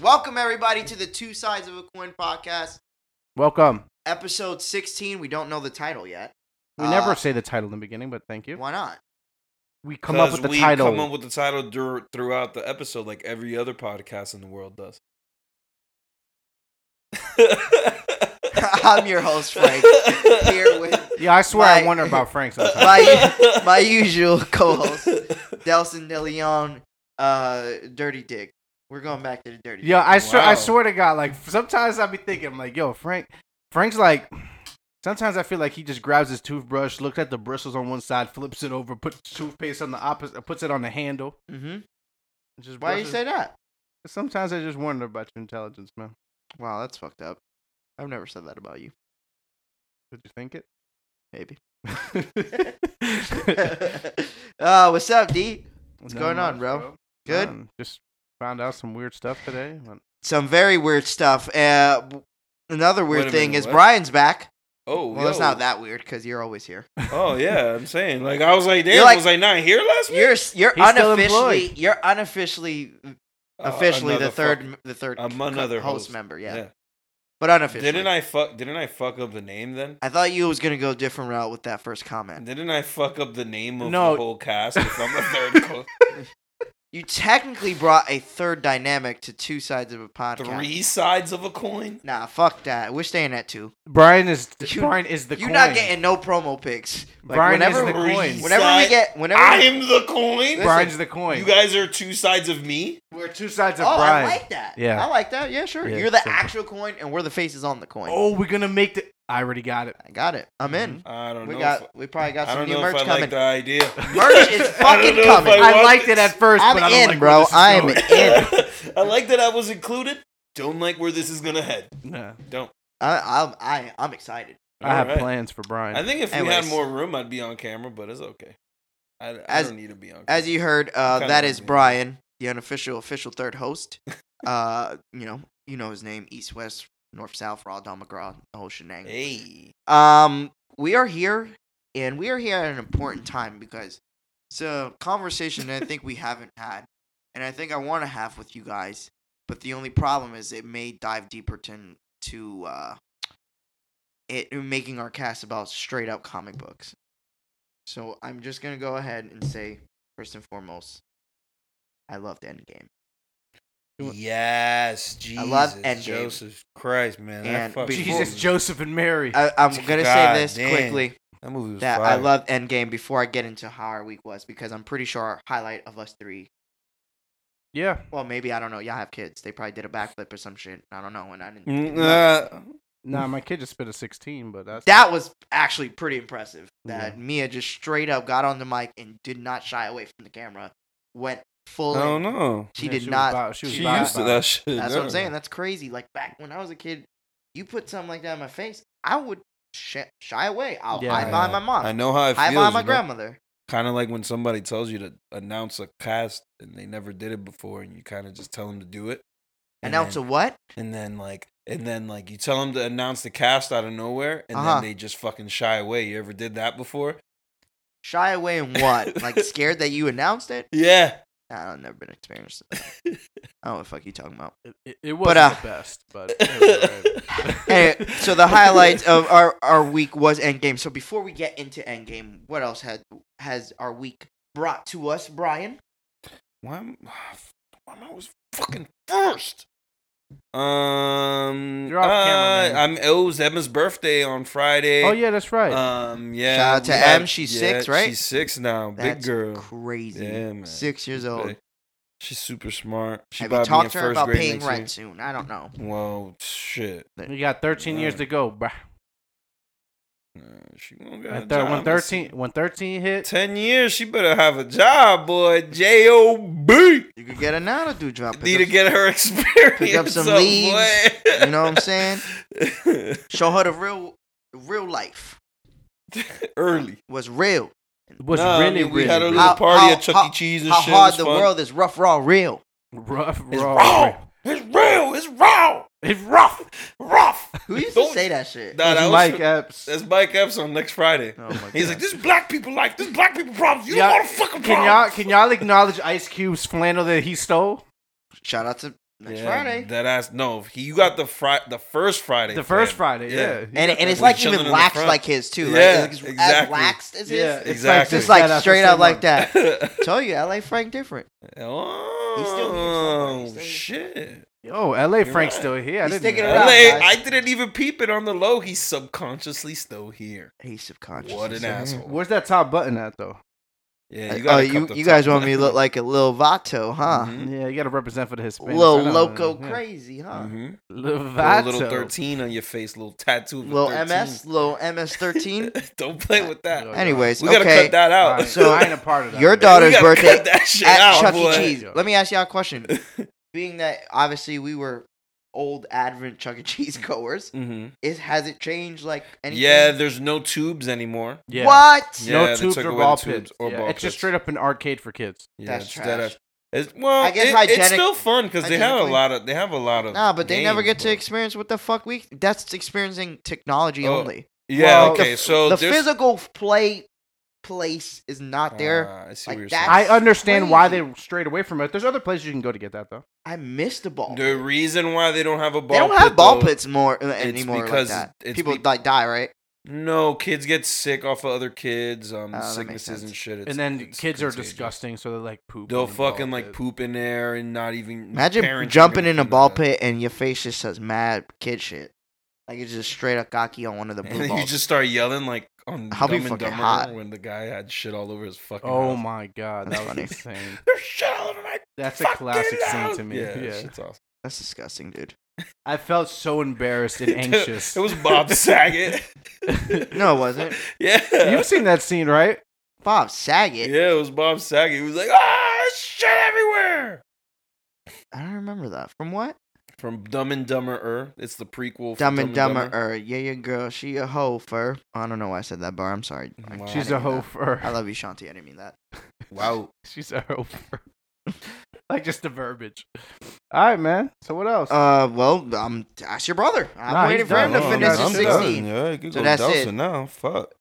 Welcome everybody to the Two Sides of a Coin podcast, Welcome. episode 16. We don't know the title yet. We Uh, never say the title in the beginning, but thank you. Why not? We come up 'Cause with the we title. Come up with the title dur- throughout the episode, like every other podcast in the world does. I'm your host Frank here with yeah, I swear my- I wonder about Frank uh, sometimes. my- my usual co-host Delson DeLeon, uh, Dirty Dick. We're going back to the Dirty. yeah, I swear, Wow. I swear to God, like sometimes I be thinking, I'm like, yo, Frank, Frank's like. Sometimes I feel like he just grabs his toothbrush, looks at the bristles on one side, flips it over, puts toothpaste on the opposite, uh, puts it on the handle. Dick. hmm and Just Why do you brushes- say that? Sometimes I just wonder about your intelligence, man. Wow, that's fucked up. I've never said that about you. Did you think it? Maybe. What's uh, what's up, D? going on, bro? Good. just found out some weird stuff today. but- Some very weird stuff. Uh, w- another weird Wait a thing minute, is what? Brian's back. oh, Well, it's yo. not that weird because you're always here. Oh yeah, I'm saying. Like I was like, You're damn, like- was I not here last week? You're s- you're He's still unofficially employed. you're unofficially Uh, officially the another third fuck- m- the third I'm co- another host, host. member. Yeah, yeah. but unofficially. Didn't I fuck? Didn't I fuck up the name then? I thought you was gonna go a different route with that first comment. Didn't I fuck up the name of No. the whole cast? If I'm the third, co- You technically brought a third dynamic to two sides of a podcast. three sides of a coin. Nah, fuck that. We're staying at two. Brian is You- Brian is the You're coin. not getting no promo picks. Like, Brian whenever, is the we- coin. when- whenever we side. get whenever I we- am the coin. Listen, Brian's the coin. You guys are two sides of me. We're two sides oh, of Brian. I like that. Yeah. I like that. Yeah, sure. Yeah, You're the so- actual coin, and we're the faces on the coin. oh, we're gonna make the. I already got it. I got it. I'm in. Mm-hmm. I don't We know. got if we probably got I some don't new know merch if I coming. like the idea. Merch is fucking coming. I, liked it at first, I'm but I don't in, like bro. Where this is I am going. I like that I was included. Don't like where this is gonna head. Nah, Don't. I, I'm I, I'm excited. I have Alright. plans for Brian. I think if we Anyways. had more room, I'd be on camera, but it's okay. I, I As- don't need to be on. Camera. As you heard, uh, Kinda that is amazing. Brian, the unofficial official third host. uh, you know, you know his name: East, West, North, South, Raw, Don McGraw, the whole shenang. hey, Um, we are here, and we are here at an important time because it's a conversation I think we haven't had, and I think I want to have with you guys. But the only problem is it may dive deeper to, to uh, it making our cast about straight up comic books. So I'm just gonna go ahead and say first and foremost, I loved Endgame, yes, Jesus, I love Endgame. Joseph Christ, And man, that, fucking before- Jesus, movie- Joseph, and Mary. I, I'm gonna God say this damn. quickly. that movie was that fire. I love Endgame before I get into how our week was because I'm pretty sure our highlight of us three. yeah, Well, maybe I don't know. Y'all have kids. They probably did a backflip or some shit. I don't know. And I didn't. Mm, uh, nah, my kid just spit a sixteen, but that's That was actually pretty impressive. That Yeah. Mia just straight up got on the mic and did not shy away from the camera. Went full. I don't in. know. She Yeah, did she was not. bow- she was She bow- used to bow. that shit. That's what I'm yeah. saying. That's crazy. Like back when I was a kid, you put something like that in my face, I would sh- shy away. I'll Yeah. hide behind my mom. I know how it feels. Hide behind my you know? grandmother. kind of like when somebody tells you to announce a cast and they never did it before and you kind of just tell them to do it Announce a then, what? and then like and then like you tell them to announce the cast out of nowhere and Uh-huh. then they just fucking shy away you ever did that before Shy away and what? like scared that you announced it? yeah Nah, I've never been experienced. I don't know what the fuck you talking about. It, it, it wasn't But, uh, the best, but it was alright. Anyway, so the highlights of uh our, our week was Endgame. So before we get into Endgame, what else had has our week brought to us, Brian? why am, why am i was fucking first um You're off camera, uh, man. I'm it was Emma's birthday on Friday oh yeah, that's right. um yeah Shout out to we had- Em, she's yeah, six, right? she's six now big That's girl Crazy. Yeah, man. Six years old. Big. She's super smart. She Have bought you me talked a to her first about grade paying next rent soon? I don't know. year. Well, shit. we got thirteen years to go, bruh. Nah, she won't get a When thir- job. when in se- thirteen, when thirteen hit, Ten years, she better have a job, boy. J O B. You could get a Nana do drop. pick Need up- to get her experience. some up, leaves, boy. you know what I'm saying? Show her the real real life. Early. Was real. it was Nah, I really, mean, we really, had a really little How- party how- at Chuck how- E. Cheese and How shit. It hard was the fun. world is rough, raw, real. rough, It's raw, raw. It's real. It's raw. It's rough. Rough. Who used to Don't- say that shit? Nah, that was Mike from- Epps. That's Mike Epps on next Friday. Oh my He's God. like, this is black people life. This is black people problems. You Yeah, don't want to fucking Can problem. y'all can y'all acknowledge Ice Cube's flannel that he stole? Shout out to next Yeah, Friday. That ass. No, he, you got the fri- the first Friday. The first fam. Friday, yeah. You and got and that it's week. like chilling in even the lax front. like his too, right? Yeah, Like, it's As exactly. waxed as yeah, his, it's Exactly. just like that straight episode out like of- that. Tell you, LA Frank different. oh, He's still here somewhere. He's still here. shit. Yo, L.A. You're Frank's right. still here. I He's didn't sticking know around. that. LA, guys. I didn't even peep it on the low. He's subconsciously still here. He's subconscious. What an asshole. Where's that top button at though? Yeah, oh, gotta you, cut the you guys top. want me to look like a little Vato, huh? Mhm. Yeah, you gotta represent for the Hispanics. Little I know, loco Mm-hmm. yeah. crazy, huh? Mhm. Put Lovato. a little thirteen on your face, little tattoo. of a Uh, Little 13. MS, little MS thirteen. Don't play with that. Yo, Anyways, Oh, we gotta okay. cut that All out. right, So, I ain't a part of that. your man. daughter- daughter's We gotta birthday cut that shit At out, Chuck boy. E. Cheese. Yo. Let me ask y'all a question. Being that obviously we were old advent Chuck E. Cheese goers, hmm is has it changed like anything? Yeah, there's no tubes anymore. Yeah. What? Yeah. No they tubes took or away ball the tubes pits. or Yeah, ball it's just pits. straight up an arcade for kids. Yeah, That's it's dead trash. ass. It's, well, I guess it- it's hygienic- still fun because they have a hygienically- lot of they have a lot of. Nah, but they never get games, to bro. experience what the fuck we. That's experiencing technology Oh, only. Yeah. Well, okay. the, so the there's- physical play place is not there. Ah, I see like, what you're that's- saying. I understand why crazy. they strayed away from it. There's other places you can go to get that though. I missed the ball. The reason why they don't have a ball. they don't have ball though- pits more uh, anymore because like that. it's People be- like die, right? No, kids get sick off of other kids, Oh, um, that makes sicknesses and sense. shit. It's, and then it's kids are contagious. disgusting, so they're like poop. They'll in the ball fucking like pit. poop in there and not even. Imagine parents are jumping gonna in a do ball that. pit and your face just says mad kid shit. Like it's just straight up cocky on one of the And blue then you balls. just start yelling like on I'll be Dumb and fucking Dumber hot. when the guy had shit all over his fucking. Oh house. my god, That's that was funny. insane. There's shit all over my. That's a fucking classic scene house. to me. Yeah, Yeah, that shit's awesome. That's disgusting, dude. I felt so embarrassed and anxious. it was Bob Saget. No, it wasn't. Yeah. You've seen that scene, right? Bob Saget. Yeah, it was Bob Saget. He was like, ah, there's shit everywhere. I don't remember that. From what? From Dumb and Dumber. Er. It's the prequel. for Dumb and Dumber. Er, yeah, your girl. She a hoe fur. I don't know why I said that, bar. I'm sorry. I- Wow. I She's didn't a mean that. I hofer. love you, Shanti. I didn't mean that. Wow. She's a hofer. like just the verbiage. All right, man. So what else? Uh, well, um, ask your brother. I'm Nah, waiting he's for him to done. Oh, finish I'm his done. 16. Yeah, you can So that's Delta it. now. Fuck.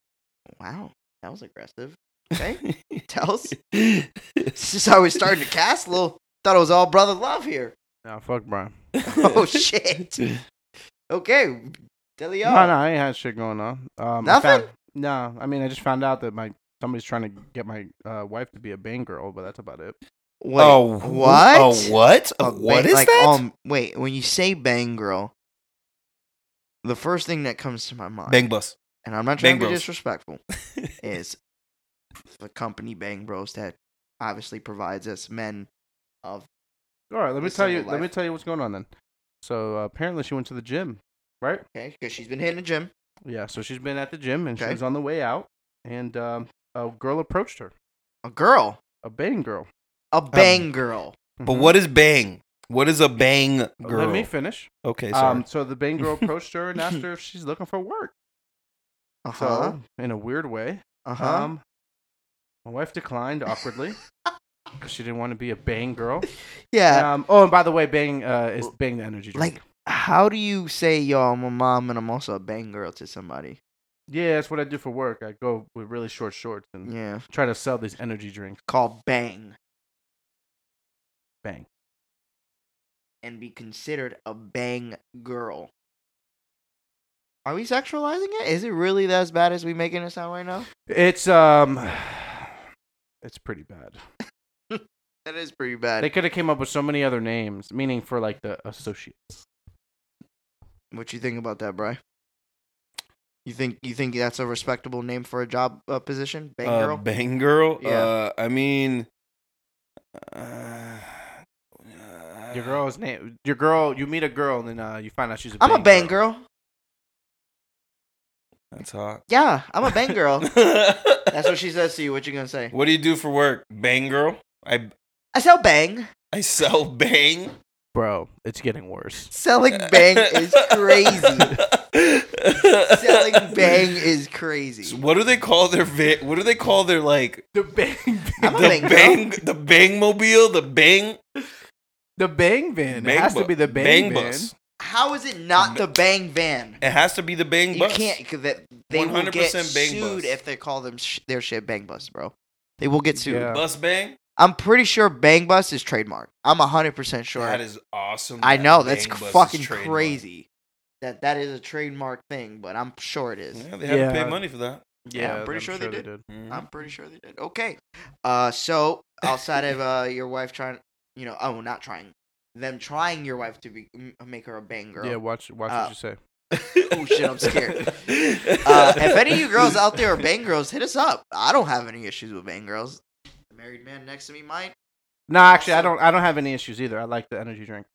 Wow, that was aggressive. Okay, tells. This is how we started to cast. Little thought it was all brother love here. no, fuck Brian. Oh shit. Okay, Delio. No, no, I ain't had shit going on. Um, I Nothing? found- no, I mean I just found out that my somebody's trying to get my uh, wife to be a bang girl, but that's about it. Wait, oh, wh- what? Oh, what? A Oh, what bang- is like, that? Um, wait, when you say bang girl, the first thing that comes to my mind, Bang bus. and I'm not trying Bang to be Bros. disrespectful, is the company Bang Bros that obviously provides us men of All right, let me This tell you. single Let me life. tell you what's going on then. So uh, apparently she went to the gym, right? okay because she's been hitting the gym. Yeah. So she's been at the gym and Okay. she was on the way out, and um, a girl approached her, A girl, a bang girl. a bang girl. But Mhm. what is bang? What is a bang girl? Uh, Let me finish. okay, sorry. Um, so the bang girl approached her and asked her if she's looking for work. Uh So huh. in a weird way, Uh huh. um, my wife declined awkwardly. 'cause She didn't want to be a bang girl. yeah. Um, oh, and by the way, bang uh, is bang the energy drink. Like, how do you say, "Yo, I'm a mom and I'm also a bang girl" to somebody? yeah, that's what I do for work. I go with really short shorts and Yeah. try to sell these energy drinks. Call bang Bang. and be considered a bang girl. Are we sexualizing it? Is it really that as bad as we making it sound right now? It's um, it's pretty bad. That is pretty bad. They could have came up with so many other names, meaning for like the associates. What you think about that, Bry? You think you think that's a respectable name for a job uh, position, bang Uh, girl? Bang girl. Yeah. Uh, I mean, uh, Your girl's name. Your girl. You meet a girl and then uh, you find out she's a. I'm a bang girl. That's hot. Yeah, I'm a bang girl. Oh, That's That's what she says to you. What you gonna say? What do you do for work? Bang girl. I I sell bang. I sell bang. Bro, it's getting worse. Selling bang is crazy. Selling Selling bang is So crazy. what do they call their va- what do they call their like The bang. I'm a the bang girl. bang the bang mobile the bang The bang van. bang it has bu- to be the bang, van. bus How is it not the bang van? it has to be the bang You bus can't. 'cause That they will get 100% bang sued bus. if they call them sh- their shit bang bus, bro. They will get sued. Yeah. bus bang I'm pretty sure Bang Bus is trademark. I'm 100% sure. That is awesome. I that know that's Bang Bus is fucking trademarked. crazy. That that is a trademark thing, but I'm sure it is. Yeah, they had to Yeah. pay money for that. Yeah, I'm pretty sure they did. Mhm. I'm pretty sure they did. Okay. Uh, so outside of uh, your wife trying, you know, oh, not trying, them trying your wife to be m- make her a bang girl. Yeah, watch, watch Uh, what you say. Oh, shit, I'm scared. Uh, if any of you girls out there are bang girls, hit us up. I don't have any issues with bang girls. The married man next to me might. No, actually, I also- don't. I don't have any issues either. I like the energy drink.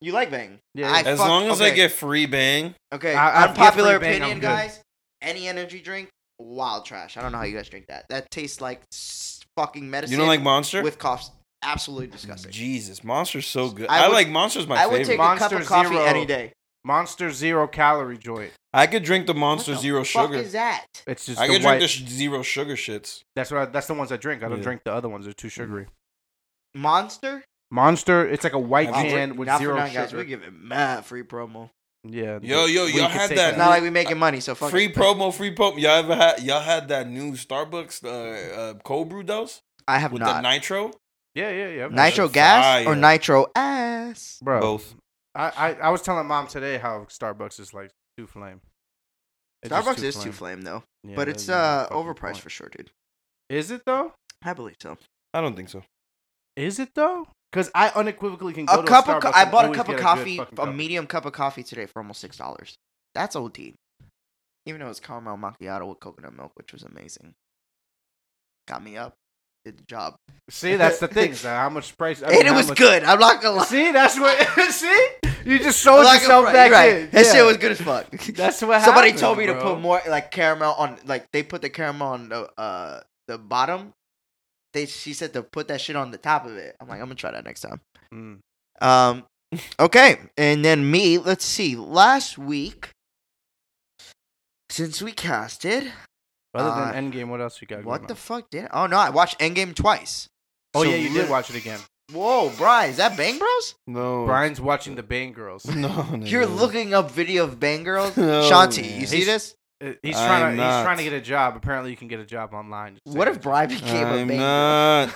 You like bang? Yeah, I yeah. as fuck- long as I okay. get free bang, Okay. I- I- Unpopular yeah, free Bang, I'm opinion, good. guys. Any energy drink, wild trash. I don't know how you guys drink that. That tastes like s- fucking medicine. you don't like Monster? with coughs. Absolutely disgusting. Jesus, Monster's so good. I I, would- like Monster's my I would favorite. take a cup Monster of coffee Zero. any day. Monster zero calorie joint. I could drink the Monster What the Zero fuck Sugar. is that? It's just I the could white. drink the sh- Zero Sugar shits. that's what. I, that's the ones I drink. I don't Yeah. drink the other ones. They're too Mm-hmm. sugary. Monster? Monster. It's like a white Wow, Wow, can we're- with not for zero nothing, sugar. guys. We're giving mad free promo. yeah. Yo, but yo, we y'all could had take that It's Yeah. not like we making money, so fuck free it. promo, free promo. Y'all ever had y'all had that new Starbucks uh, uh cold brew dose I have with the not. nitro? Yeah, yeah, yeah. nitro Fire. gas or nitro ass? bro. Both. I, I I was telling mom today how Starbucks is like too flame. It's just Starbucks is too flame though, Yeah, but that it's is not uh a fucking overpriced point. for sure, dude. Is it though? I believe so. I don't think so. Is it though? Because I unequivocally can go A to cup a of co- Starbucks I and bought a always cup of get good coffee, fucking a cup. medium cup of coffee today for almost six dollars. That's OD. Even though it's caramel macchiato with coconut milk, which was amazing. Got me up, did the job, See, that's the thing. So how much price? I mean, and it how was much- good. I'm not gonna lie. See, that's what. see, you just sold Like, yourself right, back right. in. That Yeah. shit was good as fuck. That's what. Somebody happens, told me to bro. put more like caramel on like they put the caramel on the uh the bottom. They she said to put that shit on the top of it. I'm like, I'm gonna try that next time. Mm. Um Okay. And then me, let's see. Last week since we casted, Other than Endgame, what else you got? Uh, what going the on? fuck did Oh no, I watched Endgame twice. oh So yeah, you lit- did watch it again. Whoa, Brian, is that Bang Bros? No. Brian's watching the Bane Girls. No. You're nigga. looking up video of Bang Girls. No, Shanti, man. you see He's- this? Uh, He's I'm trying. To, not. he's trying to get a job. Apparently, you can get a job online. Just What saying. if Brian became a I'm Bang Girl? not.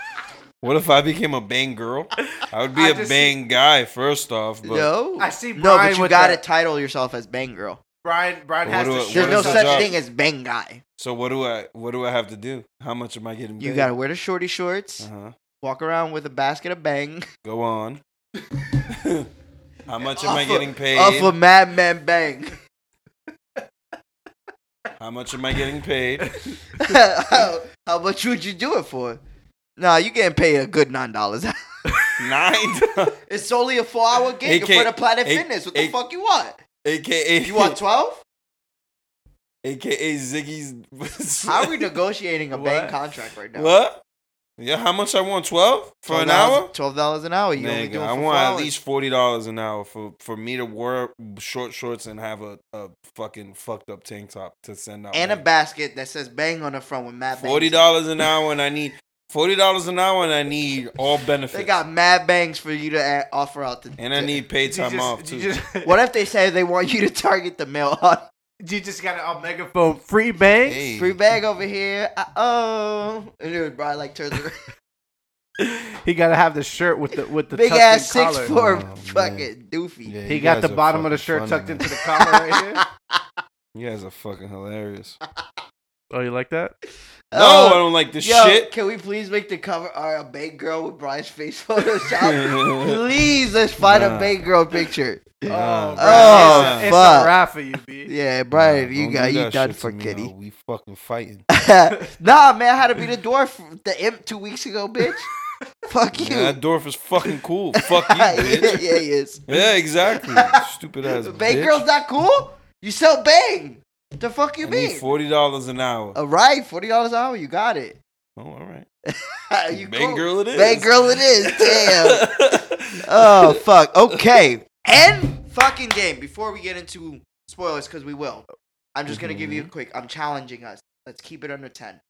what if I became a bang girl? I would be I a just- bang guy first off. But No, I see No, Brian but you with gotta that- title yourself as Bang Girl. Brian? Brian What has do to. I- show There's what no is the himself- such job? thing as Bang Guy. So what do I? What do I have to do? How much am I getting? You gotta wear the shorty shorts, Uh huh. walk around with a basket of bang, Go on. How much am Off I of- getting off a paid? madman bang. How much am I getting paid? how, how much would you do it for? Nah, you getting paid a good nine dollars. Nine. it's solely a four hour gig AK for the Planet A- Fitness. What the A- fuck you want? AKA You want twelve? AKA Ziggy's. How are we negotiating a bang What? contract right now? What? Yeah, how much I want? Twelve for an $12 hour? Twelve dollars an hour. You only Nigga, doing I for want at four least forty dollars an hour for for me to wear short shorts and have a, a fucking fucked up tank top to send out. hours. and a man. basket that says bang on the front with mad bang. forty dollars an hour, and I need forty dollars an hour, and I need all benefits. They got mad bangs for you to add, offer out to. and I to- need paid You time just- off too. You just, What if they say they want you to target the male audience? you just got a megaphone free bang? Hey. Free bag over here. Uh oh. And it was probably like turns around. He gotta have the shirt with the with the Big tucked ass in six collar. four Oh, man. fucking doofy. Yeah, He you got the guys are bottom of the shirt fucking funny, tucked man. into the collar right here. You guys are fucking hilarious. Oh, you like that? No, Oh, I don't like this Yo, shit. can we please make the cover uh, a bang girl with Brian's face Photoshop? please, let's find a Nah. bang girl picture. Nah, bro, Oh, nah. it's, it's fuck. a wrap for you, B. Yeah, Brian, Nah, you don't got do you that done shit for to me, kitty. yo. We fucking fighting. nah, man, I had to be the dwarf, the imp, two weeks ago, bitch. Fuck you. Man, that dwarf is fucking cool. Fuck you, yeah, bitch. yeah, he is. yeah, exactly. Stupid ass. Bang bitch. girl's not cool. You sell bang. The fuck you I mean? Oh, need forty dollars an hour. All right, forty dollars an hour. You got it. Oh, all right. you Bang cool. girl, it is. Bang girl, it is. Damn. oh fuck. Okay. And fucking game. Before we get into spoilers, because we will. I'm just gonna give you a Mm-hmm. quick. I'm challenging us. Let's keep it under ten.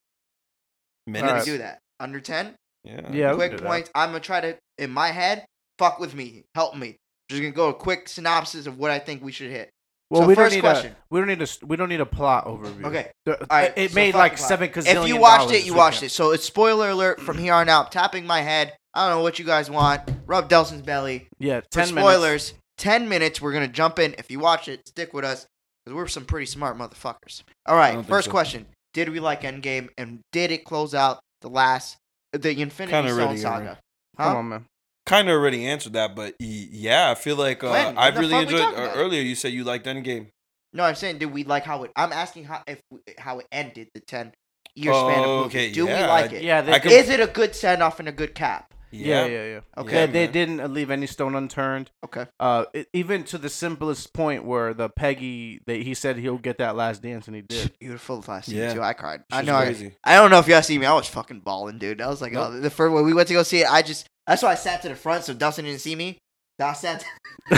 Let's Minutes. do that. Under ten. Yeah. Yeah. we can quick do that. points. I'm gonna try to in my head. Fuck with me. Help me. Just gonna go a quick synopsis of what I think we should hit. Well, So we don't first need question. a we don't need a s- we don't need a plot overview. Okay. The- right, it so made fuck like the plot. seven gazillion. If you watched dollars it, you this watched it. weekend. So it's spoiler alert from here on out. Tapping my head. I don't know what you guys want. Rub Delson's belly. Yeah, For ten minutes. spoilers. Ten minutes. We're gonna jump in. If you watch it, stick with us because we're some pretty smart motherfuckers. All I don't right. think First so. question: Did we like Endgame and did it close out the last the Infinity Kinda Stone really, saga? Come Huh? on, man. Kind of already answered that, but y- yeah, I feel like uh, Glenn, what I the really fuck we enjoyed. talking Uh, about? earlier, you said you liked Endgame. No, I'm saying, did we like how it? I'm asking how if how it ended the ten year span of Oh, movie. okay, Do we yeah, like I- it? Yeah, they, I can- Is it a good send off and a good cap? yeah, yeah, yeah. Okay. They- Yeah, they man. didn't leave any stone unturned. Okay. Uh, e- even to the simplest point where the Peggy, they, he said he'll get that last dance, and he did. Beautiful last scene Yeah. too. I cried. I She's know. I, crazy. I don't know if y'all see me. I was fucking balling, dude. I was like, Nope. oh, the first when we went to go see it, I just that's why I sat to the front so Dustin didn't see me. I sat.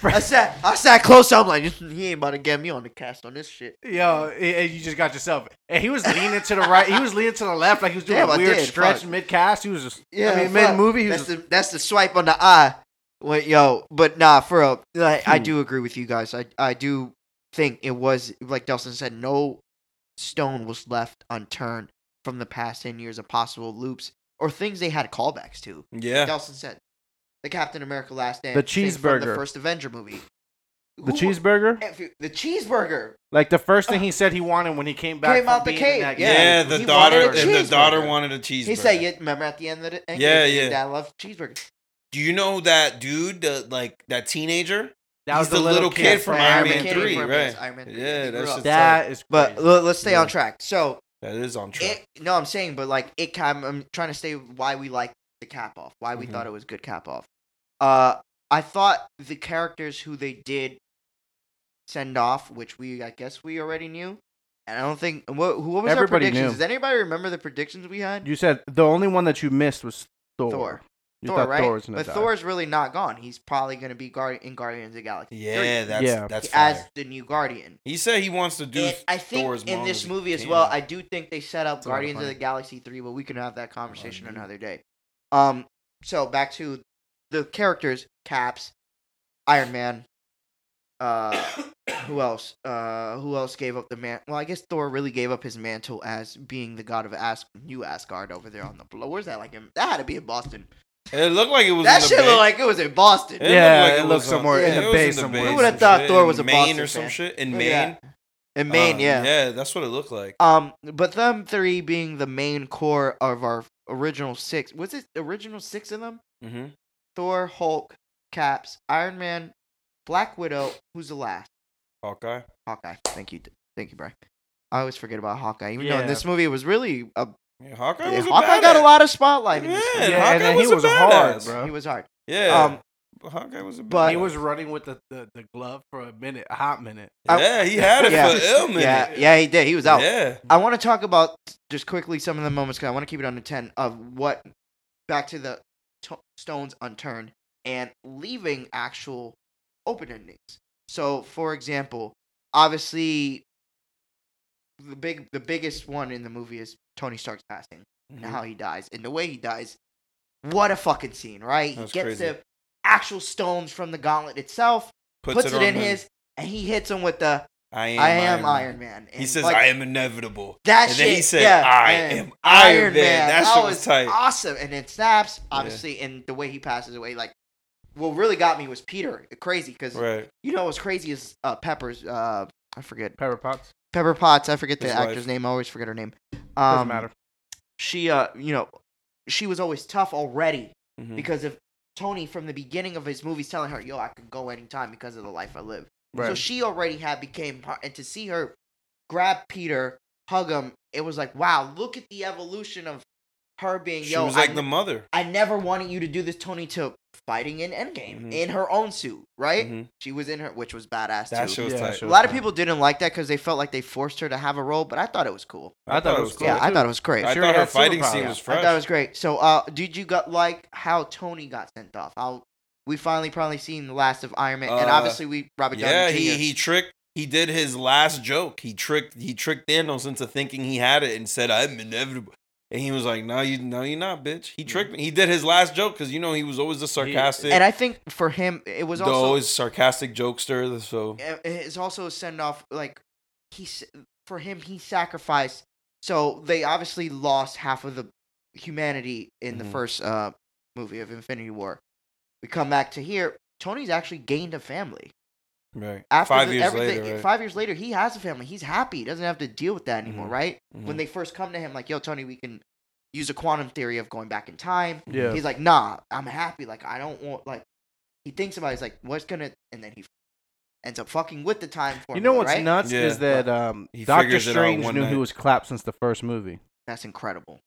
I sat. I sat close. I'm like, he ain't about to get me on the cast on this shit. Yo, and you just got yourself. And he was leaning to the right. He was leaning to the left, like he was doing Damn, I a weird did, stretch fuck. mid cast. He was just. Yeah, Yeah, I mean, fuck. mid movie, he was. That's the that's the swipe on the eye. Wait, yo, but nah, for real, like, Hmm. I do agree with you guys. I I do think it was like Dustin said, no stone was left unturned from the past ten years of possible loops or things they had callbacks to. Yeah, Dawson said. The Captain America Last Dance. The thing From cheeseburger. the first Avenger movie. Who- the cheeseburger, if you- The cheeseburger. like the first thing he said he wanted when he came back Came from out the being cave, in that yeah. yeah. game. the He daughter, wanted a the daughter cheeseburger. wanted a cheeseburger. He said, "You remember at the end of the Endgame, Yeah, he said, yeah. Dad loved cheeseburger." Do you know that dude, the, like that teenager? That was He's the little kid from Iron Man Kid 3, from Iron right? Iron Man 3. Yeah, He grew that's up. just- That is But crazy. l- let's stay Yeah. on track. So, That is on track. it, no, I'm saying, but like it. Kind I'm trying to say why we like the cap off. Why we Mhm. Mm-hmm. thought it was good cap off. Uh, I thought the characters who they did send off, which we I guess we already knew, and I don't think what who- what was Everybody our predictions? knew. Does anybody remember the predictions we had? you said the only one that you missed was Thor. Thor. You Thor, thought right? Thor was gonna but die. Thor's really not gone. He's probably going to be guard- in Guardians of the Galaxy. yeah, that's Yeah. that's fire. as the new Guardian. he said he wants to do. And I think Thor's in mom this as a movie as kid. well, I do think they set up It's a lot of Guardians of fun. the Galaxy three, but we can have that conversation dude. another day. Um, so back to the characters: Caps, Iron Man. Uh, who else? Uh, who else gave up the man? Well, I guess Thor really gave up his mantle as being the god of As- New Asgard over there on the blow. Where's that? Like, in- that had to be in Boston. It looked like it was. That in the shit Bay. looked like it was in Boston. looked Yeah, it was looked on- somewhere in it the was Bay somewhere. Who would've some thought shit, Thor in was a Maine Boston or some fan? shit in Look Maine? at In Maine, Uh, yeah. yeah, that's what it looked like. Um, but them three being the main core of our original six. Was it original six of them? Mm-hmm. Thor, Hulk, Caps, Iron Man, Black Widow. Who's the last? Hawkeye. Hawkeye. Thank you, thank you, Brian. I always forget about Hawkeye, even though Yeah. in this movie it was really a, Yeah, Hawkeye was a Hawkeye got a badass. lot of spotlight. In Yeah, this and movie. Yeah, and Hawkeye then was he a was hard, badass. bro. He was hard. Yeah. Um, Hawkeye was a but- he badass. was running with the, the, the glove for a minute, a hot minute. I- yeah, he had it Yeah. for illness. Yeah, yeah, he did. He was out. Yeah. I want to talk about just quickly some of the moments because I want to keep it under ten of what back to the to- stones unturned and leaving actual open endings. So, for example, obviously the big the biggest one in the movie is Tony Stark's passing and Mm-hmm. how he dies and the way he dies. What a fucking scene, right? He That's gets crazy. the actual stones from the gauntlet itself, puts, it, on in him. his, and he hits him with the I am, "I am Man. Iron Man." He And, says, like, "I am inevitable." that and shit. then he said, yeah, "I man. am Iron, Man." That, shit was, tight. awesome. And it snaps, obviously, and the way he passes away. Like, what really got me was Peter. Crazy because Right. you know what's crazy is uh, Pepper's. Uh, I forget Pepper Potts. Pepper Potts. I forget the His actor's wife. name. I always forget her name. Doesn't Um, matter. She, uh, you know, she was always tough already Mhm. because of Tony from the beginning of his movies telling her, "Yo, I could go anytime because of the life I live." So she already had became part, and to see her grab Peter, hug him, it was like, wow, look at the evolution of her being. She Yo, was like I, the mother. I never wanted you to do this, Tony, to fighting in Endgame Mhm. in her own suit, right? Mhm. She was in her, which was badass That too. shit was Yeah, tight. she a was lot of fine. people didn't like that because they felt like they forced her to have a role, but I thought it was cool. I thought it was cool. yeah, I too. thought it was great. She I thought already her had fighting superpowers. scene was I fresh. thought it was great. So, uh, did you got like how Tony got sent off? How we finally probably seen the last of Iron Man, and Uh, obviously we Robert Downey yeah, Jr. he he tricked. He did his last joke. He tricked. He tricked Thanos into thinking he had it and said, "I'm inevitable." And he was like, "No, you, no, you're not, bitch." He tricked me. He did his last joke because you know he was always the sarcastic, And I think for him, it was the also always sarcastic jokester. So it- it's also a send off. Like he, s- for him, he sacrificed. So they obviously lost half of the humanity in the Mhm. first uh, movie of Infinity War. We come back to here. Tony's actually gained a family. right, After five the- years everything- later, right? Five years later, he has a family. He's happy. He doesn't have to deal with that anymore, Mhm. right? When Mhm. they first come to him, like, "Yo, Tony, we can use a quantum theory of going back in time." Yeah. He's like, nah, I'm happy. Like, I don't want, like, he thinks about it. He's like, what's gonna, and then he ends up fucking with the time for You know what's right? nuts Yeah. is that um, He Doctor figures it out Strange one knew he night. was clapped since the first movie. That's incredible.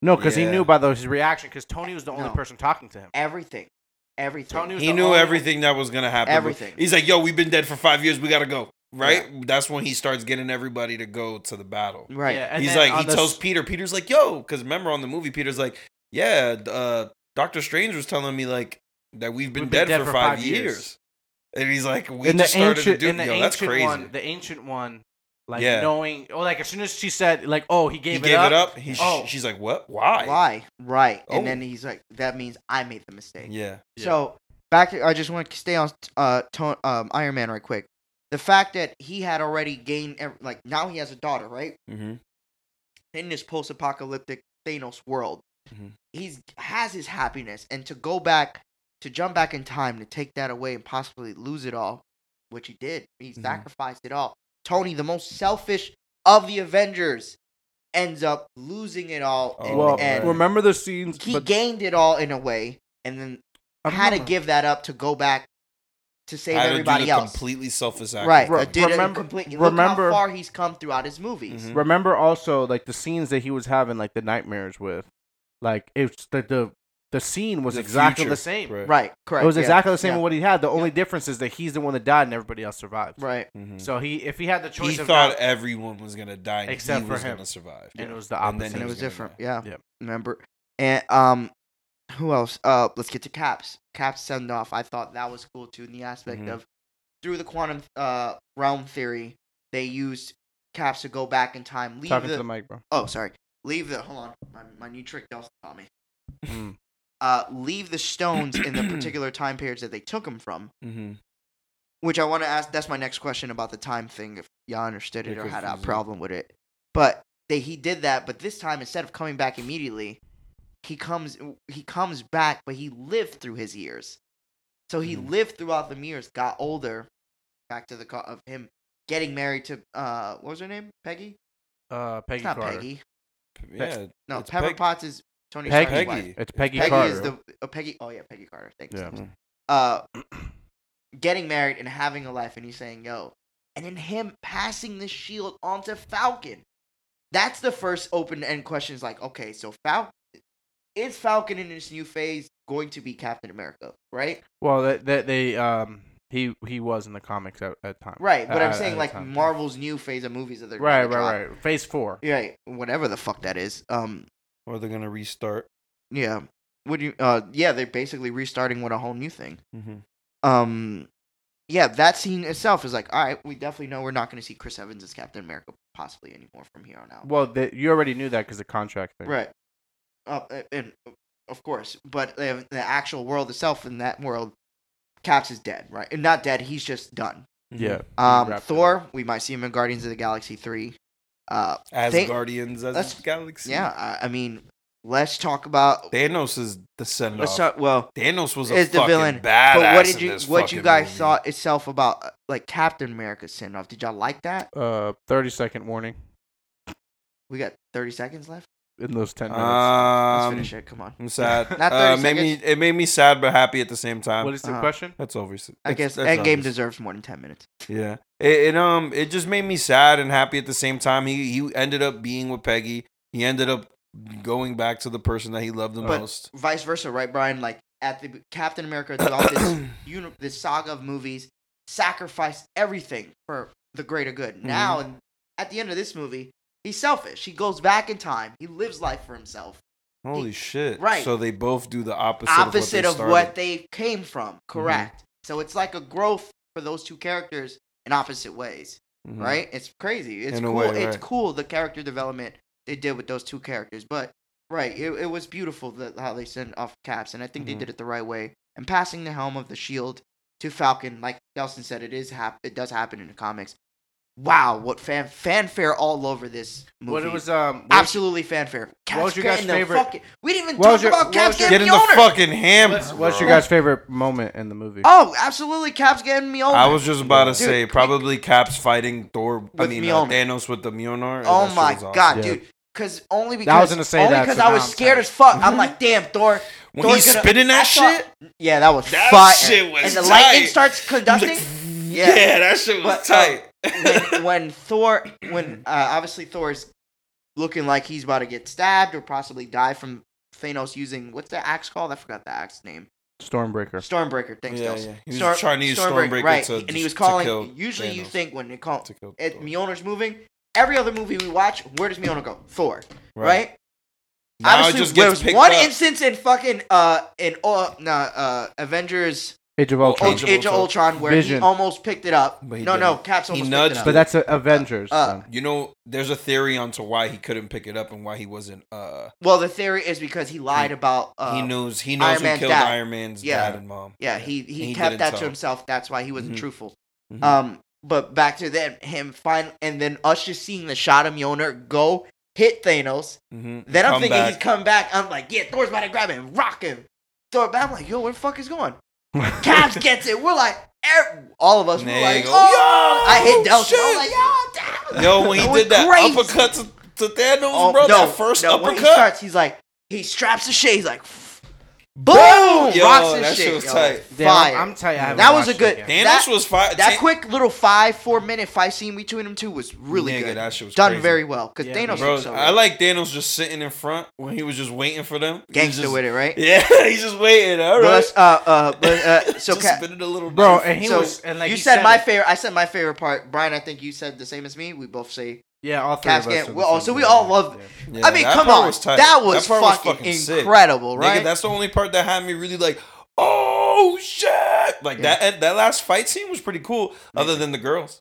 No, because he Yeah. knew by the, his reaction, because Tony was the only No. person talking to him. Everything. Everything. Tony was he the knew only- everything that was gonna happen. Everything. He's like, "Yo, we've been dead for five years. We gotta go." Right. That's when he starts getting everybody to go to the battle. right. Yeah, and He's then like, on he the tells s- Peter. Peter's like, "Yo," because remember on the movie, Peter's like, "Yeah, d- uh, Doctor Strange was telling me like that we've been, dead, for, five, years. and he's like, "We in the just started ancient, to do. in the yo, ancient that's crazy." one, the ancient one, like Yeah. knowing, oh, like as soon as she said, like, oh, he he gave, gave it up. He, Oh. she's like, "What? Why?" Why? Right. Oh. And then he's like, that means I made the mistake. Yeah, So, back to, I just want to stay on uh, Ton um, Iron Man right quick. The fact that he had already gained, ev- like, now he has a daughter, right? hmm in this post-apocalyptic Thanos world. Mm-hmm. Mhm. He's has his happiness, and to go back, to jump back in time, to take that away and possibly lose it all, which he did. He Mm-hmm. Mhm. sacrificed it all. Tony, the most selfish of the Avengers, ends up losing it all in Well, the end. right. Oh, remember the scenes. He gained it all in a way, and then had to give that up to go back to save Had to do everybody the else. Completely selfish act. Right, Re- uh, did remember- remember, completely. Look remember- Mm-hmm. how far he's come throughout his movies. Mhm. Remember also like the scenes that he was having, like the nightmares with, like it's the the the scene was The exactly future, the same. right. Right, correct. It was yeah, exactly the same yeah, with what he had. The only difference is that he's the one that died and everybody else survived. Right. Mhm. So he, if he had the choice, He of thought not- everyone was gonna die, and Except he for was him. gonna survive. and it was the And then and opposite. it he was was gonna different. die. Yeah. Yep. Remember? And um, who else? Uh, let's get to Caps. Caps send off. I thought that was cool too in the aspect Mhm. Mm-hmm. of through the quantum uh realm theory, they used Caps to go back in time, leave Talking the, to the mic, bro. oh sorry, leave the hold on my my new trick Delta taught me. Mm. Uh, leave the stones in the particular time periods that they took them from. Mhm. Which I want to ask. That's my next question about the time thing. If y'all understood it It or had a confuses me. problem with it, but they he did that. But this time, instead of coming back immediately, he comes he comes back, but he lived through his years. So he Mhm. lived throughout the years, got older. Back to the co- of him getting married to uh, what was her name? Peggy? Uh, Peggy It's not Carter. Peggy. Yeah, No, It's Pepper Peg- Potts is Tony Peggy. Stark's wife. Peggy. It's Peggy, Peggy Carter. is the uh, Peggy. Oh yeah, Peggy Carter. Thank you. Yeah. Sam. Uh, getting married and having a life, and he's saying yo, and then him passing the shield onto Falcon. That's the first open end question. Is like, okay, so Falcon is Falcon in this new phase going to be Captain America, right? Well, that that they um he he was in the comics at at time. Right. But I'm At- saying at like the time. Marvel's new phase of movies that they're Right, gonna drop. right, right. Phase four. Yeah, whatever the fuck that is. Um, or they're gonna restart. yeah. Would you? Uh, yeah, they're basically restarting with a whole new thing. Mm-hmm. um yeah that scene itself is like all right we definitely know we're not going to see chris evans as captain america possibly anymore from here on out Well, the, you already knew that because the contract thing. right uh, a- and uh, of course but uh, the actual world itself in that world caps is dead right and not dead he's just done Yeah. um wrapped it thor we might see him in guardians of the galaxy 3 uh As They- Guardians as Let's- Galaxy. yeah I, I mean let's talk about Thanos is the send let's off. talk well Thanos was a is the fucking villain. badass. but what did in you this what you fucking guys movie. thought itself about uh, like captain america's send off did y'all like that Uh, thirty second warning we got 30 seconds left in those ten minutes. let's Um, finish it come on I'm sad. Not uh, 30 made me it made me sad but happy at the same time. what is the uh, question? that's obvious. I It's- guess that's Endgame obvious. deserves more than ten minutes. Yeah. It, it um it just made me sad and happy at the same time. He he ended up being with Peggy. He ended up going back to the person that he loved the But- most. Vice versa, right, Brian? Like at the Captain America throughout this uni- this saga of movies, sacrificed everything for the greater good. Mm-hmm. Now, and at the end of this movie, he's selfish. He goes back in time. He lives life for himself. Holy shit. right. So they both do the opposite, Opposite of of what they, what started. Mm-hmm. they came from. Correct. So it's like a growth for those two characters in opposite ways. Mhm. Right? It's crazy. It's In a cool. way, It's right. cool the character development it did with those two characters. But right, it, it was beautiful that how they sent off caps, and I think Mhm. Mm-hmm. they did it the right way. And passing the helm of the shield to Falcon, like Nelson said, it is hap- it does happen in the comics. Wow, what fan fanfare all over this movie! What it was um what- absolutely fanfare. Caps was your getting guys' the favorite- Fucking, we didn't even What talk was your- about what Caps was your- getting Get in the the owner. fucking ham. what's, what's your bro. guys' favorite moment in the movie? oh, absolutely, Caps getting me over. I was just about to Dude, say we- probably Caps fighting Thor. I With mean uh, Mjolnir. Thanos with the Mjolnir. Oh That shit my was awesome. god, Yeah. dude. Because only because gonna say only that, because so I now was I'm scared tight. as fuck. I'm like, damn, Thor. When Thor's he's gonna- spitting that I thought- shit, Yeah, that was That fire. shit was and the tight. lightning starts he's conducting. like, yeah. Yeah. that shit was But, uh, tight. when, when Thor, when uh, obviously Thor's looking like he's about to get stabbed or possibly die from Thanos using what's the axe called? I forgot the axe name. Stormbreaker. Stormbreaker. Thanks, Yeah, Nelson. yeah. He was trying to use Stormbreaker right? to- and he was to calling. kill usually, you Thanos. think when they call To kill it, Thor. Mjolnir's moving. Every other movie we watch, where does Mjolnir go? Thor, right? Now it Obviously, just there gets was picked one up. instance in fucking uh in uh, nah, uh Avengers Age of Ul- Ultron. Age of Age of Ultron. Ultron where he Vision. almost picked it up. But he no, no, didn't. Caps He almost nudged picked it But up. that's uh, Avengers. Uh, son. You know, there's a theory onto why he couldn't pick it up and why he wasn't. Uh, Well, the theory is because he lied He- about. Uh, he knows he Iron knows who Man's killed dad. Iron Man's Yeah. dad and mom. Yeah, he he, He kept didn't that to tell. himself. That's why he wasn't Mhm. truthful. Mhm. Um, but back to then him fine, and then us just seeing the shot of Mjolnir go hit Thanos. Mhm. Then I'm Come thinking back. he's come back. I'm like, yeah, Thor's about to grab him, rock him. Thor, but I'm like, yo, where the fuck is going? Caps gets it. We're like, er- all of us were Nigga, like, yo, oh, I hit Delta. I'm shit. like, yo, damn. Yo, when he That was did that crazy. uppercut to, to Thanos, Oh, bro, no, that first no, When he uppercut. starts, he's like, he straps the shit. He's like, boom, Yo, rocks his shit. that shit was yo. tight. Damn, Fire. I'm telling you, I haven't That was a watched good- it yet. Thanos That- was fire. that quick little five, four minute fight scene between them two was really Nigga, good. That shit was Done crazy. very well because Yeah, Thanos Bro, was so I good. like Thanos just sitting in front when he was just waiting for them. He was gangster just- with it, right? Yeah, he's just waiting. But All right. let's, uh, uh, but, uh, so just Ca- spinning a little Bro, knife. and he so was and like you he said, said my it. favorite. I said my favorite part. Brian, I think you said the same as me. We both say. Yeah, all three Cass of us. Gant- said the well, oh, same so we thing. all loved it. Yeah, I mean, that come part on, tight. that was part fucking, sick. incredible, right? Nigga, that's the only part that had me really like, oh shit! Like Yeah. that that last fight scene was pretty cool. Other than the girls,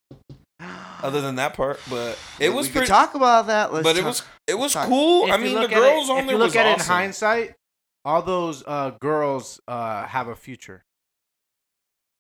other than that part, but it We- was we pretty. could talk about that. Let's but it talk- was it was talk. cool. If I you mean, the look at girls it, on if there you look was at it in awesome. hindsight, all those uh, girls uh, have a future.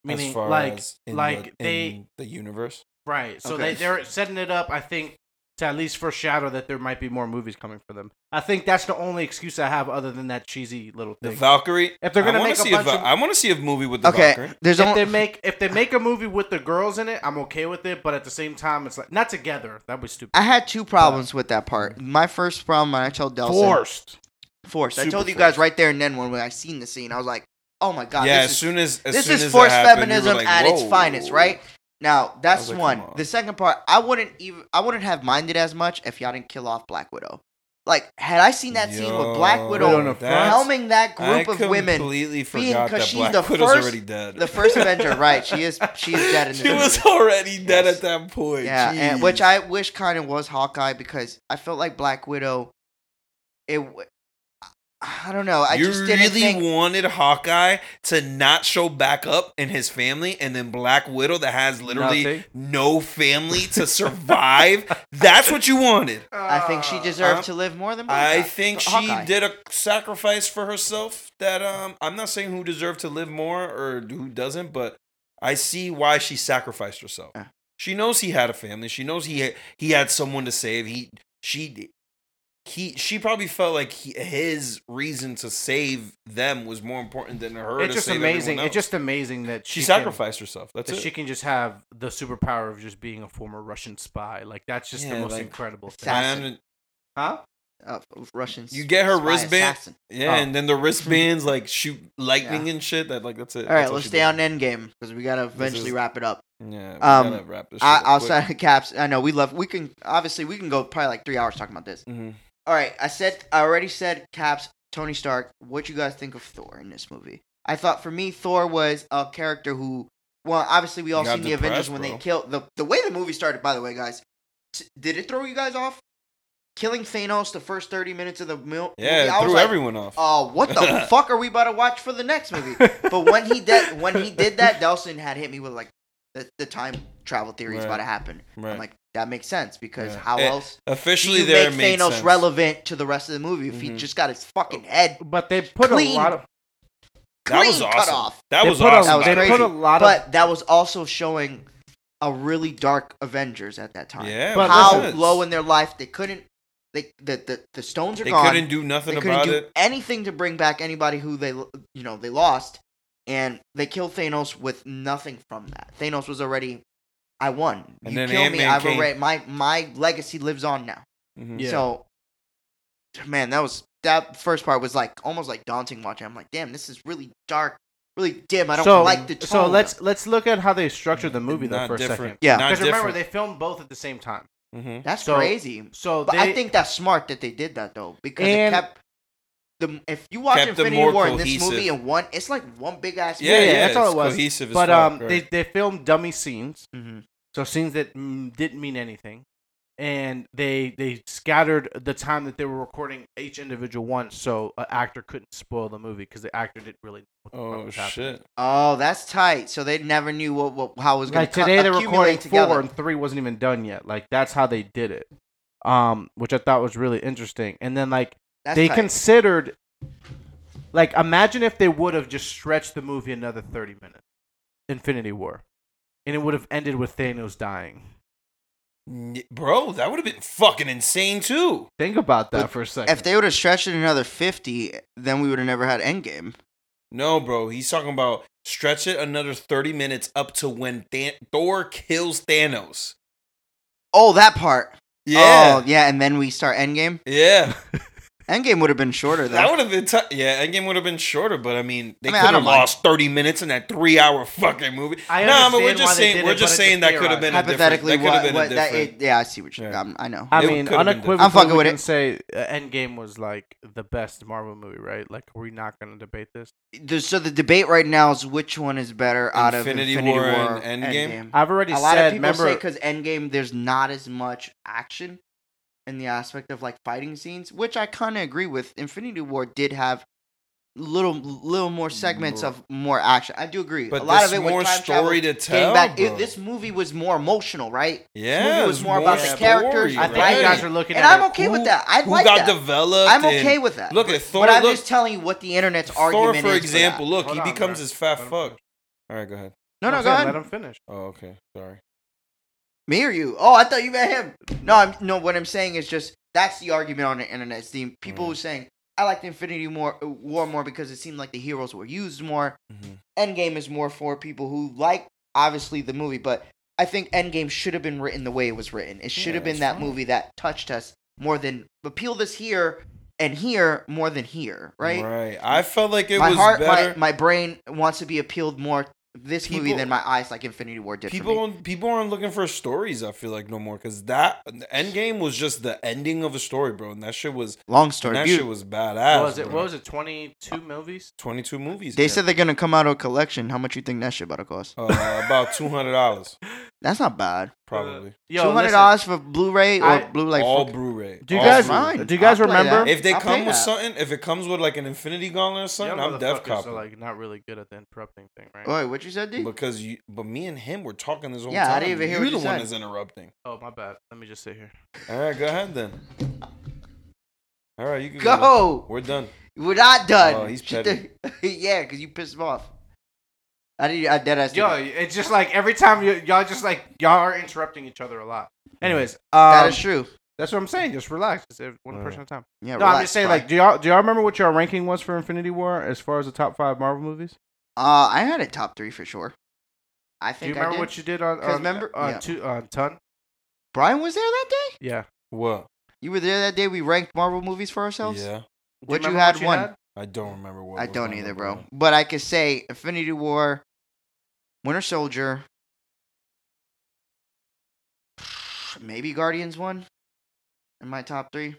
Meaning, as far like, as in like the, they in the universe. right. So Okay. they they're setting it up. I think to at least foreshadow that there might be more movies coming for them. I think that's the only excuse I have other than that cheesy little The thing. Valkyrie. If they're gonna I wanna make a see bunch Va- of- I want to see a movie with the okay. Valkyrie. There's if they only make if they make a movie with the girls in it, I'm okay with it. But at the same time, it's like not together. That'd be stupid. I had two problems with that part. My first problem, and I told Delson Forced. forced. I Super told you guys forced. right there and then when I seen the scene, I was like, oh my god, yeah, this as is soon as as this soon is as that forced happened, you feminism were like, at its "Whoa." finest, right? Now that's like, one. come on. The second part, I wouldn't even I wouldn't have minded as much if y'all didn't kill off Black Widow. Like, had I seen that scene with Black Yo, Widow in the Widow that's- helming that I group of women, completely being- forgot 'cause that she's Black the Widow's first- already dead. the first Avenger, right? She is she's dead in this She was movie. already dead Yes. at that point. Yeah, and Jeez. which I wish kind of was Hawkeye because I felt like Black Widow. It, w- I I don't know. I you just really didn't think. wanted Hawkeye to not show back up in his family, and then Black Widow that has literally Nothing. no family to survive. That's what you wanted. I think Uh, she deserved to live more than. Black I Widow- think she Hawkeye. did a sacrifice for herself that um I'm not saying who deserved to live more or who doesn't, but I see why she sacrificed herself. Yeah. She knows he had a family. She knows he he had someone to save. He she he she probably felt like he, his reason to save them was more important than her. It's to just save amazing. everyone It's else. just amazing that she, she can- sacrificed herself. That's that it. she can just have the superpower of just being a former Russian spy. Like that's just Yeah, the most like, incredible thing. assassin. And- Huh? uh, of Russians. You get her spy wristband. assassin. yeah, Oh. and then the wristbands like shoot lightning and shit. That like that's it. All right, That's all let's she stay did. on Endgame because we gotta eventually is- wrap it up. Yeah, we Um, gotta wrap this. Shit I, up quick. outside of caps, I know we love. We can obviously we can go probably like three hours talking about this. Mhm. All right, I said I already said caps. Tony Stark. What you guys think of Thor in this movie? I thought for me Thor was a character who. Well, obviously we all Got seen the Avengers depressed, when they bro. killed the the way the movie started. By the way, guys, t- did it throw you guys off? Killing Thanos the first thirty minutes of the mil- Yeah, movie, it I was threw like, everyone off. uh, what the fuck are we about to watch for the next movie? But when he did when he did that, Delson had hit me with like, the, the time travel theory is about Right. to happen. Right. I'm like, that makes sense because Yeah. how Eh, else do Officially, you there make it made Thanos sense. relevant to the rest of the movie if he Mhm. just got his fucking head But they put Clean. a lot of That was clean awesome. cut off? That they was put a- awesome. That was by they the crazy. put a way. lot of But that was also showing a really dark Avengers at that time. yeah, But how listen- low in their life they couldn't. They the the, the stones are they gone. couldn't do nothing they couldn't about do it. anything to bring back anybody who they l- you know they lost, and they killed Thanos with nothing from that. Thanos was already, I won. And you then kill me. Ant-Man I've came. already my my legacy lives on now. Mhm. Yeah. So, man, that was that first part was like almost like daunting watching. I'm like, damn, this is really dark, really dim. I don't so, like the tone. So let's let's look at how they structured the movie though Not for a different. second. Yeah. Not Because remember different. they filmed both at the same time. Mhm. That's So- crazy. So But they, I think that's smart that they did that though because it And- kept the if you watch Kept them Infinity more War in this cohesive. moveve in one, it's like one big ass. Yeah, yeah, yeah, that's all it's it was. Cohesive but as fuck, um right. they they filmed dummy scenes. Mm-hmm. So scenes that mm, didn't mean anything. And they they scattered the time that they were recording each individual one, so an actor couldn't spoil the movie because the actor didn't really. Know what the fuck oh was happening. shit. Oh, that's tight. So they never knew what, what how it was going like to today they're recording accumulate together. four and three wasn't even done yet like that's how they did it um which i thought was really interesting and then like That's they tight. considered like imagine if they would have just stretched the movie another 30 minutes infinity war and it would have ended with thanos dying N- Bro, that would have been fucking insane too. think about that But for a second if they would have stretched it another fifty, then we would have never had Endgame. No, bro, he's talking about stretch it another 30 minutes up to when Than- Thor kills Thanos. Oh, that part. Yeah. Oh, yeah, and then we start Endgame. Oh, Yeah. Endgame would have been shorter though. That would have been tough. Yeah, Endgame would have been shorter, but I mean, they I mean, I could don't have mind. lost 30 minutes in that three hour fucking movie. I nah, understand but we're why just they saying, did we're it, just but I saying just that could have been a different. Hypothetically, That could have what, been what a that different. it- yeah, I see what you're. Yeah. I'm- I know. I It mean, could've been unequivocally, different. I'm fucking we with can it. say uh, Endgame was like the best Marvel movie, right? Like, are we not going to debate this? The- so the debate right now is which one is better out of Infinity Infinity War War, and Endgame? I've already A lot of said. people remember, say because Endgame there's not as much action in the aspect of like fighting scenes, which I kind of agree with. Infinity War did have little little more segments More. of more action. I do agree. But a lot this of it was more time story travel, to getting tell. back- it- bro. this movie was more emotional, right? yeah, movie it was more about the story, characters, I right? think Right. you guys are looking And at I'm it okay Who- with that. I who like got that. developed. I'm okay and- with that. Look but, at Thor. but I'm look, just telling you what the internet's Thor, argument for is. example, for look, Hold he on, becomes bro. his fat Let him fuck. finish. All right, go ahead. that. No, no, I'm go saying, ahead. Let him finish. Oh, okay. Sorry. Me or you? Oh, I thought you meant him. No, I'm no. What I'm saying is just that's the argument on the internet. It's the people Mm. who are saying I liked Infinity War, War more because it seemed like the heroes were used more. Mm-hmm. Endgame is more for people who like obviously the movie, but I think Endgame should have been written the way it was written. It should Yeah, have been that's that fine. movie that touched us more than appeal this here and here more than here, right? Right. I felt like it my was heart, better. my my brain wants to be appealed more this movie People- than my eyes, like Infinity War did for me. people people aren't looking for stories. I feel like no more because that the end game was just the ending of a story, bro, and that shit was Long story. that beaut- shit was badass. What was it? bro. What was it? Twenty-two movies. Twenty two movies. They man. said they're gonna come out of a collection. How much you think that shit about to cost? uh, about two hundred dollars That's not bad. probably. Yo, Two hundred listen, dollars for Blu-ray or I- Blu-ray. all fuck- Blu-ray. Do you all guys- Blu-ray. Fine. do you guys I'll play remember- that. If they I'll play come with that. something, if it comes with like an Infinity Gauntlet or y'all something, I'm def motherfuckers copping. are like not really good at the interrupting thing, right? Wait, what you said, dude? because you, but me and him were talking this whole Yeah, time. I didn't even hear You're what you the one said. that's interrupting. Oh my bad. Let me just sit here. All right, go ahead then. All right, you can Go. We're done. We're not done. Oh, he's Shit, yeah, because you pissed him off. I did. I dead ass. did Yo, that. it's just like every time you, y'all just like y'all are interrupting each other a lot. Anyways, um, that is true. that's what I'm saying. Just relax. Just uh, one Alright. person at a time. Yeah. No, relax, I'm just saying. bro. Like, do y'all do y'all remember what your ranking was for Infinity War as far as the top five Marvel movies? Uh, I had a top three for sure. I Do you think. I remember did. what you did on 'Cause on, remember- on yeah. two on ton? Brian was there that day. Yeah. What? You were there that day. We ranked Marvel movies for ourselves. Yeah, Do What you remember had one? I don't remember what. I was don't on either, it, bro. But I could say Infinity War, Winter Soldier, maybe Guardians one in my top three.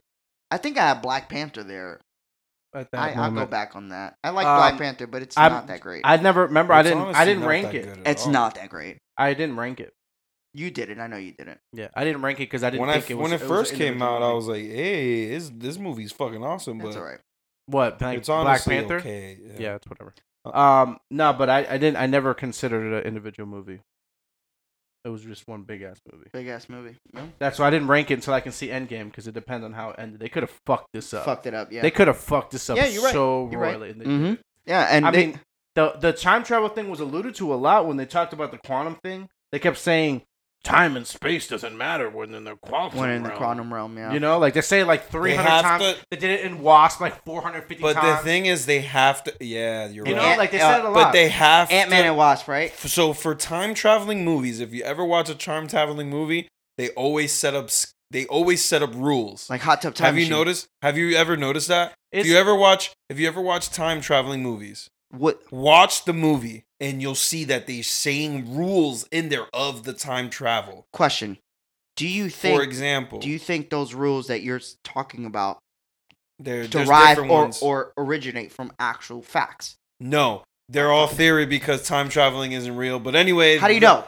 I think I have Black Panther there. At that I, I'll go moment? back on that. I like Um, Black Panther, but it's I'm- not that great. I never remember. I It's didn't. I honestly didn't not rank that it. good at it's all. not that great. I didn't rank it. You did it. I know you did it. Yeah, I didn't rank it because I didn't When I think it was. when it was first an came individual out, I ranking. was like, "Hey, this this movie's fucking awesome," but That's all right. what like it's honestly Black Panther. okay. Uh, Yeah, it's whatever. Um, no, but I, I didn't. I never considered it an individual movie. It was just one big ass movie. Big ass movie. No? That's why I didn't rank it until I can see Endgame because it depends on how it ended. They could have fucked this up. Fucked it up. Yeah. They could have fucked this up Yeah, you're right. so You're right. royally. and they Mm, hmm Yeah, and I they- mean, the the time travel thing was alluded to a lot when they talked about the quantum thing. They kept saying time and space doesn't matter when in the quantum when in the realm." quantum realm. Yeah. You know, like they say it like three hundred have times. to- they did it in Wasp like four hundred fifty But times. the thing is, they have to. Yeah, you're you know, right. Ant- like they uh, said it a lot. But they have Ant Man to- and Wasp, right? F- so for time traveling movies, if you ever watch a time traveling movie, they always set up s- they always set up rules. Like hot tub time. have you machine. noticed? Have you ever noticed that? It's- if you ever watch if you ever watch time traveling movies, what? watch the movie and you'll see that they're saying rules in there of the time travel. Question: Do you think? for example, do you think those rules that you're s- talking about there, there's derive different or, ones. or originate from actual facts? no, they're all theory because time traveling isn't real. But anyway, How do you know?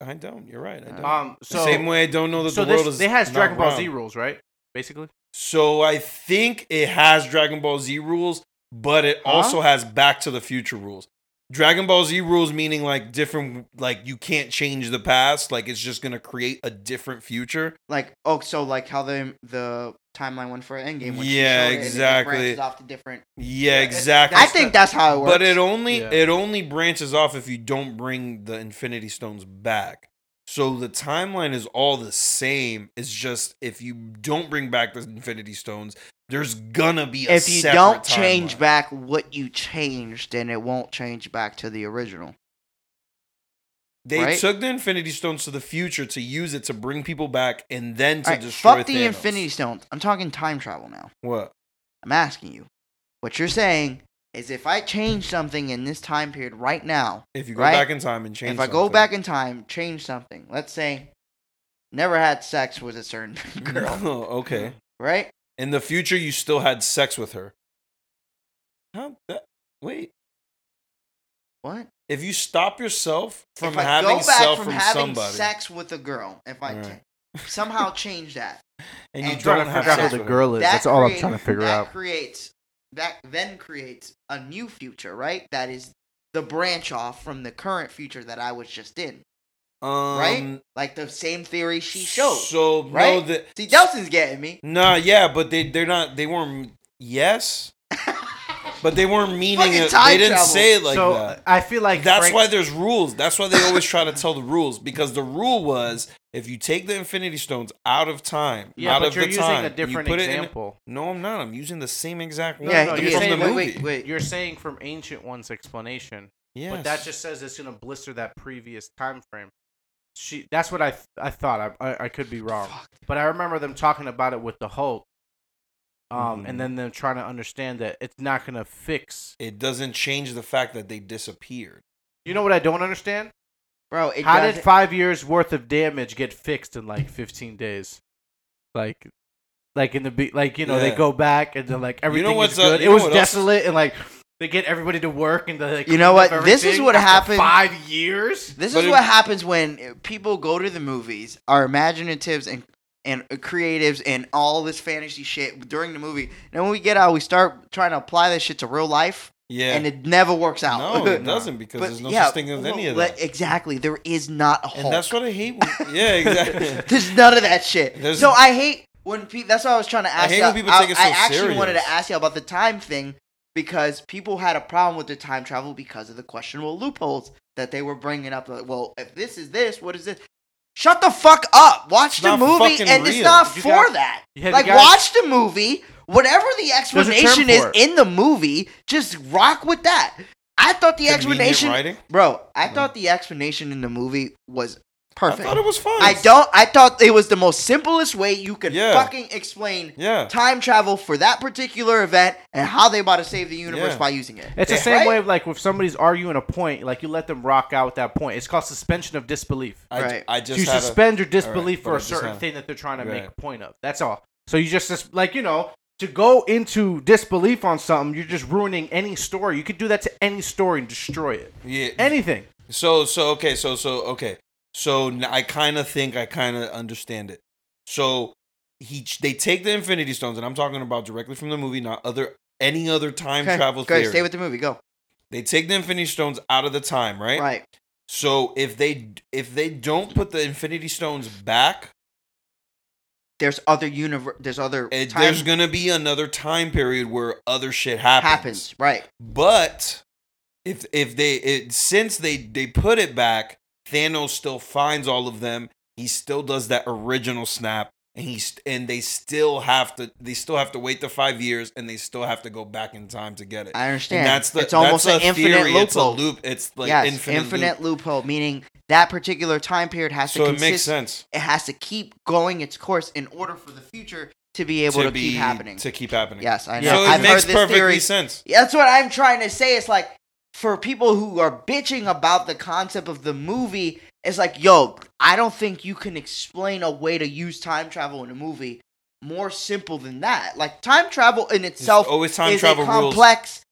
Uh, I don't. You're right. I don't. um, so the same way I don't know that so the world this, is. they has not Dragon Ball round. Z rules, right? Basically, So I think it has Dragon Ball Z rules, but it Huh? also has Back to the Future rules. Dragon Ball Z rules meaning like different, like you can't change the past, like it's just gonna create a different future. Like oh, so like how the the timeline went for Endgame. When she showed Yeah, it and it exactly. branches off to different. Yeah, Yeah, exactly. I think that's how it works. but it only Yeah. it only branches off if you don't bring the Infinity Stones back. So the timeline is all the same. It's just if you don't bring back the Infinity Stones, there's gonna be a if you separate don't change timeline. back what you changed, then it won't change back to the original. They right? took the Infinity Stones to the future to use it to bring people back and then to Alright, destroy fuck the Thanos. Infinity Stones. I'm talking time travel now. What? I'm asking you. What you're saying is if I change something in this time period right now, If you go Right? back in time and change if I go something. back in time, change something. Let's say never had sex with a certain girl, No, okay. right? In the future you still had sex with her. How that, wait. What? If you stop yourself from if I having go back self from, from, having somebody sex with a girl, if I Alright. t- somehow change that, and you I'm don't trying to have figure out how who sex the with her. girl is. that That's all I'm create- trying to figure that out. creates that then creates a new future, right? That is the branch off from the current future that I was just in, Um, right? Like the same theory she showed. So no, right? the, See, Delson's getting me. nah, yeah, but they they're not. They weren't. Yes, but they weren't meaning Fucking it. time They didn't travel. say it like so that. I feel like That's Frank- why there's rules. That's why they always try to tell the rules because the rule was if you take the Infinity Stones out of time, yeah, out but of you're the using time, a you different put it in- example. no, I'm not. I'm using the same exact one Yeah, from he you're is. the saying, movie. wait, wait, wait. You're saying from ancient one's explanation. Yes. but that just says it's gonna blister that previous time frame. She, that's what I th- I thought. I, I I could be wrong, Fuck. but I remember them talking about it with the Hulk, um, Mhm. and then them trying to understand that it's not gonna fix. it doesn't change the fact that they disappeared. You know what I don't understand? Bro, it How doesn't- did five years worth of damage get fixed in like fifteen days? Like. Like in the be- like you know they Yeah. go back and they're like everything what's is good. up- you it know was what else is- desolate and like they get everybody to work and they like, You know clean up what? This is everything what after happened- Five years. This But is it- what happens when people go to the movies, are imaginatives and and creatives and all this fantasy shit during the movie. And when we get out, we start trying to apply this shit to real life, Yeah. and it never works out. no, it doesn't because But there's no yeah, such thing as any of well, that. Exactly, there is not a Hulk. And that's what I hate. When, yeah, exactly. There's none of that shit. There's- so I hate when people. That's what I was trying to ask. hate you. when people take it so I actually wanted serious. to ask you about the time thing because people had a problem with the time travel because of the questionable loopholes that they were bringing up. Like, well, if this is this, what is this? Shut the fuck up. Watch It's the not movie, fucking and it's real. not You for got- that. Yeah, you like, got- watch the movie. Whatever the term explanation is for it. in the movie, just rock with that. I thought the Convenient explanation, writing. bro. I thought the explanation in the movie was I perfect. thought it was fun. I don't. I thought it was the most simplest way you could Yeah. fucking explain Yeah. time travel for that particular event and how they about to save the universe Yeah. by using it. It's the Yeah. same Right? way of like if somebody's arguing a point, like you let them rock out with that point. It's called suspension of disbelief. I, Right. I just you had a- suspend your disbelief but for I a just certain had- thing that they're trying to make Right. a point of. That's all. So you just sus- like you know to go into disbelief on something, you're just ruining any story. You could do that to any story and destroy it. yeah, Anything. So so okay so so okay so n- I kind of think I kind of understand it. So he ch- they take the Infinity Stones, and I'm talking about directly from the movie, not other any other time Okay, travel Go ahead, theory. stay with the movie. Go they take the Infinity Stones out of the time, right? right. So if they if they don't put the Infinity Stones back, There's other universe. There's other it, time eh, there's gonna be another time period where other shit happens. happens. Right. But if if they it, since they they put it back, Thanos still finds all of them. He still does that original snap, and he's and they still have to they still have to wait the five years, and they still have to go back in time to get it. I And understand. that's the it's almost that's an a infinite theory, loophole. It's a loop. It's like yes, infinite, infinite, loop. loophole, meaning that particular time period has So to it makes consist. sense It has to keep going its course in order for the future to be able to, be keep happening. to keep happening. yes, I know. So it I've makes heard this perfectly theory. sense. That's what I'm trying to say. It's like for people who are bitching about the concept of the movie, it's like, yo, I don't think you can explain a way to use time travel in a movie more simple than that. Like time travel in It's itself always time is travel a rules. complex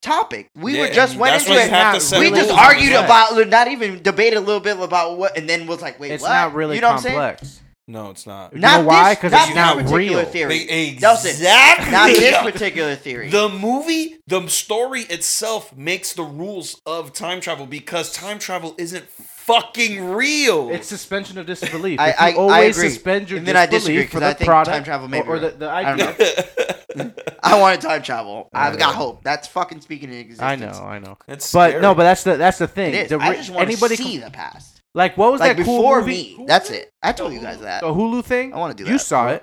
topic. We Yeah, were just and went that's into why you it. have now. to set We really just rules complex. argued on that. about, not even debated a little bit about what, and then was like, wait, it's what? not really you know what I'm saying? complex. No, it's not. You know why? 'Cause not it's not this particular real. Theory. That's it. Exactly. Not this particular theory. The movie, the story itself makes the rules of time travel because time travel isn't fucking real. It's suspension of disbelief. I- If you I- I always agree. suspend your And then I disbelief disagree, 'cause for the I think product time travel may or, be or the, real. the don't know. idea. I want to time travel. I've got Yeah. hope. That's fucking speaking in existence. I know, I know. It's But scary. no, but that's the that's the It thing. is. The I re- just want to anybody see can- the past. like what was Like that cool before movie? me. That's it. I told you guys that. The Hulu thing. I wanna do You that. saw it.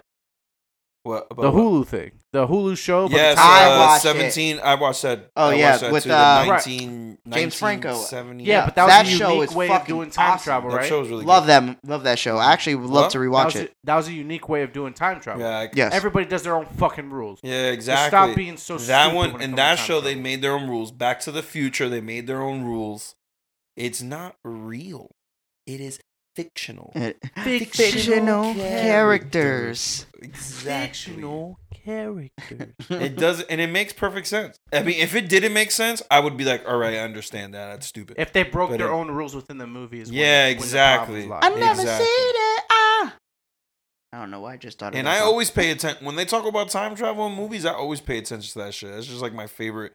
What The about what? Hulu thing. The Hulu show. but the Yes, time- I uh, watched it. seventeen. I watched that. Oh, I yeah, watched that with, too, the uh, 19, James Franco. 1970. yeah, yeah, but that was that a show unique is way of fucking doing time awesome. travel, that right? show was really love good. them. Love that show. I actually would love Huh? to that rewatch was, it. a- that was a unique way of doing time travel. Yeah, I- Yes. Everybody does their own fucking rules. yeah, Just exactly. Stop being so that stupid one when it and comes that to time show they travel. made their own rules back to the future they made their own rules it's not real it is fictional Eh. Fictional Fictional characters. exactly fictional characters. it does and it makes perfect sense i mean if it didn't make sense i would be like all right i understand that that's stupid if they broke But their it- own rules within the movie, is when- Yeah, when the problems exactly. lie. I've never Exactly. seen it. Ah. I don't know why I just thought. of and that i song. always pay attention when they talk about time travel in movies i always pay attention to that shit that's just like my favorite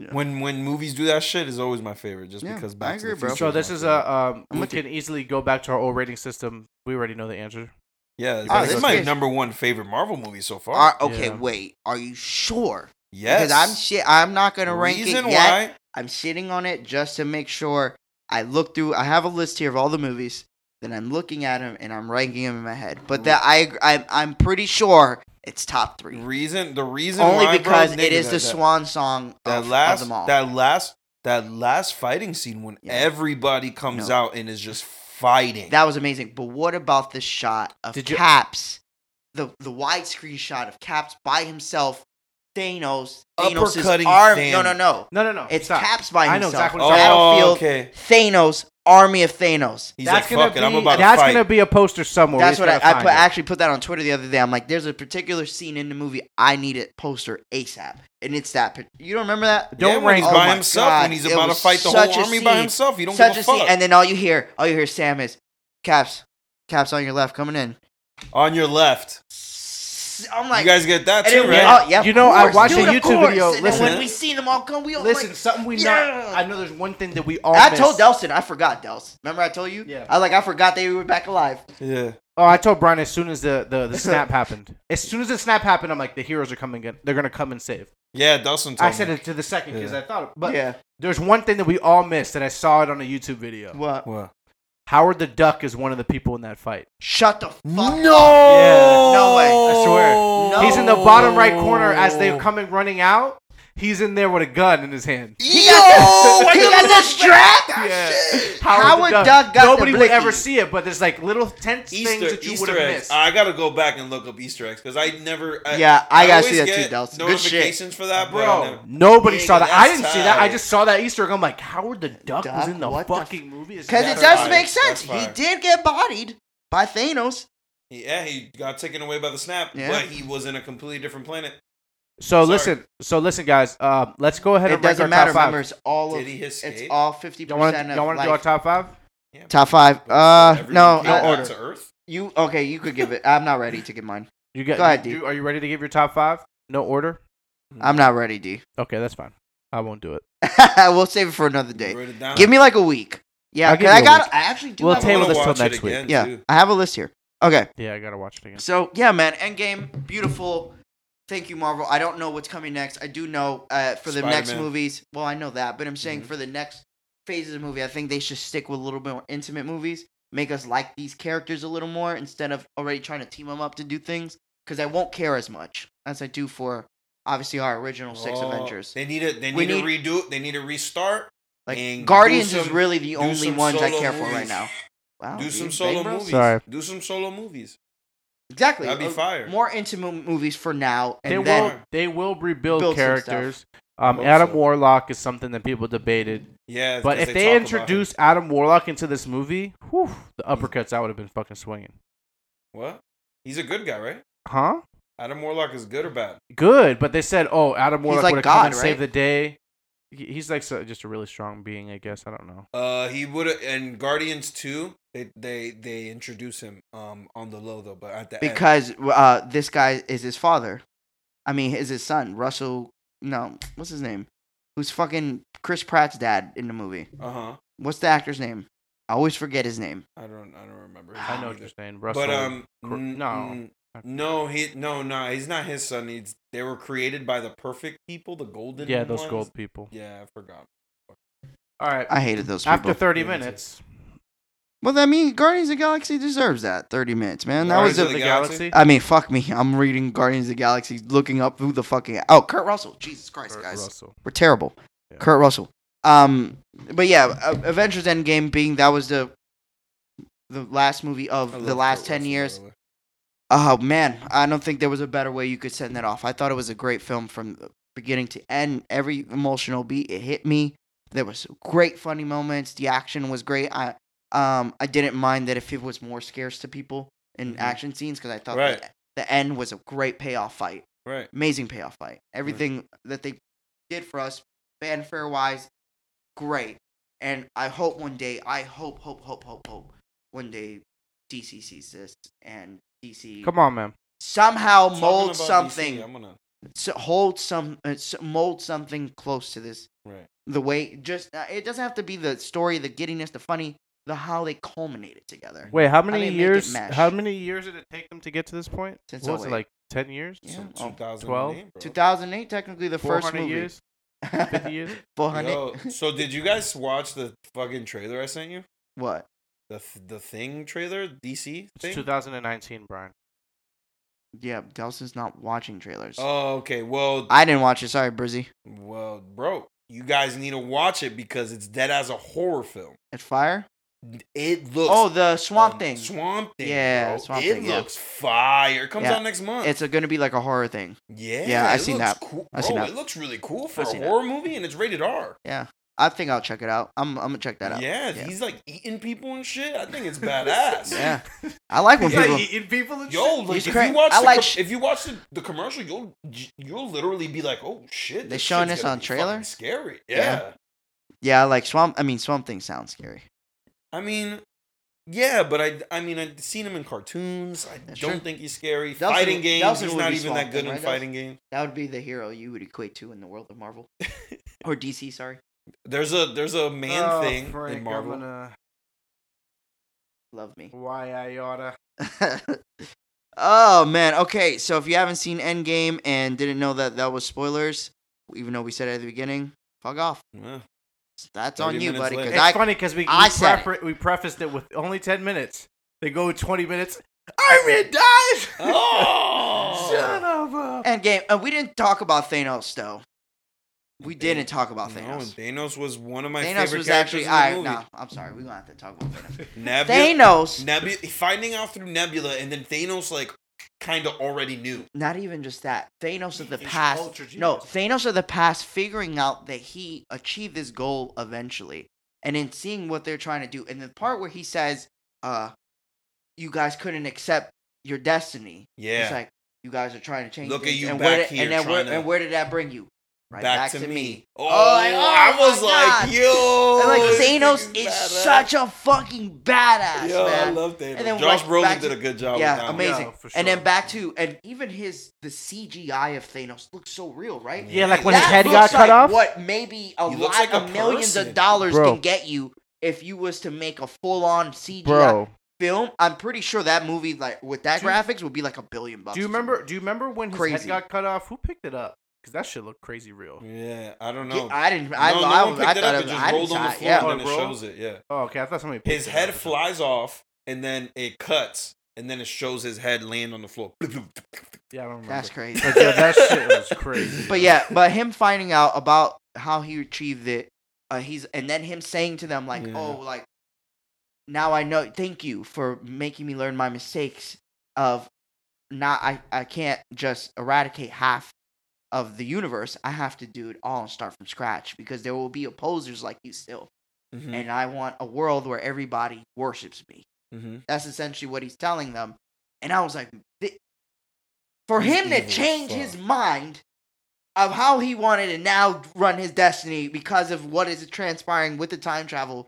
Yeah. when when movies do that shit is always my favorite just Yeah, because I back to agree, the bro. future So this my is favorite. a um, I'm we with you. can easily go back to our old rating system. We already know the answer. yeah this, Ah, is this my is- number one favorite marvel movie so far Are, okay, Yeah. wait. Are you sure? yes Because I'm shit. I'm not gonna rank reason it yet. why I'm sitting on it just to make sure I look through. I have a list here of all the movies. Then I'm looking at them and I'm ranking them in my head. But that I, ag- I I'm pretty sure it's top three. reason the reason Only why, bro, because nigga, it is that- the that- swan song that of, of last them all. that last that last fighting scene when Yeah. everybody comes No. out and is just fighting That was amazing. But what about the shot of Did you- Caps, the the widescreen shot of Caps by himself, Thanos, Thanos' Uppercutting arm. Thanos. No, no, no. No, no, no. It's stop. Caps by I know himself. exactly what you're talking about. oh Battlefield, okay Thanos, army of Thanos. he's that's like gonna fuck be it i'm about to that's fight gonna be a poster somewhere. That's We what I, just I gotta put. I find actually put that on Twitter the other day. I'm like, there's a particular scene in the movie I need it poster ASAP, and it's that. pic- You don't remember that? Don't yeah, when he's rank- oh by my himself God, when he's it about to was fight the such whole a army by scene. himself you don't Such give a a fuck scene, and then all you hear, all you hear, is Sam is caps, caps on your left coming in. on your left S- I'm like, you guys get that and too then we right all- yeah, You of know, I course, watched a dude, of YouTube course. video, And then listen. when we seen them all come, we all Listen, like- something we yeah. not. I know there's one thing that we all. I miss. told Delson, I forgot Delson. Remember I told you? Yeah. I like I forgot they were back alive. yeah Oh, I told Brian as soon as the, the, the snap happened. As soon as the snap happened, I'm like, the heroes are coming in. They're gonna come and save. yeah dawson told I said me. it to the second because Yeah. I thought, but yeah. there's one thing that we all missed, and I saw it on a YouTube video. What? what Howard the Duck is one of the people in that fight. Shut the fuck. no up. no way. I swear. No. He's in the bottom right corner as they're coming running out. He's in there with a gun in his hand. He got the, he got the strap. Yeah. Shit. Howard Howard, the Duck. Duck got Nobody the would ever blicky. see it, but there's like little tense things that you would Easter have eggs. Ah, missed. I gotta go back and look up Easter eggs because I never. I, Yeah, I gotta see always that too, get Delson. Good shit. Notifications for that, bro. Bro, nobody Yeah, saw that. I that's didn't see that. I tight. just saw that Easter egg. I'm like, Howard the Duck, was Duck? in the What the fucking movie. This is Because That's it terrifying. does make sense. That's He fire. did get bodied by Thanos. yeah, he got taken away by the snap, Yeah. but he was in a completely different planet. So Sorry. listen, so listen, guys. Um, let's go ahead It and rank our doesn't matter. top Remember, five. it's all of Did he escape? it's all fifty Y'all want percent to of do our life. top five? Yeah. Top five. Uh, Everyone no, no came back order. To Earth. You okay? You could give it. I'm not ready to give mine. You got, Go ahead, you- D. you- Are you ready to give your top five? No order. I'm not ready, D. Okay, that's fine. I won't do it. we'll save it for another You day. wrote it down. Give me like a week. Yeah, I'll give 'cause I you a got. I actually do. We'll have a table list. this till watch it next week. again, Yeah, too. I have a list here. Okay. Yeah, I gotta watch it again. So yeah, man, Endgame, beautiful. Thank you, Marvel. I don't know what's coming next. I do know uh, for the next Spider-Man. movies. Well, I know that, but I'm saying Mhm. for the next phases of the movie, I think they should stick with a little bit more intimate movies. Make us like these characters a little more instead of already trying to team them up to do things. Because I won't care as much as I do for obviously our original six Oh, Avengers. They need to. They We need, to redo. it. They need to restart. Like and Guardians do is some- really the do only some ones I solo care for right movies. now. Wow, do dude, some big solo bros. movies. Sorry. Do some solo movies. Exactly, That'd be uh, fire. More intimate movies for now, and they then will they will rebuild build some characters. Um, Hope Adam so. Warlock is something that people debated, Yeah, but 'cause if they talk about him. introduce Adam Warlock into this movie, whew, the uppercuts I would have been fucking swinging. what, he's a good guy, right? Huh? Adam Warlock is good or bad? Good, but they said, oh, Adam Warlock like would have come God, and saved right? the day. He- He's like so, just a really strong being, I guess. I don't know. Uh, he would have. And Guardians two, they they they introduce him um on the low though, but at the end. because uh, this guy is his father. I mean, is his son Russell? No, what's his name? Who's fucking Chris Pratt's dad in the movie? uh huh. What's the actor's name? I always forget his name. I don't I don't remember. his Ah, I name know what either. you're saying, Russell. But um, Cr- n- no. n- no, he no, no, he's not his son. He's they were created by the perfect people, the golden. yeah, those ones. gold people. Yeah, I forgot. All right. I hated those After people. 30 Yeah, me too. minutes, well, I mean, Guardians of the Galaxy deserves that. Thirty minutes, man. That Guardians was. of A, the Galaxy? I mean, fuck me. I'm reading Guardians of the Galaxy, looking up who the fucking. Oh, Kurt Russell. Jesus Christ, Kurt guys. Russell. We're terrible. Yeah. Kurt Russell. Um, but yeah, uh, Avengers Endgame being that was the the last movie I of love the Kurt last Russell, by ten the years. way. Oh man, I don't think there was a better way you could send that off. I thought it was a great film from beginning to end. Every emotional beat, it hit me. There was great funny moments. The action was great. I um I didn't mind that if it was more scarce to people in Mhm. action scenes because I thought Right. the, the end was a great payoff fight Right. amazing payoff fight. Everything that they did for us, fanfare wise, great. And I hope one day, I hope, hope, hope, hope, hope, one day DC sees this and DC Come on, man. somehow Talking mold about DC, something, I'm gonna. so- hold some, uh, so- mold something close to this. Right. The way, just uh, it doesn't have to be the story, the giddiness, the funny, the how they culminated together. Wait, how I many mean, make it years? mesh. How many years did it take them to get to this point? Since what was it 08. like? Ten years? Yeah. Since oh, 2008, bro. 2008, technically the Four first hundred movie. years? Fifty years? Four hundred. Yo, so did you guys watch the fucking trailer I sent you? what? The th- the thing trailer, DC It's thing. 2019, Brian. Yeah, Delson's not watching trailers. Oh, okay. Well, I didn't watch it. Sorry, Brizzy. well, bro, you guys need to watch it because it's dead as a horror film. It's fire. It looks Oh, the Swamp um, Thing. Swamp Thing. Yeah, Yeah, Swamp it Thing, yeah. looks fire. It comes Yeah. out next month. it's a, gonna be like a horror thing. yeah, yeah, I it seen looks that. Cool. I seen Bro, that. It looks really cool for I a seen that. horror movie, and it's rated R. I think I'll check it out. I'm, I'm gonna check that out. Yeah, Yeah. he's like eating people and shit. I think it's badass. Yeah. I like when He's like people. eating people and Yo, like He's if cra- you watch, I the like com- sh- if you watch the, the commercial, you'll you'll literally be like, "Oh shit!" They showing this shit's gonna on be trailer? fucking Scary. Yeah. Yeah. Yeah, I like Swamp. I mean, Swamp Thing sounds scary. I mean, yeah, but I I mean I've seen him in cartoons. I That's don't true. think he's scary. Delson- fighting games, Delson he's would not be even Swamp that good Thing, in right, Delson? fighting games. That would be the hero you would equate to in the world of Marvel or DC. Sorry, There's a there's a man Oh, Oh, thing in Marvel. love me. why I oughta. oh man. Okay, so if you haven't seen Endgame and didn't know that that was spoilers, even though we said it at the beginning, fuck off. Yeah. That's on 30 you, minutes buddy. late. Because It's I funny because we I we, said it. prefer- we prefaced it with only ten minutes. They go twenty minutes. Iron Man dies. Oh, Shut up. Endgame. Uh, we didn't talk about Thanos though. We Thanos- didn't talk about No, Thanos. Thanos was one of my Thanos favorite was actually. characters in I the no, movie. I'm sorry. We are gonna have to talk about Thanos. Nebula, Thanos. Nebula, finding out through Nebula, and then Thanos like kind of already knew. Not even just that. Thanos of the He's past. ultra genius. No, Thanos of the past figuring out that he achieved his goal eventually, and then seeing what they're trying to do, and the part where he says, "Uh, you guys couldn't accept your destiny." Yeah. It's like you guys are trying to change. Look at things, you and back where did, here and, then where, trying to- and where did that bring you? Right back, to, me. Oh, like, oh I my was God. like, yo. And like this Thanos thing is badass. such a fucking badass, Yo, I man. love Thanos. And then, like, Josh back Brolin to- did a good job. with yeah, that amazing. Yeah, for And then sure. back to and even his the CGI of Thanos looks so real, right? Yeah, Yeah, like when That his head looks got cut like off. What maybe a He lot looks like a of millions person. of dollars Bro. can get you if you was to make a full on CGI bro. film, I'm pretty sure that movie like with that Do you- graphics would be like a billion bucks. Do you or something. remember? Do you remember when his Crazy. head got cut off? Who picked it up? Because that shit looked crazy real. Yeah, I don't Yeah, know. I didn't. I, no, no I, one I, picked it thought up. it It was. just I rolled on the didn't- floor yeah. and then it Bro. shows it. Yeah. Oh, okay. I thought somebody. Picked His it head up. flies off, and then it cuts, and then it shows his head land on the floor. Mm-hmm, Yeah, I don't remember. That's crazy. But yeah, that shit was crazy. but yeah, but him finding out about how he achieved it, uh, he's and then him saying to them like, Yeah. "Oh, like now I know. Thank you for making me learn my mistakes of not I I can't just eradicate half of the universe. I have to do it all and start from scratch because there will be opposers like you still, Mhm, and I want a world where everybody worships me. mhm. That's essentially what he's telling them. And I was like, thi- for He's him to evil as change fuck. his mind of how he wanted to now run his destiny because of what is transpiring with the time travel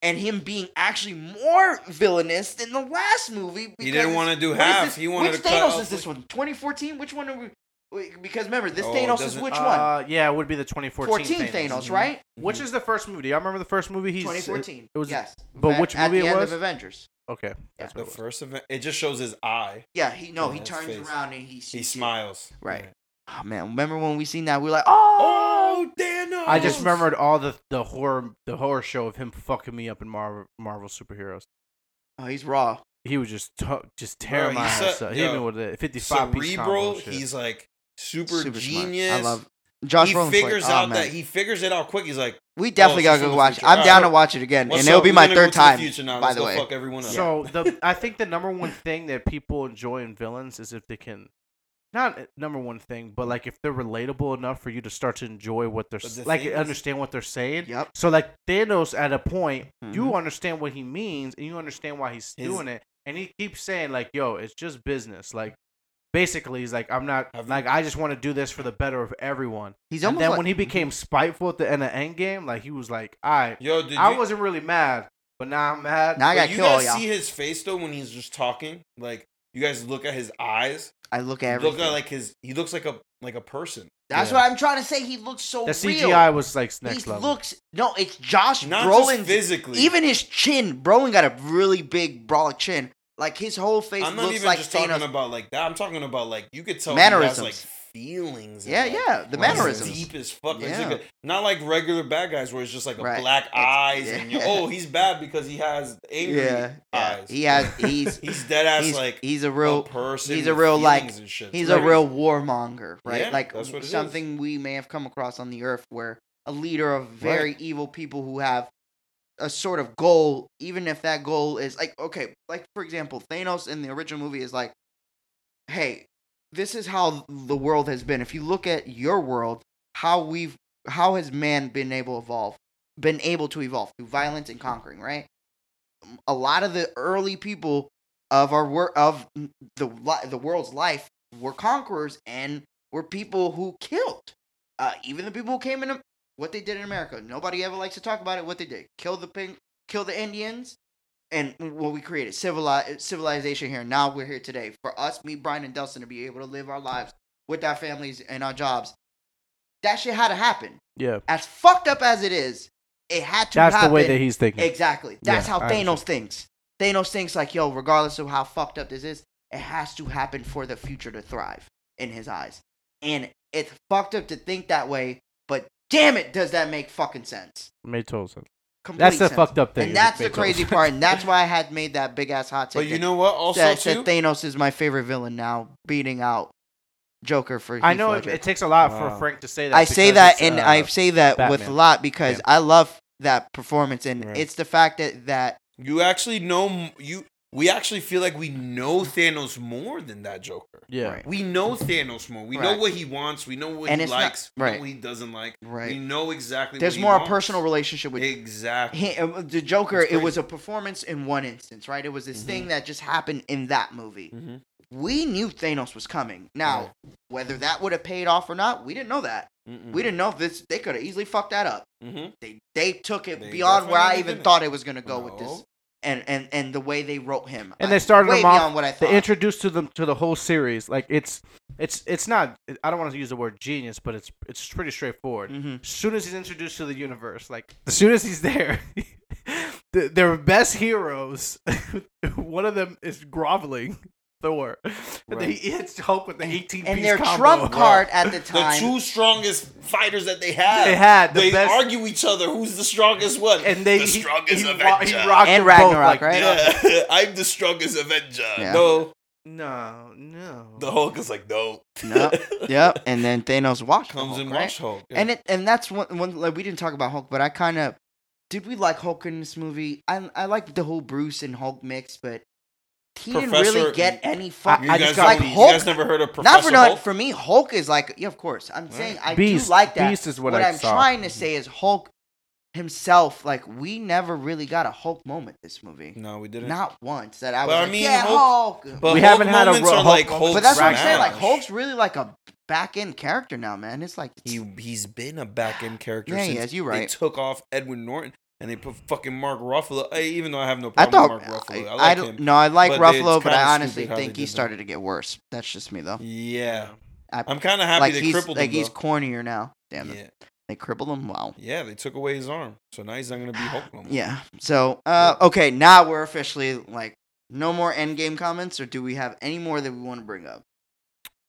and him being actually more villainous than the last movie. He didn't want to do what is half. this- He wanted Which to cut. Thanos off is this like- one? 2014? Which one are we? wait, Because remember, this Oh, it Thanos is doesn't- which one? Uh, yeah, it would be the 2014 14 Thanos, Mhm. right? Which is the first movie? Do y'all remember the first movie? uh, He's 2014. it was- yes. but At- which at movie the it end was? of Avengers. Okay. That's the what it was. first event. It just shows his eye. Yeah, he no, Yeah, he his turns face. around and he He sees it. smiles. Right. Yeah. Oh man, remember when we seen that? We were like, oh, Oh, Thanos! I just remembered all the, the horror the horror show of him fucking me up in Marvel Marvel superheroes. oh, he's raw. He was just t- just tearing Bro, my he's ass so- up. He hit me yo, with a 55 piece combo cerebral. and shit. He's like super, Super smart. genius. I love Josh he Brolin's like, figures "Oh, out man." that he figures it out quick. He's like, we definitely Oh, gotta so go some watch. it. future. I'm Alright, down so- to watch it again, What's and it'll up? be We're my gonna go third to the time. future now. by Let's the go way. fuck everyone up. So the I think the number one thing that people enjoy in villains is if they can not number one thing, but like if they're relatable enough for you to start to enjoy what they're But the like thing is- understand what they're saying. Yep. So like Thanos at a point, you Mhm. understand what he means and you understand why he's His- doing it. And he keeps saying like, "Yo, it's just business." Like basically, he's like, "I'm not Have you- like I just want to do this for the better of everyone." He's And almost then like, when he became spiteful at the end of Endgame, like he was like, "All right, Yo, did I you, wasn't really mad, but now I'm mad." now I But gotta you kill all guys y'all. see his face though when he's just talking. Like you guys look at his eyes. I look at You everything. Look at like his. He looks like a like a person. That's yeah. what I'm trying to say. He looks so the real. CGI was like next he level. looks no. It's Josh Not just Brolin. physically. Even his chin, Brolin got a really big, brolic chin. Like his whole face I'm not looks even like just Thanos. talking about like that. I'm talking about like you could tell he has Mannerisms. like feelings. and, yeah, like, yeah, the he's mannerisms. Deep as fuck. Like, he's Yeah. like a- not like regular bad guys where it's just like a Right. black eyes yeah. and you oh he's bad because he has angry Yeah, yeah. eyes. He has. He's he's dead ass he's like he's a a real person. he's a with real, like, feelings and shit. He's It's a crazy. real warmonger, right? Yeah, like that's what it is. something we may have come across on the earth where a leader of very evil people who have a sort of goal, even if that goal is like okay, like for example, Thanos in the original movie is like, Hey, this is how the world has been. If you look at your world, how we've how has man been able to evolve been able to evolve through violence and conquering, right? A lot of the early people of our work of the li- the world's life were conquerors and were people who killed. Uh, even the people who came in Am- what they did in America. Nobody ever likes to talk about it. What they did, kill the pink, kill the Indians, and what we created civili- civilization here. Now we're here today for us, me, Brian, and Delson to be able to live our lives with our families and our jobs. That shit had to happen. Yeah, As fucked up as it is, it had to. that's happen. the way that he's thinking. Exactly. That's Yeah, how I Thanos thinks. Thanos thinks like, yo, regardless of how fucked up this is, it has to happen for the future to thrive in his eyes. And it's fucked up to think that way, but damn it, does that make fucking sense? Made total sense. Complete That's the sense. fucked up thing. is it And that's the made total crazy sense. part, and that's why I had made that big ass hot take. But you that- know what? Also that, too. that Thanos is my favorite villain now, beating out Joker for. I Heath know it, Ledger. it takes a lot for Wow. Frank to say that. I say because that, it's, and uh, I say that with a Batman. lot because Yeah. I love that performance, and Right. it's the fact that that You actually know m- you. We actually feel like we know Thanos more than that Joker. yeah. Right. We know Thanos more. We Right. know what he wants. We know what And he it's not- likes. we know right. what he doesn't like. right. We know exactly. There's what he more a wants. personal relationship with Exactly. he, uh, the Joker. That's It was a performance in one instance, right? It was this thing that just happened in that movie. Mhm. We knew Thanos was coming. Now, whether that would have paid off or not, we didn't know that. Mm-mm. We didn't know if this. They could have easily fucked that up. Mhm. They they took it They beyond where I definitely even didn't. thought it was gonna go with this, No. and and and the way they wrote him. And I- they started way him off- beyond what I thought. They introduced to them to the whole series. Like it's it's it's not. I don't want to use the word genius, but it's it's pretty straightforward. Mhm. As soon as he's introduced to the universe, like as soon as he's there, th- their best heroes. one of them is groveling Thor, and then Right. he hits Hulk with the eighteen and piece their combo. trump card at the The time. two strongest fighters that they have. They had the they best- argue each other who's the strongest one. and they the he, he, strongest ro- Avenger. he rocked And them both, Ragnarok, like, right? Yeah. I'm the strongest Avenger. Yeah. No, No, no. the Hulk is like no. Nope. yep, and then Thanos watched Comes Hulk, and right? watch Hulk. Yeah. Oh, And it and that's one one like we didn't talk about Hulk, but I kind of did. We like Hulk in this movie. I I like the whole Bruce and Hulk mix, but he didn't Professor- really get any I fucking. you I, guys just like don't- you Hulk. guys never heard of Professor not for not Hulk? for me. Hulk is like yeah, of course. I'm Right. saying I Beast, do like that. Beast is what what I I'm saw. trying to say is Hulk himself. Like we never really got a Hulk moment this movie. no, we didn't. Not once that I was But I like, mean, yeah, Hulk- Hulk. but We Hulk haven't had a moments ro- are Hulk like moments. Hulk. but that's what I'm saying. Like smash. Hulk's really like a back end character now, man. It's like it's- He he's been a back end character. Yeah, he since is, you They right. took off Edwin Norton and they put fucking Mark Ruffalo. I, even though I have no I problem thought with Mark Ruffalo, I, I, like don't- him. no, I like But it's Ruffalo, but kinda I honestly stupid how think they he did that. started to get worse. That's just me though. Yeah, I- I'm kind of happy like they he's crippled like him. he's though. cornier now. Damn it, yeah, they crippled him. Wow. yeah, they took away his arm, so now he's not gonna be Hulk. no more. Yeah. So uh, okay, now we're officially like no more Endgame comments, or do we have any more that we want to bring up?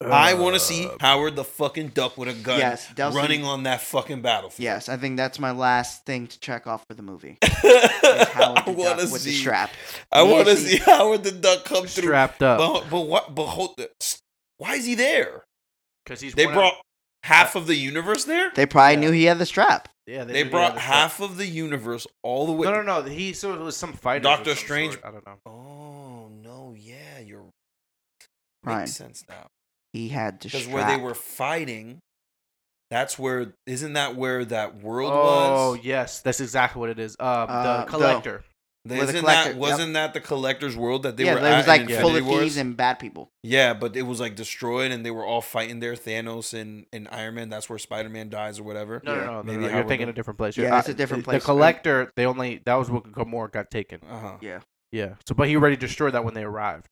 I want to see Howard the fucking Duck with a gun Yes, Delson- running on that fucking battlefield. Yes, I think that's my last thing to check off for the movie. is Howard I the want to Duck with the see. strap. I want to Yes, see he- Howard the Duck come through. strapped up But but what? But hold. the- Why is he there? because he's They one of- brought half of the universe there. They probably Yeah. knew he had the strap. yeah They did the brought other half stuff. of the universe all the way. No, no, no. He so it was some fighter. Doctor Strange- I don't know. Oh no! Yeah, you're Ryan. makes sense now. He had the Because strap. where they were fighting, that's where isn't that where that world Oh was? yes, that's exactly what it is. Uh, Uh, the the- collector. where the Isn't collector- that wasn't that the collector's world that they yeah, were? it was at like in full Infinity of Wars? thieves and bad people. Yeah, but it was like destroyed, and they were all fighting there. Thanos and, and Iron Man. That's where Spider Man dies or whatever. No, no, Yeah. no, no, Maybe no, I You're would thinking a have- different place. Yeah, You're- it's a different place. The collector. They only that was what more got taken. Uh huh. Yeah. Yeah. So, but he already destroyed that when they arrived.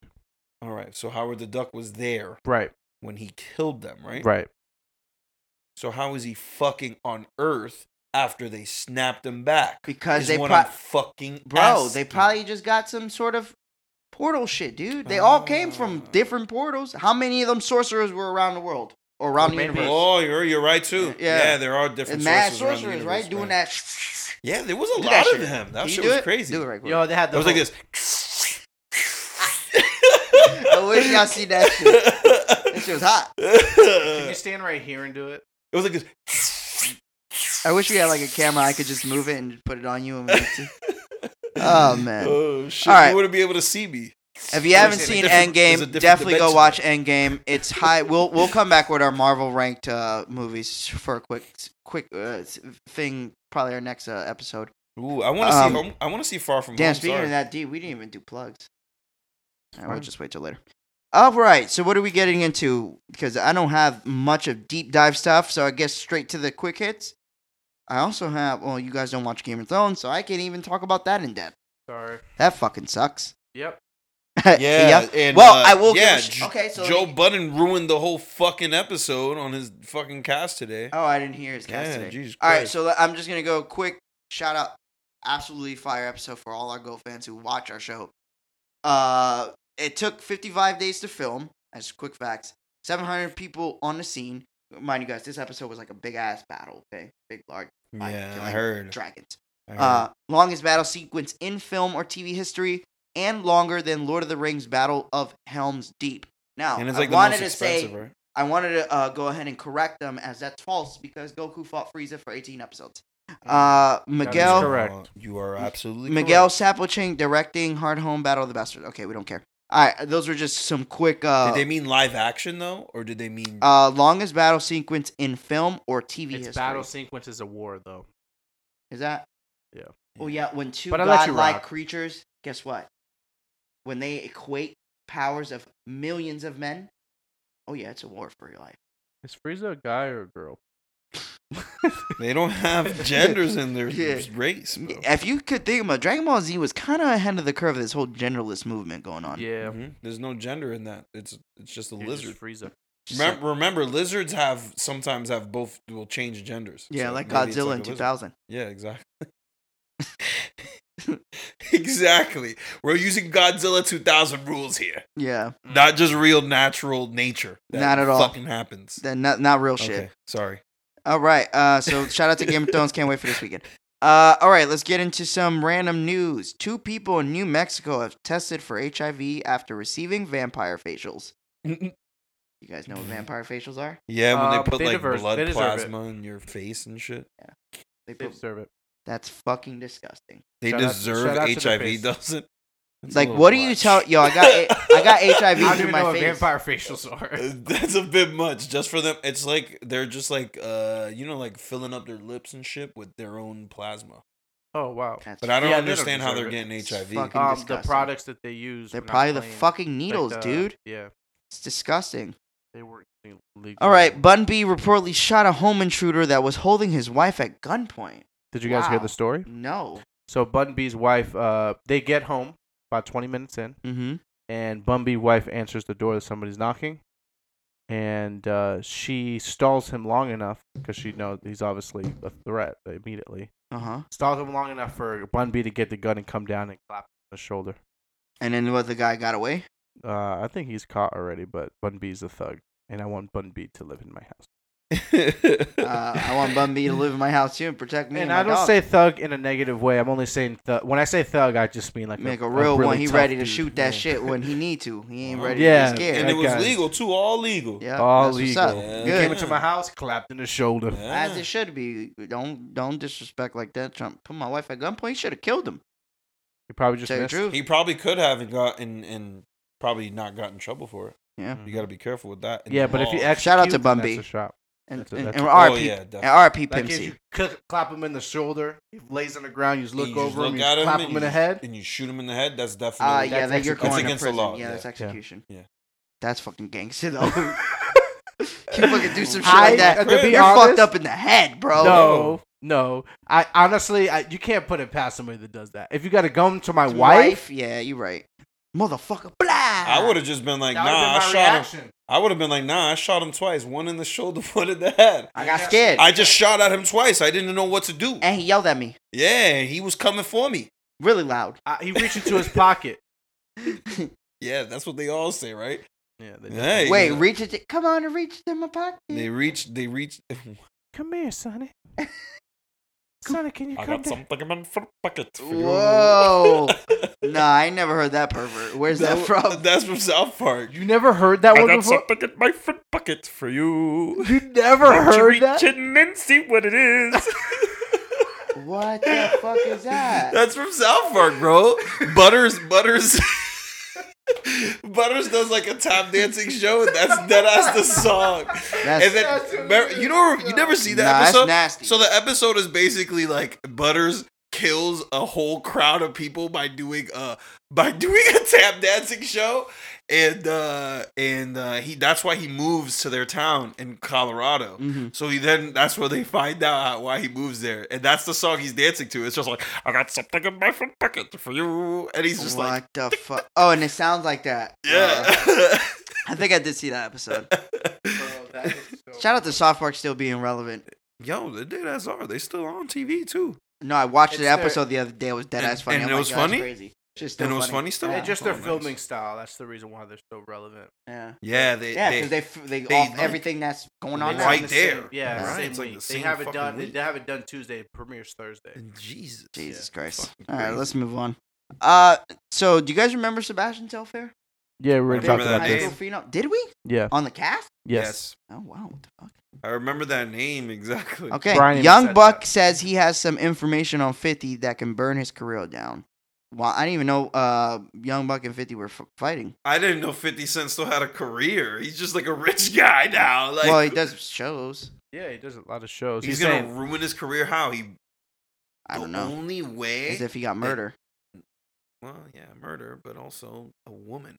All right. So Howard the Duck was there Right. when he killed them, right? Right. So how is he fucking on Earth after they snapped him back? Because Is they what pro- I'm fucking Bro, they asking. probably just got some sort of portal shit, dude. They all came from Ah. different portals. How many of them sorcerers were around the world or around the Maybe. universe? Oh, you're you're right too. Yeah, Yeah. there are different And mad sources around the sorcerers, universe, right? Doing that. Yeah, there was a do lot that of shit. them. That Can you shit do was it? crazy. Do it It right quick. Yo, they had the. was like whole- this. I wish y'all see that shit. That shit was hot. Can you It stand right here and do it? was like this. I wish we had like a camera. I could just move it and put it on you. And Oh, man. Oh shit! All right. You wouldn't be able to see me. if you haven't It's a seen different- it's a Endgame, different definitely go dimension. watch Endgame. It's high. We'll we'll come back with our Marvel ranked uh, movies for a quick quick uh, thing. Probably our next uh, episode. Ooh, I want to Um, see. Home, I want to see Far From Damn, Home. speaking sorry. of that, D, we didn't even do plugs. All right, we'll Fine. just wait till later. All right, so what are we getting into? Because I don't have much of deep dive stuff, so I guess straight to the quick hits. I also have, well, you guys don't watch Game of Thrones, so I can't even talk about that in depth. Sorry. That fucking sucks. Yep. Yeah. And, well, uh, I will Yeah. give a sh- J- Okay, so. Joe Budden ruined the whole fucking episode on his fucking cast today. oh, I didn't hear his cast yeah. today. Jesus All right, Christ. so I'm just gonna go quick shout out, absolutely fire episode for all our Go fans who watch our show. Uh, it took 55 days to film. As quick facts, 700 people on the scene. Mind you guys, this episode was like a big ass battle. Okay, big large Fine, yeah, I killing heard. dragons. I heard. Uh, longest battle sequence in film or TV history, and longer than Lord of the Rings Battle of Helm's Deep. Now, and it's I like the wanted most to say expensive, right? I wanted to uh, go ahead and correct them as that's false because Goku fought Frieza for 18 episodes. Uh, is Miguel correct. You are absolutely Miguel Sapochnik directing Hard Home Battle of the Bastards. Okay, we don't care. All right, those were just some quick uh, Correct. Did they mean live action though, or did they mean? uh, longest battle sequence in film or TV It's history. battle sequences of war though. Is that? Yeah. Oh yeah, when two But I let you godlike rock. creatures, guess what? When they equate powers of millions of men, oh yeah, it's a war for your life. Is Frieza a guy or a girl? they don't have genders in their Yeah. race. Bro. If you could think about Dragon Ball Z was kind of ahead of the curve of this whole genderless movement going on. Yeah. Mhm. There's no gender in that. It's it's just a You're just lizard. Frieza. Just like- Remember, remember, lizards have sometimes have both will change genders. yeah, So like maybe it's Godzilla like in a lizard. 2000. Yeah, exactly. exactly. We're using Godzilla 2000 rules here, Yeah. not just real natural nature. Mm. Not at all. Fucking happens. Then not not real shit. Okay, sorry. All right. Uh, so shout out to Game of Thrones. Can't wait for this weekend. Uh, all right. Let's get into some random news. Two people in New Mexico have tested for HIV after receiving vampire facials. You guys know what vampire facials are? Yeah, when Uh, they put they like diverse- they blood deserve it. plasma in your face and shit, They They put, deserve it. that's fucking disgusting. they Shout out- deserve shout out to the face. HIV, doesn't? It's It's a like, little what do you much. tell? Yo, I got a- I got I HIV don't through even know my what face. vampire facials are. Uh, That's a bit much just for them. It's like they're just like uh you know like filling up their lips and shit with their own plasma. Oh wow. That's But I don't Yeah, they don't understand how they're deserve it. getting It's HIV. fucking Um, the disgusting. products that they use. They're when I'm probably the playing, fucking needles, like the- dude. Yeah, It's disgusting. they were using legal. All right, Bun B reportedly shot a home intruder that was holding his wife at gunpoint. Did you guys hear Wow. the story? No. So Bunby's wife, uh, they get home about 20 minutes in, Mm-hmm. and Bunby's wife answers the door that somebody's knocking, and uh, she stalls him long enough because she knows he's obviously a threat immediately. Uh huh. Stalls him long enough for Bunby to get the gun and come down and clap him on the shoulder. And then what? The guy got away. Uh, I think he's caught already, but Bunby's a thug, and I want Bunby to live in my house. Uh, I want Bun B to live in my house too and protect me. and And, I my don't dog. say thug in a negative way. I'm only saying thug. When I say thug, I just mean like make a a real really one. He tough ready to dude. shoot that Yeah. shit when he need to. He ain't ready Yeah, to be and scared. it was Okay. legal too, all legal. Yeah, All that's what's legal. up. Yeah. He came Good. into my house, clapped in the shoulder. As Yeah. it should be. Don't don't disrespect like that, Trump. Put my wife at gunpoint. He should have killed him. He probably just Tell you the missed. truth. He probably could have and got and and probably not got in trouble for it. Yeah. You got to be careful with that. in Yeah, the but if law. you execute, Shout out to then that's Bumby. a shot. And, That's a- and, that's and a- oh RP. yeah, and definitely. RP Like if Pimpsy. you cl- clap him in the shoulder, he lays on the ground. You just look You just over him, look you at just clap him, and in the you- head. and you shoot him in the head. That's definitely Uh, yeah, that's that you're execution. going That's to against the prison. law, Yeah, yeah. that's execution. Yeah. That's fucking gangster though. you fucking do some shit I- uh, like that. to be You're fucked honest- up in the head, bro. no, no. I honestly, I, you can't put it past somebody that does that. If you got to go to my Wife? wife, Yeah, you're right. Motherfucker. Blah. I I would have just been like, that nah, would've been I my shot him. reaction. I would have been like, nah, I shot him twice. One in the shoulder, one in the head. I got scared. I just shot at him twice. I didn't know what to do. and he yelled at me Yeah, he was coming for me. really loud. I, he reached into his pocket. Yeah, that's what they all say, right? Yeah. they did. Hey. Wait, yeah. reach it. Come on and reach it in my pocket. They reached. They reached. Come here, Sonny. Sonny, can you I come got down? something in my fr- pocket. for you. Whoa. nah, I ain't never heard that pervert. Where's that, That- from? That's from South Park. You never heard that I one got before. something in my front pocket for you. You never Why don't you heard reach that. in and see what it is. What the fuck is that? That's from South Park, bro. Butters, Butters, Butters does like a tap dancing show, and that's dead ass the song. That's- That's and what then remember- it you is. know you never see the Nah, that's episode. nasty. So the episode is basically like Butters kills a whole crowd of people by doing uh by doing a tap dancing show and uh and uh he that's why he moves to their town in Colorado. Mhm. So he then that's where they find out how, why he moves there, and that's the song he's dancing to. It's just like I got something in my front pocket for you, and he's just what like, the fuck? Oh, and it sounds like that. Uh, yeah. I think I did see that episode. Shout out to Soft Park still being relevant. Yo, the dead ass are they still on TV too? No, I watched It's the their- episode the other day. It was dead And- ass funny. and I'm it like, was "Yo, that's funny? Crazy. Shit's And still it was funny still? Yeah, It's just their Oh, nice. filming style. That's the reason why they're so relevant. yeah, Yeah, they yeah, they, because they f- they, they off like- everything that's going on they now. right It's the there. same- yeah, Right. same It's like the week. same they have it fucking done. week. They have it done Tuesday. It premieres Thursday. Jesus, Jesus Yeah. Christ! Fucking All right, crazy. let's move on. Uh, so do you guys remember Sebastian Telfair? Yeah, we were Remember talking that about High this. school phenom. Did we Yeah. on the cast? Yes. Oh wow, what the fuck? I remember that name exactly. Okay, Brian even Young said Buck that. says he has some information on Fifty that can burn his career down. Well, I didn't even know uh Young Buck and Fifty were f- fighting. I didn't know Fifty Cent still had a career. He's just like a rich guy now. Like, well, he does shows. Yeah, he does a lot of shows. he's, He's, gonna saying, ruin his career. How he? I don't the know. Only way As if he got murder. well, yeah, murder, but also a woman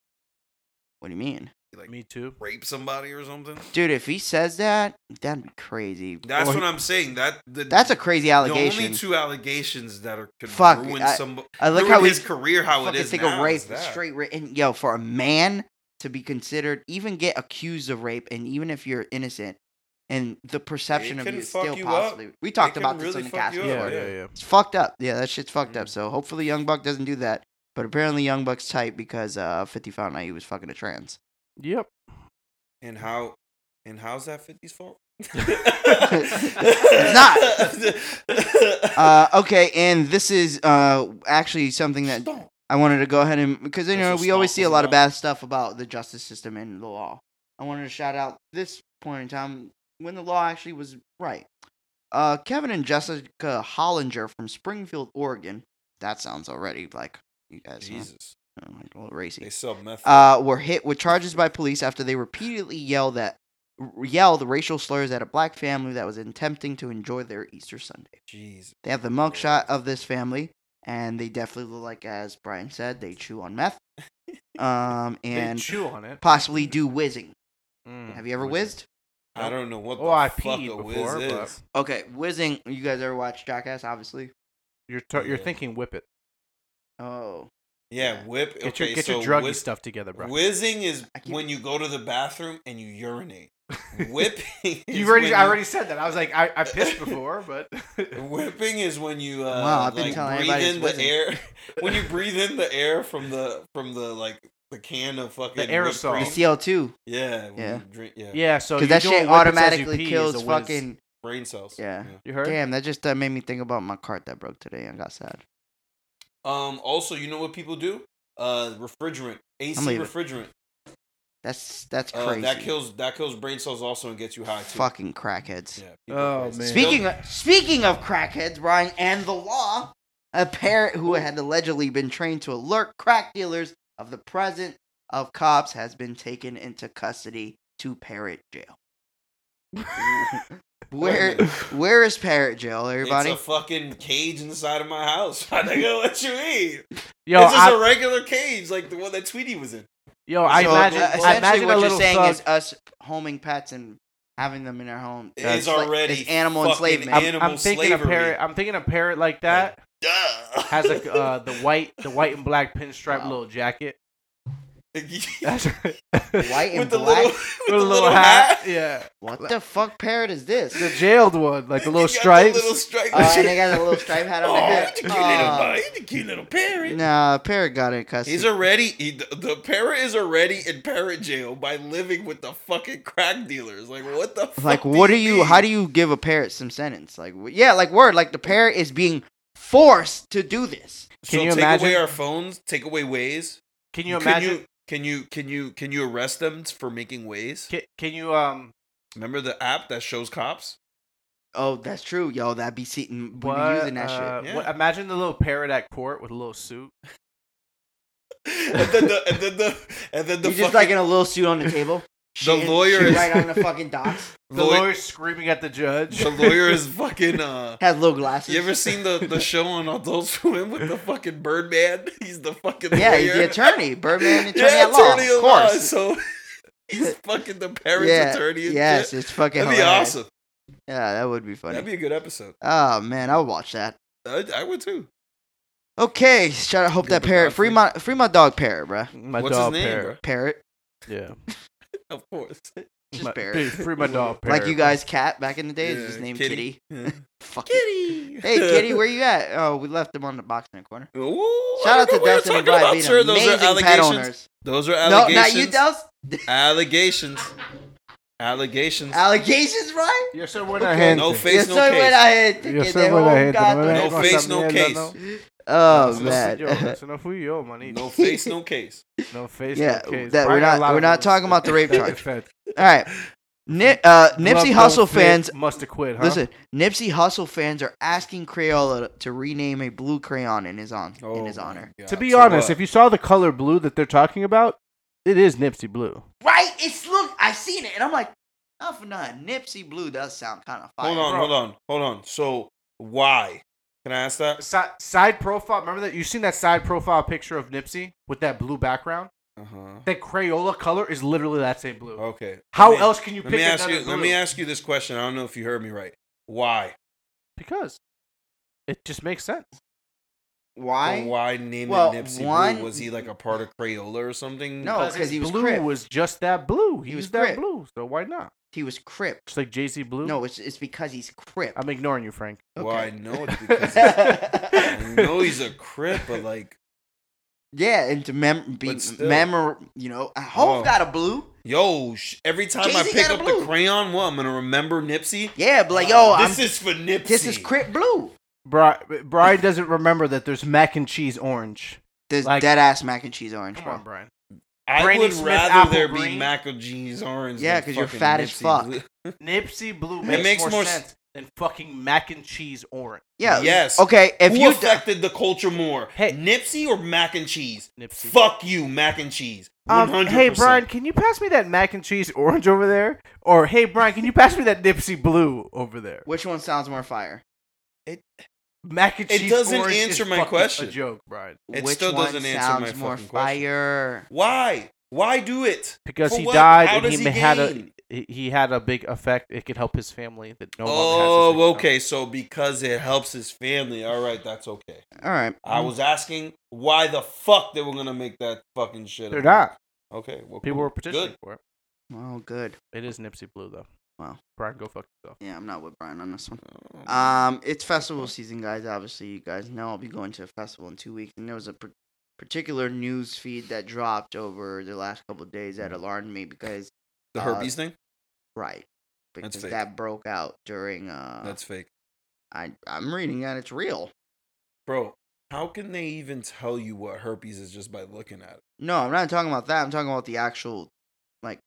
What do you mean, like "Me too." rape somebody or something. dude? If he says that, that'd be crazy. That's Or he- what I'm saying. That the, That's a crazy The allegation. only two allegations that are could Fuck, ruin I- somebody. I like ruin how we his career how it fucking is think now of rape is that. straight rape. And yo, for a man to be considered, even get accused of rape, and even if you're innocent, and the perception It of you can is fuck still you up. possibly. We talked can about this really in the fuck cast. you up. before. yeah, yeah. yeah, yeah. It's fucked up. Yeah, that shit's fucked up. Mm-hmm. So hopefully Young Buck doesn't do that. But apparently Young Buck's tight because uh, 50 found out he was fucking a trans. Yep. And how? And how's that 50's fault? It's Uh, okay, and this is uh, actually something that I wanted to go ahead and because you That's know what we always Stomp see a was lot of about. bad stuff about the justice system and the law. I wanted to shout out this point in time when the law actually was right. Uh, Kevin and Jessica Hollinger from Springfield, Oregon. That sounds already like you guys, huh? Jesus, Oh, like a little they racy. sell meth. Uh, were hit with charges by police after they repeatedly yelled that yelled racial slurs at a black family that was attempting to enjoy their Easter Sunday. Jesus. They Oh. have the mugshot of this family, and they definitely look like, as Brian said, they chew on meth, um, and they chew on it. possibly do whizzing. Mm. Have you ever Whizzing. whizzed? I don't know what the Oh, I fuck peed a whiz before, but- is. Okay, whizzing. You guys ever watch Jackass? Obviously. You're t- you're Yeah. thinking whip it. Oh, Yeah, whip. Get okay, your get so your druggy whiz- stuff together, bro. Whizzing is I keep- when you go to the bathroom and you urinate. Whipping. is You've already when I you- already said that. I was like I, I pissed before, but Whipping is when you uh, Wow, I've been like, telling breathe everybody in the it's whizzing. air. When you breathe in the air from the from the like the can of fucking whipped aerosol. the cream. CO two, Yeah, when Yeah. you drink- yeah. yeah, so because you're that Oh. doing shit whip it says automatically you pee is a kills whiz. fucking. brain cells. Yeah. You heard? Damn, that just uh, made me think about my cart that broke today. and got sad. Um. Also, you know what people do? Uh, refrigerant, AC I'm leaving. refrigerant. That's that's Uh, Oh, crazy. that kills that kills brain cells also and gets you high too. fucking crackheads. Yeah, people Oh, are crazy. man. Speaking of, speaking of crackheads, Brian, and the law, a parent who had allegedly been trained to alert crack dealers of the presence of cops has been taken into custody to Parrot Jail. Where where is Parrot Jail, everybody? It's a fucking cage inside of my house. I think I'll let you eat. Yo, it's just I, a regular cage like the one that Tweety was in. yo, I So, imagine, uh, I essentially imagine what a you're little saying thug, is us homing pets and having them in our home. It is It's like- already it's animal fucking enslavement. I'm, animal I'm thinking slavery. a parrot. I'm thinking a parrot like that Duh. has a uh, the white the white and black pinstripe Wow. little jacket. white That's with White and with the black. little with a little hat. Yeah, What the fuck parrot is this? the jailed one, like the You little got the stripes. little stripes. Uh, and they got a little stripe hat on Oh, their he's head. a cute little Aw. boy. He's a cute little parrot. Nah, Parrot got in custody. He's already he, the, the parrot is already in parrot jail by living with the fucking crack dealers. Like what the fuck like, do what do you? mean? How do you give a parrot some sentence? Like, wh- yeah, like word, like the parrot is being forced to do this. Can so you take away imagine- our phones, take away ways. Can you imagine? Can you can you can you arrest them for making ways? Can, can you um? Remember the app that shows cops? Oh, that's true, yo. That be sitting, we be What, using that uh, shit. shit. what- Yeah. imagine the little parrot at court with a little suit. and then the and then the and then the He's just fucking- like in a little suit on the table. shitting- lawyer shitting is- right on the fucking docks. The Lloyd- lawyer screaming at the judge. the lawyer is fucking uh Has little glasses. you ever seen the, the show on Adult Swim with the fucking Birdman? He's the fucking yeah, lawyer. he's the attorney, Birdman attorney yeah, at law, attorney of at law, course. So he's fucking the parents' yeah, attorney. And yes, shit. it's fucking that'd be hilarious. awesome. Yeah, that would be funny. That'd be a good episode. oh man, I would watch that. I, I would too. Okay, shout out. Hope Good that to parrot Godfrey. free my free my dog parrot, bruh. My What's his dog name? parrot. Parrot, Yeah. bro? Of course. just My- parrot. dude, free my dog parrot. Like you guys, cat back in the day is Yeah, just named Kitty. Kitty. Yeah. Fuck it. Kitty. Hey Kitty, where you at? Oh, we left him on the box in the corner. Ooh, Shout I out don't to know what Dustin you're and talking Brian Beaton, about, sir. Those are amazing pet allegations. owners. Those are No, not allegations. you, Dust. Allegations. Allegations. Allegations, Brian. Your sir went Okay. ahead. No face, no sir went case. ahead to Your get sir that went home ahead. goddamn- No face, no case. Oh No man. No fui yo, manito. No face, no case. No face, Yeah, no case. that- we're Brian got not- a lot we're not of moments talking about the rape that charge. affect- All right. Ni- uh, Love Nipsey don't Hussle fit, fans, must have Uh-huh. quit, huh? listen. Nipsey Hussle fans are asking Crayola to rename a blue crayon in his on in Oh his honor. to be honest, if you saw the color blue that they're talking about, it is Nipsey blue. Right? It's look. I seen it, and I'm like, not for nothing. Nipsey Blue does sound kind of fire. hold on, bro. hold on, hold on. So why? Can I ask that? Si- side profile. Remember that you seen that side profile picture of Nipsey with that blue background. Uh Uh-huh. huh. That Crayola color is literally that same blue. Okay. How Oh, Let me- else can you Let pick me ask another you. blue? Let me ask you this question. I don't know if you heard me right. Why? Because it just makes sense. Why? Or why name Well, it Nipsey one- Blue? Was he like a part of Crayola or something? No, 'cause his he was blue Crip. was just that blue. He, He was, was that Crip. blue, so why not? He was Crip. Just like JC Blue? No, it's it's because he's Crip. I'm ignoring you, Frank. Well, I Okay. know it's because I know he's a crip, but like, yeah, and to mem be But still. memor, you know, I hope Oh. got a blue. yo, sh- every time I Jay-Z pick got a up blue. the crayon, what I'm gonna remember Nipsey. Yeah, but like yo, Uh, this I'm, is for Nipsey. this is Crip blue. Bri- Brian doesn't remember that there's mac and cheese orange. There's Like- dead ass mac and cheese orange, bro. Brian. I Granny would Smith rather apple there green. be mac and cheese orange. Yeah, than 'cause you're fucking fat as Nipsey fuck. Blue. Nipsey Blue makes makes more more sense than fucking mac and cheese orange. Yeah. Yes. Okay. If Who you d- affected the culture more, Hey. Nipsey or mac and cheese? Nipsey. Fuck you, mac and cheese. One Um, hundred. hey Brian, can you pass me that mac and cheese orange over there? Or hey Brian, can you pass me that Nipsey Blue over there? which one sounds more fire? Mac and It cheese. doesn't orange answer is my fucking question. A joke, Brian. It which still one doesn't answer sounds my more fucking question. fire? Why? Why do it? Because For he what? died How and he, does he had a gain? he- he had a big effect. It could help his family that no longer has. Oh, this income. okay. So because it helps his family, all right, that's okay. All right. Mm, Mm-hmm. I was asking why the fuck they were gonna make that fucking shit. They're up. not. Okay. Well, People cool. were petitioning Good. for it. Well, good. It is Nipsey Blue though. Wow. Brian, go fuck yourself. Yeah, I'm not with Brian on this one. Um, Um, it's festival season, guys. Obviously, you guys know I'll be going to a festival in two weeks, and there was a par- particular news feed that dropped over the last couple of days Mm. that alarmed me because the uh, herpes thing? right, That's because fake. that broke out during. Uh, That's fake, I I'm reading that it's real. bro. How can they even tell you what herpes is just by looking at it? No, I'm not talking about that. I'm talking about the actual, like,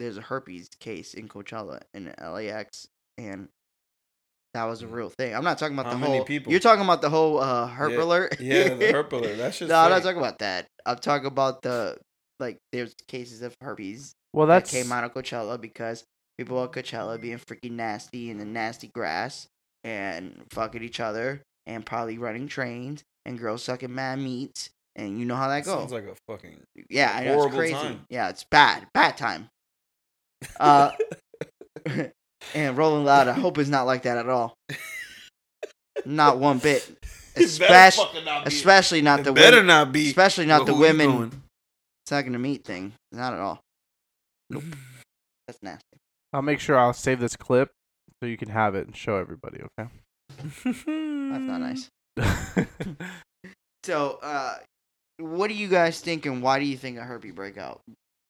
there's a herpes case in Coachella in LAX, and that was a real thing. I'm not talking about Mm. How the many whole. people? You're talking about the whole uh, herp Yeah, alert. Yeah, the herp alert. That shit's no, I'm not fake. talking about that. I'm talking about the like. There's cases of herpes Well, that that's came out of Coachella because people at Coachella being freaking nasty in the nasty grass and fucking each other and probably running trains and girls sucking mad meats and you know how that goes. Sounds like a fucking. Yeah, I know it's Horrible crazy. time. Yeah, it's bad, bad time. Uh, and Rolling Loud, I hope is not like that at all. Not one bit. It better Espec- fucking not be. Especially not It the better women, not be. especially not But the who you women doing? sucking the meat thing. Not at all. Nope. That's nasty. I'll make sure I'll save this clip so you can have it and show everybody. Okay. That's That's not Mm. nice. So, uh, what do you guys think, and why do you think a herpy breakout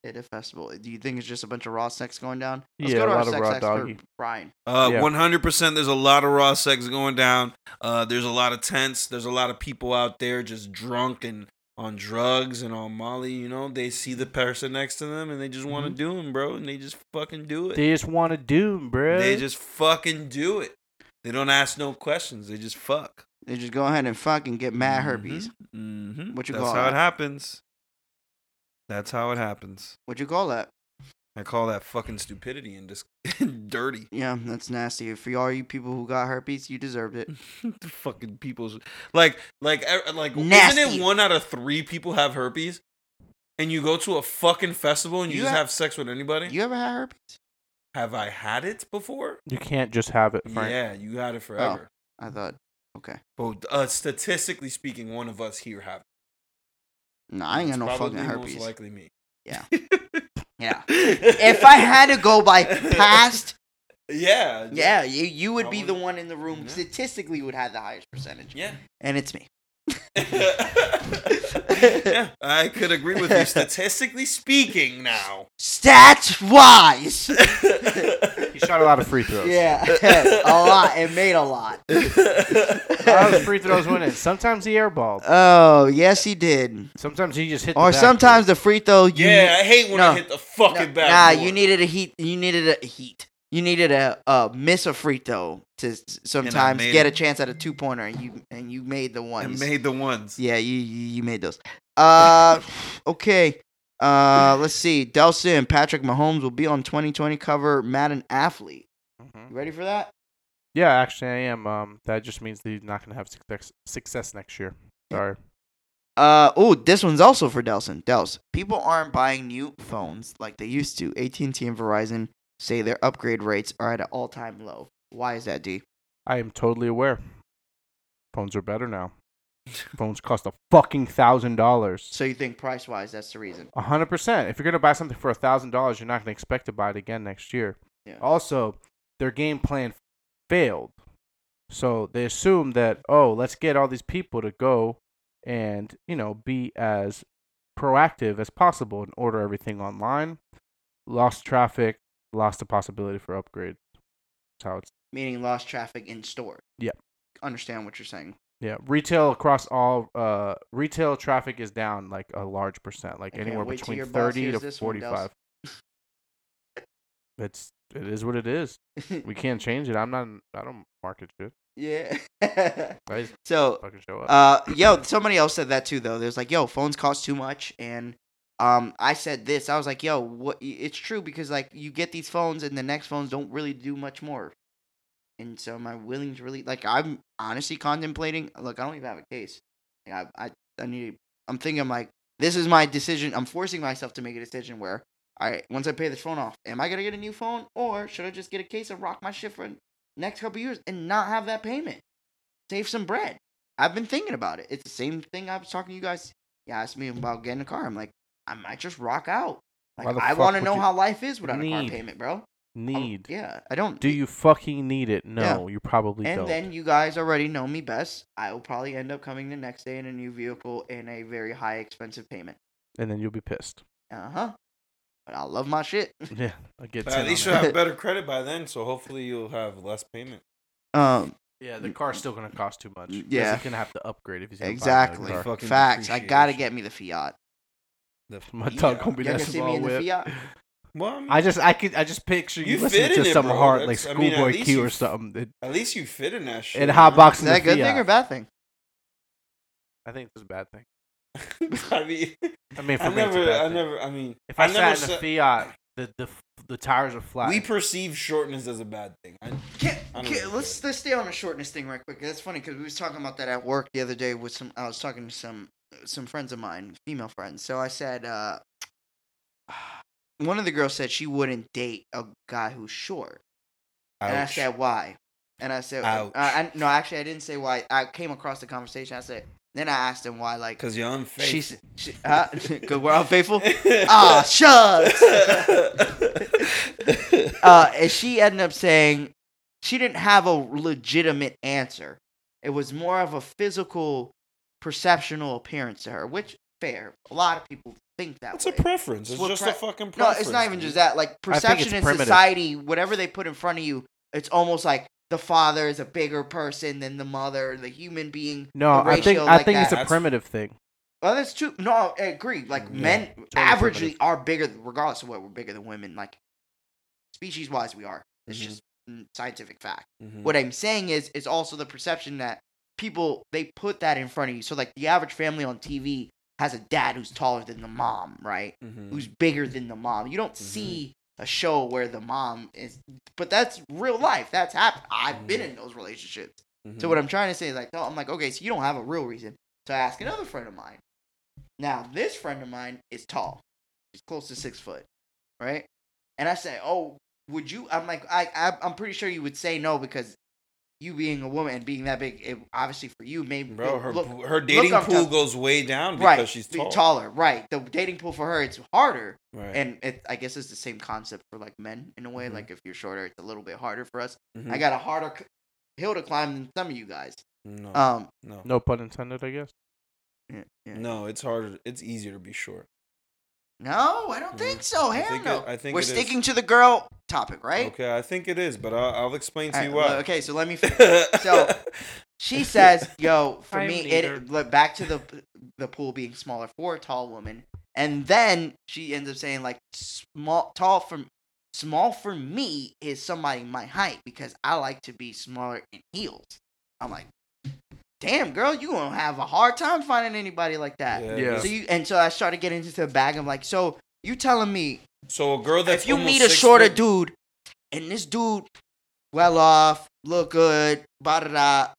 at a festival? Do you think it's just a bunch of raw sex going down? Yeah, a lot of raw expert, doggy. Brian. Uh, Yeah. 100%. There's a lot of raw sex going down. Uh, there's a lot of tents. There's a lot of people out there just drunk and on drugs and on Molly. You know, they see the person next to them and they just want to Mhm. do them, bro. And they just fucking do it. They, they just want to do, bro. just fucking do it. They don't ask no questions. They just fuck. They just go ahead and fucking get mad Mm-hmm. herpes. hmm What you That's call how that? it happens. That's how it happens. What'd you call that? I call that fucking stupidity and just dirty. Yeah, that's nasty. For all you people who got herpes, you deserved it. the fucking people's like like e- like isn't Nasty. it one out of three people have herpes and you go to a fucking festival and you, You just ha- have sex with anybody You ever had herpes? have i had it before you can't just have it, Frank. yeah you had Oh. it forever I thought, okay. but uh, statistically speaking one of us here have it. No, I ain't got It's no fucking probably herpes. most likely me Yeah. Yeah. If I had to go by past, yeah yeah, you, you would be the Probably. one in the room Yeah. statistically would have the highest percentage. yeah And it's me. yeah i could agree with you statistically speaking now Stats wise. He shot a lot of free throws. yeah. a lot. It made a lot. a lot of free throws went in. Sometimes he airballed. Oh, yes, he did. Sometimes he just hit. the Or back. sometimes the free throw. You Yeah, I hate when no. I hit the fucking Nah, back. Nah, you needed a heat. You needed a heat. You needed a uh, miss a free throw to s- sometimes made get a it. chance at a two pointer, and you and you made the I ones. made the ones. yeah, you, you you made those. Uh, okay. Uh, let's see. Delson and Patrick Mahomes will be on 2020 cover Madden Athlete. Mhm. You ready for that? Yeah, actually, I am. Um, that just means that he's not gonna have success success next year. Sorry. Uh oh, this one's also for Delson. Dels, people aren't buying new phones like they used to. AT&T and Verizon say their upgrade rates are at an all-time low. Why is that, D? I am totally aware. Phones are better now. Phones cost a fucking thousand dollars. So you think price-wise that's the reason? A hundred percent. If you're gonna buy something for a thousand dollars, you're not gonna expect to buy it again next year. Yeah. Also, their game plan failed. So they assumed that, oh, let's get all these people to go and, you know, be as proactive as possible and order everything online. Lost traffic, lost the possibility for upgrade. That's how it's Meaning lost traffic in store. Yeah. Understand what you're saying. yeah. Retail across all uh retail traffic is down like a large percent, like I can't anywhere wait till between your boss thirty hears to this one, forty Dels. five. It's it is what it is. We can't change it. I'm not I don't market shit. yeah. I just so fucking show up. Uh, yo, somebody else said that too, though. There's like, yo, phones cost too much, and um, I said this. I was like, yo, what? It's true because like you get these phones, and the next phones don't really do much more. And so, am I willing to really like? I'm honestly contemplating. Look, I don't even have a case. Like, I, I, I need. I'm thinking I'm like, this is my decision. I'm forcing myself to make a decision where, all right, once I pay this phone off, am I gonna get a new phone, or should I just get a case and rock my shit for next couple years and not have that payment, save some bread. I've been thinking about it. It's the same thing I was talking to you guys. You asked me about getting a car. I'm like, I might just rock out. Why Like, the I fuck want to would know you how life is without a car need- payment, bro. I'm- Need. yeah, I don't. Do you fucking need it? No, you probably And don't. then you guys already know me best. I will probably end up coming the next day in a new vehicle and a very high expensive payment. and then you'll be pissed. Uh huh. But I love my shit. Yeah, I get. But at 10 least on you'll that. have better credit by then, so hopefully you'll have less payment. Um, Yeah, the car's still gonna cost too much. 'cause Yeah. he's gonna have to upgrade if he's gonna buy another exactly. car. Fucking Facts. I gotta depreciation. get me the Fiat. My dog gonna be Y'all that gonna see me small in the whip. Fiat? Well, I mean, I just, I could, I just picture you, You fit listening to in it, some bro. hard like That's- I mean, at Schoolboy least Q you or f- something. at least you fit in that shit. And you hot know? box Is in the that a good thing Fiat. or bad thing? I think it's a bad thing. I mean, I mean, for me, it's I a never, bad I thing. never, I mean, if I, never sat in a said- Fiat, the, the the tires are flat. we perceive shortness as a bad thing. I, Can't, I don't can't- really let's let's stay on the shortness thing right quick. That's funny because we was talking about that at work the other day with some. I was talking to some some friends of mine, female friends. So I said, uh, one of the girls said she wouldn't date a guy who's short, and I ouch. said why. And I said, uh, Ouch. I, no, actually, I didn't say why. I came across the conversation. I said, then I asked him why, like, Cause you're unfaithful. she's, she, huh? cause we're unfaithful. Ah, shucks. uh, and she ended up saying she didn't have a legitimate answer. It was more of a physical, perceptional appearance to her, which fair. A lot of people think that it's a way. preference. It's Well, just pre- a fucking no, preference. it's not even dude. just that. Like it's perception in primitive. society, whatever they put in front of you, it's almost like the father is a bigger person than the mother, the human being. no, the I think ratio I like think that. it's a That's- primitive thing. Well, that's true. No, I agree. Like Yeah, men, totally averagely, primitive. are bigger, regardless of what we're bigger than women. Like species wise, we are. It's Mhm. just mm, scientific fact. Mhm. What I'm saying is, it's also the perception that people they put that in front of you. So like the average family on TV has a dad who's taller than the mom, right? Mhm. Who's bigger than the mom. You don't see a show where the mom is, but that's real life. That's happened. I've been in those relationships. So Mhm. what I'm trying to say is like, oh, I'm like, okay, so you don't have a real reason. So I ask another friend of mine. Now this friend of mine is tall. She's close to six foot, right? And I say, oh, would you? I'm like, I, I I'm pretty sure you would say no because you being a woman and being that big, it, obviously for you, maybe Bro, her look- pool- her dating up pool to- goes way down because right, she's be tall. taller, right? The dating pool for her it's harder, Right. and it, I guess it's the same concept for like men in a way. Mhm. Like if you're shorter, it's a little bit harder for us. Mhm. I got a harder c- hill to climb than some of you guys. no, Um, no, No pun intended, I guess. yeah, yeah. no. It's harder. It's easier to be short. No, I don't Mhm. think so. I Oh, Hell think no. it- I think We're it is. sticking to the girl topic, right? Okay, I think it is, but I'll, I'll explain to Alright, you well, why. okay, so let me. Finish. So, uh, She says, "Yo, for I'm me, neither. it look, back to the the pool being smaller for a tall woman, and then she ends up saying like small, tall for small for me is somebody my height because I like to be smaller in heels. I'm like, damn girl, you gonna have a hard time finding anybody like that. Yeah. So So, you and so I started getting into the bag. I'm like, so you telling me a girl that's if you almost meet a six shorter foot- dude and this dude well off, look good, blah da da, got a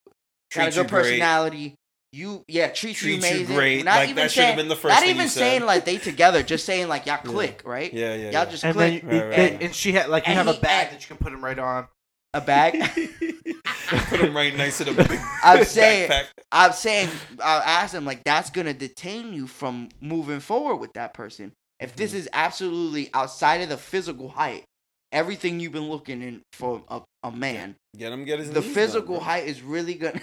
treats you good great, personality, you yeah, treats, you treats you amazing. great. Not Like even that should saying, have been the first not thing even you saying said. like they together, just saying like y'all click, right? Yeah, yeah. Y'all yeah. just And then, click you- Right, right, and, right. and she had like you And have he- a bag and- that you can put him right on. a bag. put him right next to the big I'm saying- backpack. I'm saying I asked him like that's gonna detain you from Mm-hmm. moving forward with that person. If this is absolutely outside of the physical height, everything you've been looking in for a, a man. Get him, get his The knees done, physical bro. height is really gonna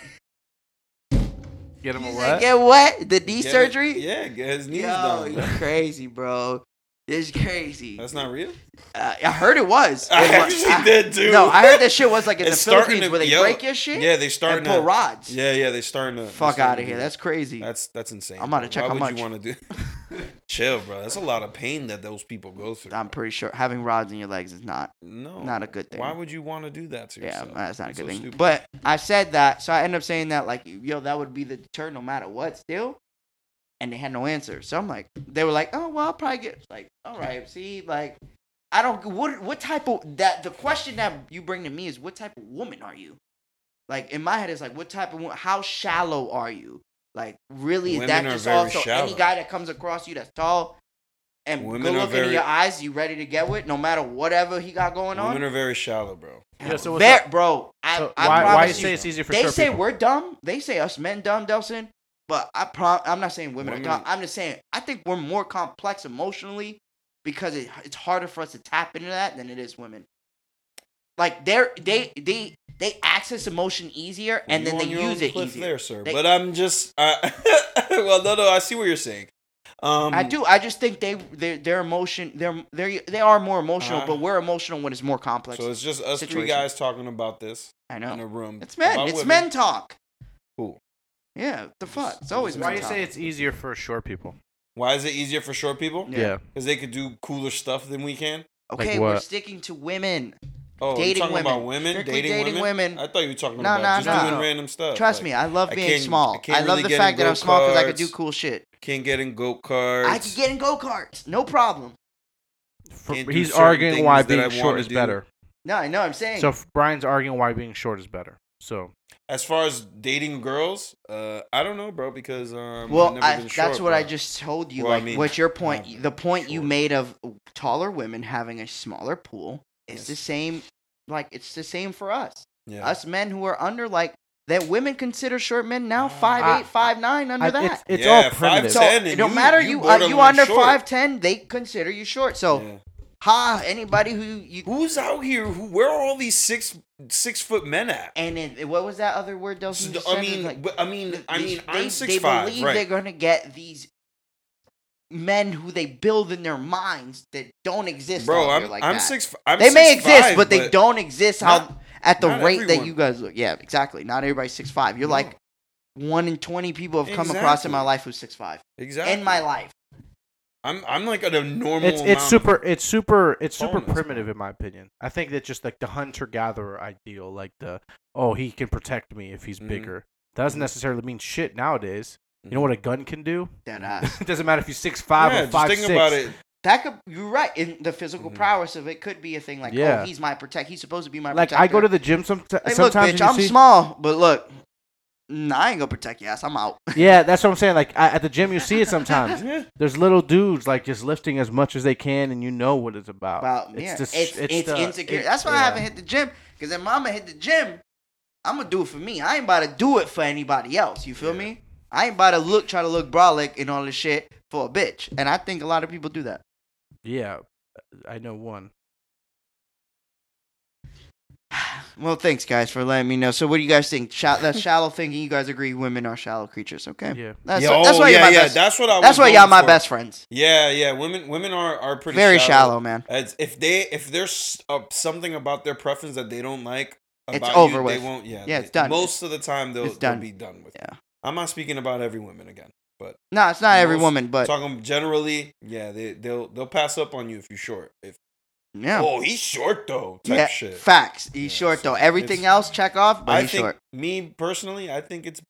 Get him a He's what? like, Get what? The knee Get it- surgery? yeah, get his knees Yo, done. you crazy, bro. This is crazy. That's not real. Uh, I heard it was. I It was. actually I- did, dude. No, I heard that shit was like in It's the starting Philippines to- where they yo, break your shit Yeah, they starting and pull to. rods. Yeah, yeah, they starting to. they Fuck starting out to of do here. that. that's crazy. That's that's insane. I'm gonna bro. check Why how would much. you want to do? Chill, bro. That's a lot of pain that those people go through. I'm pretty sure having rods in your legs is not no, not a good thing. Oh, Why would you want to do that to yeah, yourself? that's not a It's good so thing. stupid. But I said that, so I end up saying that like, yo, that would be the deterrent no matter what. Still, and they had no answer. So I'm like, they were like, oh well, I'll probably get like, all right, see, like, I don't. What what type of that? The question that you bring to me is, what type of woman are you? Like in my head, it's like, what type of wo- how shallow are you? Like really, is Women that are just very also any shallow. guy that comes across you that's tall and Women good are looking in very- your eyes, you ready to get with, no matter whatever he got going on. Women are very shallow, bro. Yeah, so what's Ver- up? bro, I, So I why, promise why you, you say it's easier for they short say people? we're dumb. They say us men dumb, Delson. But I prom- I'm not saying women, Women- are dumb. I'm just saying I think we're more complex emotionally because it, it's harder for us to tap into that than it is women. Like they're they they they access emotion easier and You then on they your own use it cliff easier. there, sir. They- but I'm just. I, well, no, no. I see what you're saying. Um, I do. I just think they their their emotion they're they they are more emotional, Uh-huh. Uh, but we're emotional when it's more complex. So it's just us three situation. guys talking about this I in a know. room. It's men. about It's women. men talk. Cool. Yeah, what the fuck. It's Just- always Why men do you talk. say it's easier for short people? Why is it easier for short people? Yeah. Because they could do cooler stuff than we can. Okay, Like we're what? sticking to women. Oh, you Dating talking about women. women? Strictly Dating, dating women? women. I thought you were talking No, about no, just no. doing random stuff. Trust like, me, I love I being can't- I small. I, can't love really the get fact in that I'm small because I could do go-karts. cool shit. Can't get in go karts. I could get in go karts, no problem. For, Can't do he's certain arguing why things that I being short wanna is do. better. No, I know. I'm saying. So if Brian's arguing why being short is better. So As far as dating girls, uh, I don't know, bro, because um, I've well, never I, been that's short, what bro. I just told you. Well, I like, mean, what's your point? not the point you short. made of taller women having a smaller pool is Yes. the same. Like, it's the same for us. Yeah. Us men who are under, like, that women consider short men now Ah. five eight, five nine under I- that. it's, it's Yeah, all five primitive. so ten. and it don't you- matter. you You are you borderline under short. five ten, they consider you short. So Yeah. ha, anybody who you Who's out here? Who? Where are all these six six foot men at? And then what was that other word Delson? So, just I said? It was mean, like, I mean, I they- mean, they, I'm six they five, believe right? they're gonna get these men who they build in their minds that don't exist. bro. out I'm here like I'm that. six. I'm they may 6'5", exist, but they don't exist how not- at the not rate that everyone. you guys look. Yeah, exactly. Not everybody's six five. You're No. like one in twenty people have come across in Exactly. my life who's six five. Exactly. In my life, I'm I'm like at a normal. It's it's amount. super it's super it's super bonus. primitive in my opinion. I think that just like the hunter gatherer ideal, like the oh he can protect me if he's Mhm. bigger. That doesn't necessarily mean shit nowadays. You know Mhm. what a gun can do? dead ass. it doesn't matter if you're six five yeah, or just five think six. about it. That could you're right. In the physical Mhm. prowess of it could be a thing like, Mm-hmm. Yeah. oh, he's my protect. He's supposed to be my Like protector. I go to the gym some, Like, look, sometimes. and bitch, you I'm see- small, but look, nah, I ain't gonna protect your ass. I'm out. Yeah, that's what I'm saying. Like I, at the gym, you see it sometimes. Yeah. There's little dudes like just lifting as much as they can, and you know what it's about. About it's yeah, just it's it's, the- insecure. it- That's why I yeah. haven't hit the gym. Cause if Mama hit the gym, I'm gonna do it for me. I ain't about to do it for anybody else. You feel Yeah. me? I ain't about to look try to look brolic and all this shit for a bitch. And I think a lot of people do that. Yeah, I know one. Well, thanks guys for letting me know. So, what do you guys think? Shall- that shallow thinking. You guys agree women are shallow creatures? Okay. Yeah. That's, Yeah, that's oh, why yeah, you're my yeah, best. That's what I. That's was why going y'all my for. best friends. Yeah, yeah. Women women are are pretty Very shallow, man. As if they if there's uh, something about their preference that they don't like It's about over you, with. they won't. Yeah, Yeah, they- it's done. Most of the time, they'll, It's they'll done. be done with. it. Yeah. I'm not speaking about every woman again. No, it's not every Most- woman, but Talking generally, yeah, they they'll they'll pass up on you if you're short. If yeah. oh, he's short though. Type yeah, shit. Facts. He's Yeah, short so though. Everything it's- else, check off, but I he's think short. me personally, I think it's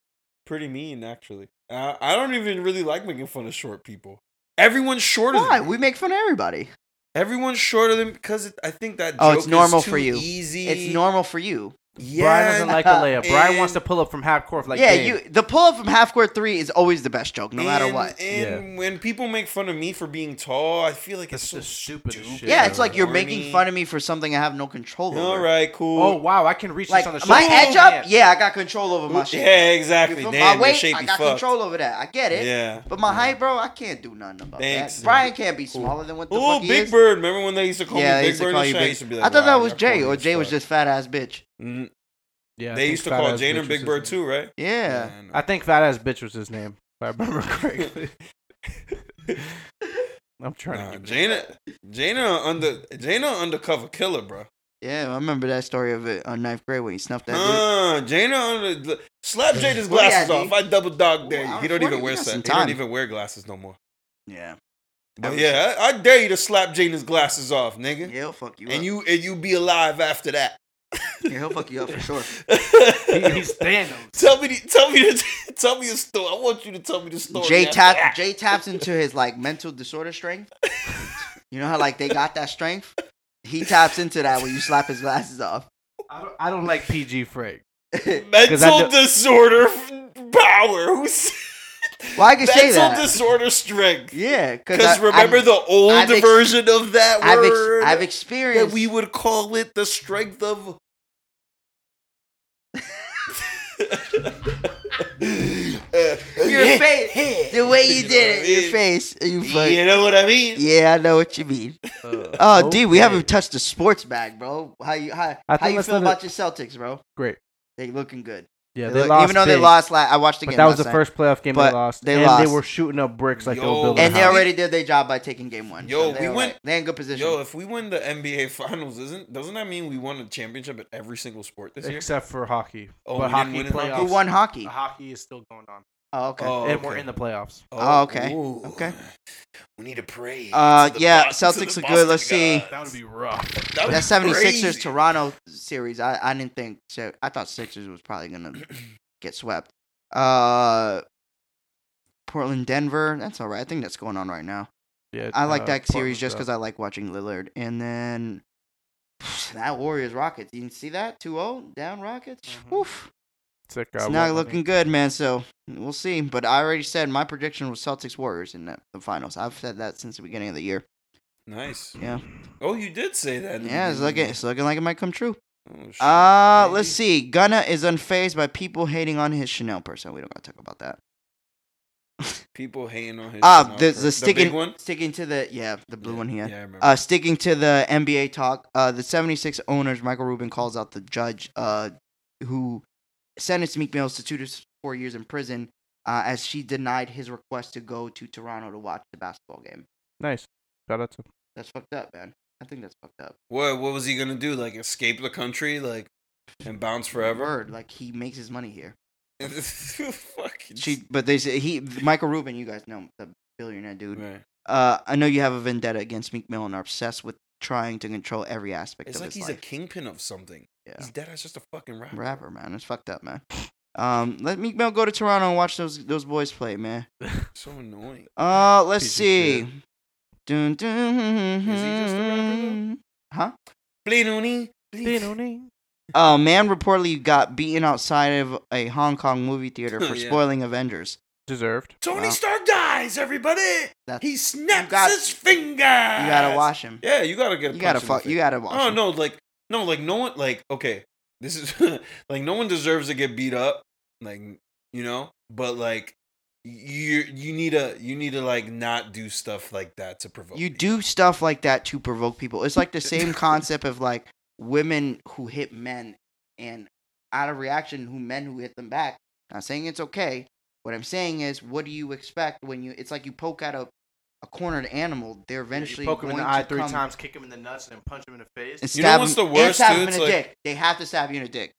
pretty mean actually. I, I don't even really like making fun of short people. Everyone's shorter. Why? Than me. We make fun of everybody. Everyone's shorter than because it, I think that. Joke Oh, it's normal is too for you. Easy. It's normal for you. Yeah. Brian doesn't like the layup. Brian wants to and- pull up from half court. Like, yeah, Dame. you the pull up from half court three is always the best joke, no matter And- what. And when people make fun of me for being tall, I feel like That's it's so the stupidest stupid. shit Yeah, Yeah, it's like you're making corny. fun of me for something I have no control All over. right, cool. Oh wow, I can reach Like this on the my shoulder. edge Yeah. up, yeah, I got control over Oh, my shit. yeah, You exactly. feel me? Damn, my you're weight, shaped I you got fucked. control over that. I get it. Yeah. But my height, bro, I can't do nothing about Thanks, that. dude. Brian can't be smaller than what the Oh, fuck he Big is. Bird. Remember when they used to call yeah, me they Big used to Bird call and you shit? I Big. used to be like, I thought wow, that was you're Jay, corny or as Jay was fuck. just fat ass bitch. Mm, Yeah, I They think used to Fat call Ass Jane Bitch and was Big his Bird name. too, right? Yeah. I think Fat Ass Bitch was his name, if I remember correctly. I'm trying Nah, to get Jana, Jana under Jana undercover killer, bro. Yeah, I remember that story of it on ninth grade when he snuffed that dude. Uh, Jana under slap Jada's Well, yeah, glasses dude. off. I double dog dare Ooh, you. I He don't was wondering, even wear you got that. some He time. don't even wear glasses no more. Yeah. But was- yeah, I, I dare you to slap Jana's glasses off, Yeah, nigga. he'll fuck you and up. you and you be alive after that. yeah, he'll fuck you up for sure. it. He- He's Thanos. tell me, the, tell me, the, tell me a story. I want you to tell me the story. Jay after tap that. Jay taps into his like mental disorder strength. You know how like they got that strength? He taps into that when you slap his glasses off. I don't, I don't like PG Frank. I mental don't- disorder f- power. Who's Well, I can say mental that. disorder strength? yeah, Because I- remember I've, the old I've ex- version of that I've, ex- word I've that experienced. we would call it the strength of. your face, the way you You know did it, what I your mean? face, and you fuck. You know what I mean? Yeah, I know what you mean. Uh, Oh, dude, we haven't touched the sports bag, bro. How you how, I how think you let's feel let about your Celtics, bro? Great. They looking good. Yeah, They they look- lost. even though they big, lost, la- I watched the but game. that was last the night. first playoff game But they lost. they and lost. they were shooting up bricks like they Yo. were building. and a they house. already did their job by taking game one. Yo, they we were went- like- they in good position. Yo, if we win the NBA Finals, isn't doesn't that mean we won a championship at every single sport this year? except for hockey. Oh, but we didn't hockey win in hockey? playoffs. Who won hockey? Hockey is still going on, Oh, okay. Oh, and we're okay. in the playoffs. Oh, okay. ooh. Okay. We need to pray. Uh, to the yeah, Bo- to the Celtics are good. Let's Boston see. gods. That would be rough. That That was 76ers crazy. Toronto series, I, I didn't think so. I thought Sixers was probably gonna get swept. Uh, Portland Denver, that's all right. I think that's going on right now. Yeah, I like that series just because I like watching Lillard. And then that Warriors Rockets. You didn't see that 2-0 down Rockets. Mhm. Woof. Sick It's not looking good, man. So we'll see. But I already said my prediction was Celtics Warriors in the, the finals. I've said that since the beginning of the year. Nice. Yeah, Oh, you did say that. in the yeah. It's beginning. looking, it's looking like it might come true. Oh, shit. Uh, let's Maybe. see. Gunna is unfazed by people hating on his Chanel person. We don't gotta talk about that. People hating on his. Uh, Chanel the purse. the sticking big one. sticking to the yeah the blue yeah, one here. Yeah, I remember. Uh, sticking to the NBA talk. Uh, the 76 owners Michael Rubin calls out the judge. Uh, who sentenced Meek Mills to two to four years in prison. Uh, as she denied his request to go to Toronto to watch the basketball game. Nice. Shout out to That's fucked up, man. I think that's fucked up. what What was he gonna do? Like escape the country, like and bounce forever? Word, like he makes his money here. Fucking. She, but they say he, Michael Rubin, you guys know him, the billionaire dude. Right. Uh, I know you have a vendetta against Meek Mill and are obsessed with trying to control every aspect It's of like his he's a life. kingpin of something. Yeah. He's dead as just a fucking rapper. rapper, man. It's fucked up, man. Um, let Meek Mill go to Toronto and watch those those boys play, man. So annoying. Uh, let's Piece of see. Dun, hmm, dun, Is he just a rapper, hmm. Huh? Bleedoonie. A Oh, man reportedly got beaten outside of a Hong Kong movie theater for Yeah. spoiling Avengers. Deserved. Tony Wow. Stark dies, everybody. That's, you He snaps got- his finger. You gotta watch him. Yeah, you gotta get. A You gotta punch in the fuck. face. You gotta watch. Oh him. no, like no, like no one like okay, this is like no one deserves to get beat up, like you know, but like you you need to you need to like not do stuff like that to provoke. you me. do stuff like that to provoke people. It's like the same concept of like women who hit men and out of reaction who men who hit them back. Not saying it's okay. What I'm saying is what do you expect when you it's like you poke at a, a cornered animal, they're eventually poke him in going the eye to three come times, kick him in the nuts, and then punch him in the face. And You know stab what's him- the worst, And stab dude? him in It's a like- dick. They have to stab you in a dick.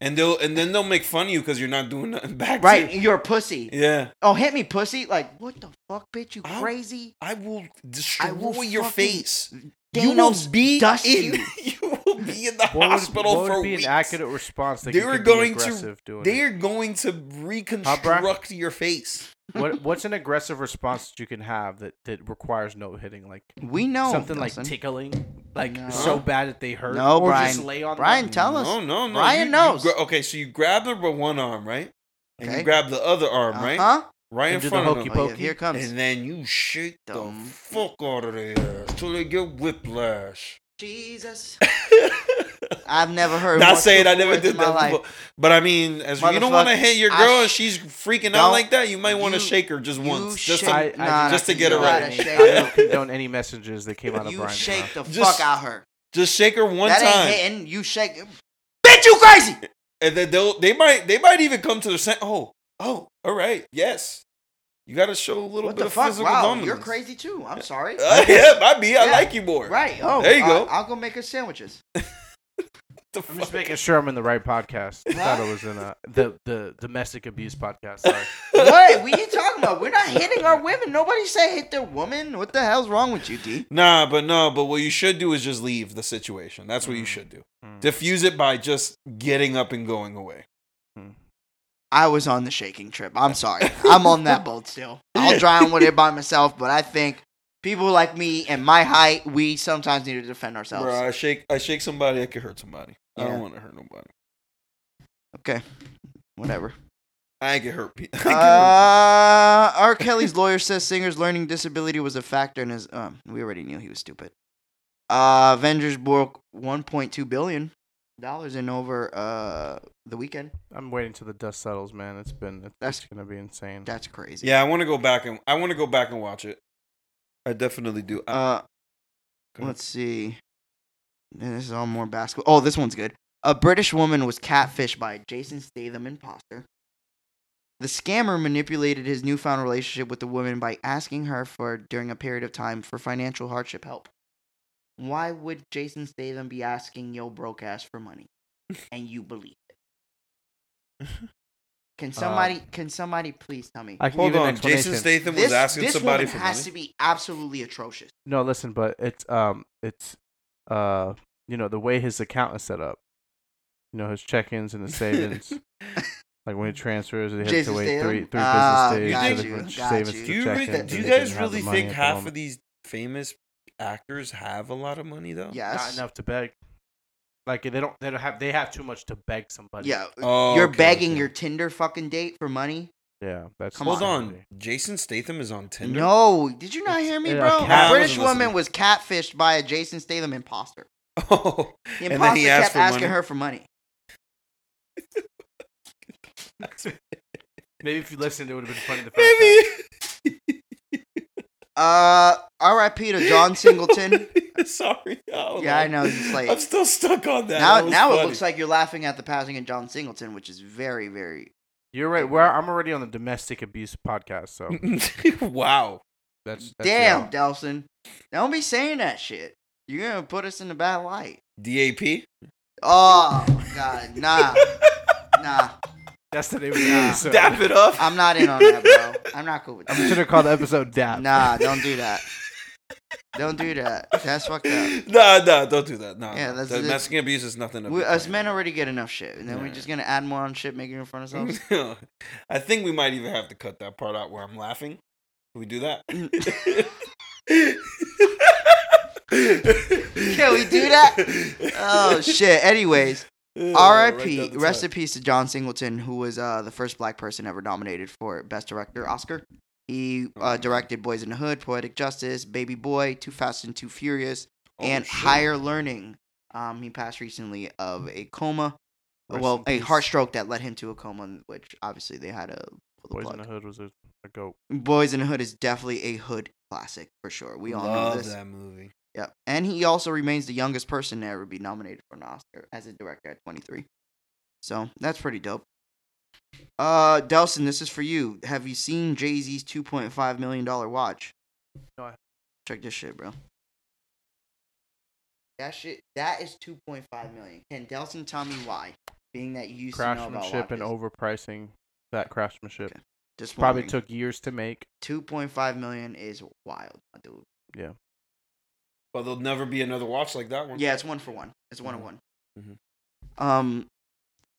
and they'll and then they'll make fun of you because you're not doing nothing back. to Right? you. You're a pussy. Yeah, Oh, hit me, pussy. Like, what the fuck, bitch? You Ow. crazy? I will destroy I will your fucking face. you will Thanos be dust in. you. you will be in the What would- hospital what would for be weeks. an accurate response? That They you were could be going to- aggressive doing They it? are going to reconstruct your face. What what's an aggressive response that you can have that, that requires no hitting? Like We know something like Dustin. tickling, like No. so bad that they hurt. No, or Brian. Just lay on Brian, them. tell us. No, no, no. Ryan you, knows. You gra- okay, so you grab her with one arm, right? Okay. And Uh-huh. you grab the other arm, right? Huh? And Right in do the front of hokey them. Oh, yeah, Pokey. here it comes. And then you shake the Dumb. fuck out of there till they get whiplash. Jesus. I've never heard. Not more saying I truthful never words did in my that, life. before, but I mean, as you don't Motherfucker, want to hit your I girl and sh- she's freaking don't- out like that, you might want to you- shake her just you once, just shake- to I, I Nah, do just to not get it condone right. any- Shake I don't it. condone any messages that came out of You Brian's shake mouth. the Just- fuck out her. Just shake her one that time, ain't hitting. You shake. Bitch, you crazy. and then they'll they might they might even come to the sen- oh oh all right yes, you got to show a little What bit the of fuck? physical Wow, dominance. you're crazy too. I'm sorry. Uh, yeah, I be I Yeah. like you more. right. Oh, There you go. I, will go make her sandwiches. The I'm just fuck? making sure I'm in the right podcast. I thought it was in a, the the domestic abuse podcast. Sorry. what? What are you talking about? We're not hitting our women. Nobody say hit their woman. What the hell's wrong with you, D? Nah, but no, but what you should do is just leave the situation. That's what you Mm. should do. Mm. Diffuse it by just getting up and going away. I was on the shaking trip. I'm sorry. I'm on that boat still. I'll drown with it by myself, but I think people like me and my height, we sometimes need to defend ourselves. Bro, I shake I shake somebody, I could hurt somebody. I Yeah. don't want to hurt nobody. Okay. Whatever. I could hurt people. Uh, R. Kelly's lawyer says singer's learning disability was a factor in his. Um, we already knew he was stupid. Uh, Avengers broke 1.2 billion dollars in over uh the weekend. I'm waiting till the dust settles, man. It's been That's- it's gonna be insane. That's crazy. yeah, I want to go back and I want to go back and watch it. I definitely do. I- Uh, let's see. This is all more basketball. Oh, this one's good. A British woman was catfished by a Jason Statham imposter. The scammer manipulated his newfound relationship with the woman by asking her for, during a period of time, for financial hardship help. Why would Jason Statham be asking yo broke ass for money, and you believe it? Can somebody can somebody please tell me? I can Hold give you an on, explanation. Jason Statham was asking somebody woman for has money. to be absolutely atrocious. No, listen, but it's um, it's uh, you know the way his account is set up. You know his check-ins and his savings. like when he transfers, he has to Jason wait Statham? three three Ah, business got days for you, the got savings you. to do you, check re- in. so do they you can guys have the really money think at the half moment. of these famous actors have a lot of money though? Yes. not enough to beg? Like they don't they don't have they have too much to beg somebody. Yeah. Oh, You're okay, begging okay. your Tinder fucking date for money? yeah. That's Come Hold insanity. on. Jason Statham is on Tinder. No, did you not It's- hear me, yeah, bro? cat- A I British wasn't woman listening. was catfished by a Jason Statham imposter. Oh, The And imposter then he asked kept for asking money? her for money. Maybe if you listened, it would have been funny. The first time. maybe. Uh, R.I.P. to John Singleton. Sorry. Oh, Yeah, I man. know, it's like- I'm still stuck on that. now, That was now it funny. looks like you're laughing at the passing of John Singleton, which is very, very. You're right. We're, I'm already on the domestic abuse podcast, so wow. that's, that's Damn, yeah. Delson, don't be saying that shit. You're gonna put us in a bad light. DAP. Oh God, nah, nah. That's the name of the episode. Dap it up. I'm not in on that, bro. I'm not cool with I'm that. gonna call the episode Dap. Nah, don't do that. Don't do that. That's fucked up. Nah, nah, don't do that. Nah. Yeah, Yeah, that's- that's Mexican abuse is nothing. to We, be us playing men with. already get enough shit, and then we're Yeah. just gonna add more on shit, making it fun of ourselves. I think we might even have to cut that part out where I'm laughing. Can we do that? Mm. Can we do that? oh shit! Anyways, Oh, R.I.P. Rest in peace to John Singleton, who was uh, the first black person ever nominated for Best Director Oscar. He uh, Oh. directed Boys in the Hood, Poetic Justice, Baby Boy, Too Fast and Too Furious, Oh, Oh, and Higher Learning. Um, he passed recently of a coma, Rest well, in a peace. heart stroke that led him to a coma, which obviously they had to pull the Boys in plug. the Hood was a, a goat. Boys in the Hood is definitely a hood classic for sure. We all Love know this. that movie. Yep. And he also remains the youngest person to ever be nominated for an Oscar as a director at 23. So that's pretty dope. Uh, Delson, this is for you. Have you seen Jay Z's $2.5 million watch? No, I- Check this shit, bro. That shit, that is 2.5 million. Can Delson tell me why? Being that you used to know about Craftsmanship and watches. overpricing. That craftsmanship Okay. Just probably wondering. took years to make. 2.5 million is wild, my dude. But there'll never be another watch like that one. Yeah, it's one for one. It's one Mhm. on one. Mhm. Um,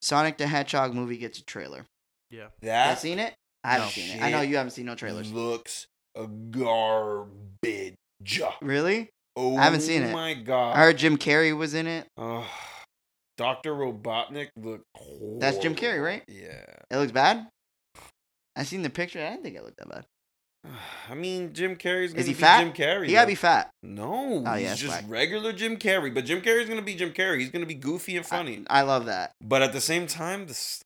Sonic the Hedgehog movie gets a trailer. Yeah. Have you That seen it? I haven't Ah. No. seen it. I know Shit. you haven't seen no trailers. Looks a garbage. Really? Oh, haven't seen it. My God, I heard Jim Carrey was in it. Ugh. Doctor Robotnik looked. That's Jim Carrey, horrible. right? Yeah. It looks bad. I seen the picture. I didn't think it looked that bad. I mean, Jim Carrey's gonna he be fat? Jim Carrey. He gotta though. be fat. No, Oh, yeah, he's that's just whack. regular Jim Carrey. But Jim Carrey's gonna be Jim Carrey. He's gonna be goofy and funny. I, I love that. but at the same time, this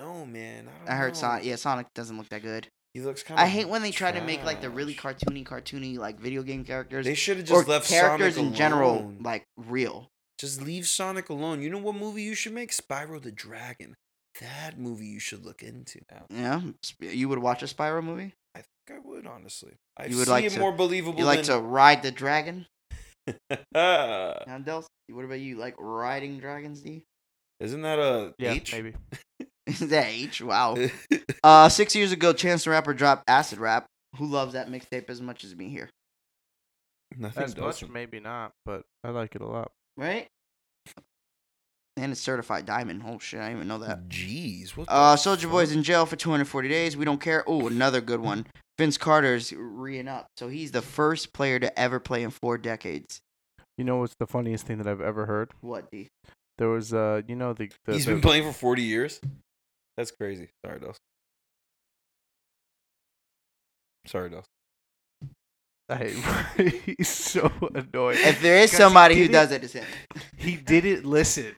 no man. I, don't I heard know. Sonic. Yeah, Sonic doesn't look that good. He looks kind. I hate when they try to make like the really cartoony, cartoony like video game characters They should have or just left characters Sonic in general alone. like real. just leave Sonic alone. You know what movie you should make? Spyro the Dragon. That movie you should look into now. Yeah, Sp- you would watch a Spyro movie. I think I would honestly. I You would see like it to- more believable. You like to than, ride the dragon. Ah. Now, Dels, what about you? Like riding dragons? D? Isn't that a Yeah, H? maybe. Is that H? Wow. Uh, six years ago, Chance the Rapper dropped Acid Rap. Who loves that mixtape as much as me here? Nothing As much, doesn't. maybe not, but I like it a lot. Right? And it's certified diamond. Oh shit, I didn't even know that. Jeez. Mm. What Uh, the Soldier fuck? Boy's in jail for 240 days. We don't care. Oh, another good one. Vince Carter's re up. So he's the first player to ever play in four decades. You know what's the funniest thing that I've ever heard? What, D? There was, uh, you know, the, the, He's the- been playing for 40 years. That's crazy. Sorry, Dos. Sorry, Dos. I hate- he's so annoying. If there is Guys, somebody he who did does it, it's him. he didn't listen.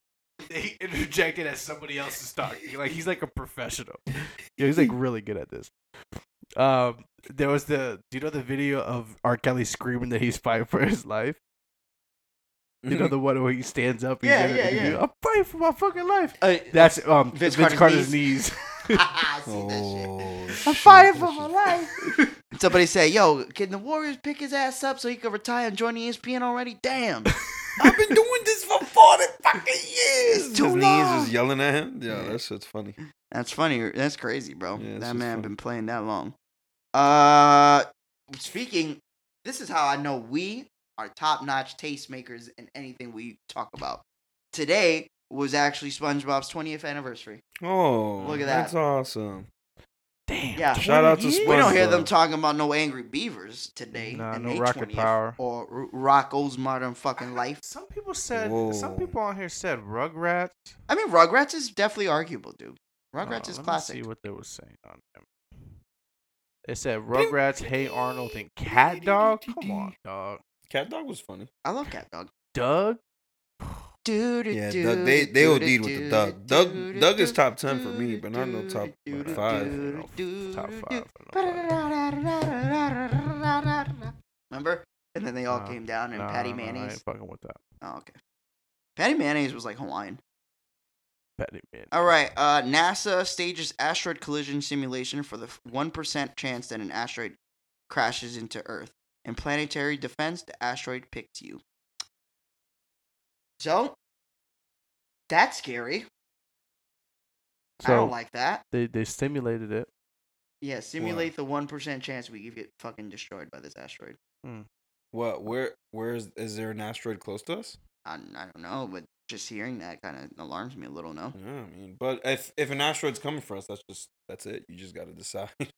He interjected as somebody else is talking. Like he's like a professional. Yeah, he's like really good at this. Um, there was the. Do you know the video of R. Kelly screaming that he's fighting for his life? You Mm-hmm. know the one where he stands up. he's Yeah, in an yeah, interview, yeah. I'm fighting for my fucking life. Uh, That's um Vince Vince, Carter's Carter's, knees. I see that shit. oh, I'm fighting for my shit. life. Somebody say, yo, can the Warriors pick his ass up so he can retire and join E ESPN already? Damn. I've been doing this for 40 fucking years. too His knees long. was yelling at him. Yeah, Yeah. that shit's funny. That's funny. That's crazy, bro. Yeah, it's that just man funny. been playing that long. Uh, speaking, this is how I know we are top notch tastemakers in anything we talk about. Today was actually SpongeBob's 20th anniversary. Oh, Look at that. That's awesome. Damn. Yeah. Shout out to 20 years? We don't hear SpongeBob. them talking about no Angry Beavers today. Nah, and no they Rocket 20th Power. Or R- Rocco's Modern Fucking Life. Some people said. Whoa. Some people on here said Rugrats. I mean, Rugrats is definitely arguable, dude. Rugrats Uh, is let me classic. see what they were saying on them. They said Rugrats, Hey Arnold, and Cat Dog. Come on, dog. Cat Dog was funny. I love Cat Dog. Doug. Dude, Yeah, Doug, they they OD'd with the Doug. Doug Doug is top ten for me, but not no top I five. don't know, "Oh, Top five. I don't know. Remember? And then they all No, came down and Nah, Patty nah, I Mayonnaise. ain't fucking with that. Oh, okay. Patty Mayonnaise was like Hawaiian. Patty Mayonnaise. All right. Uh, NASA stages asteroid collision simulation for the one percent chance that an asteroid crashes into Earth. In planetary defense, the asteroid picks you. So, that's scary. So I don't like that. they they stimulated it. Yeah, simulate the one percent chance we could get fucking destroyed by this asteroid. What? Where? Where is? Is there an asteroid close to us? I, I don't know, but just hearing that kind of alarms me a little. No, Yeah, I mean, but if if an asteroid's coming for us, that's just that's it. You just got to decide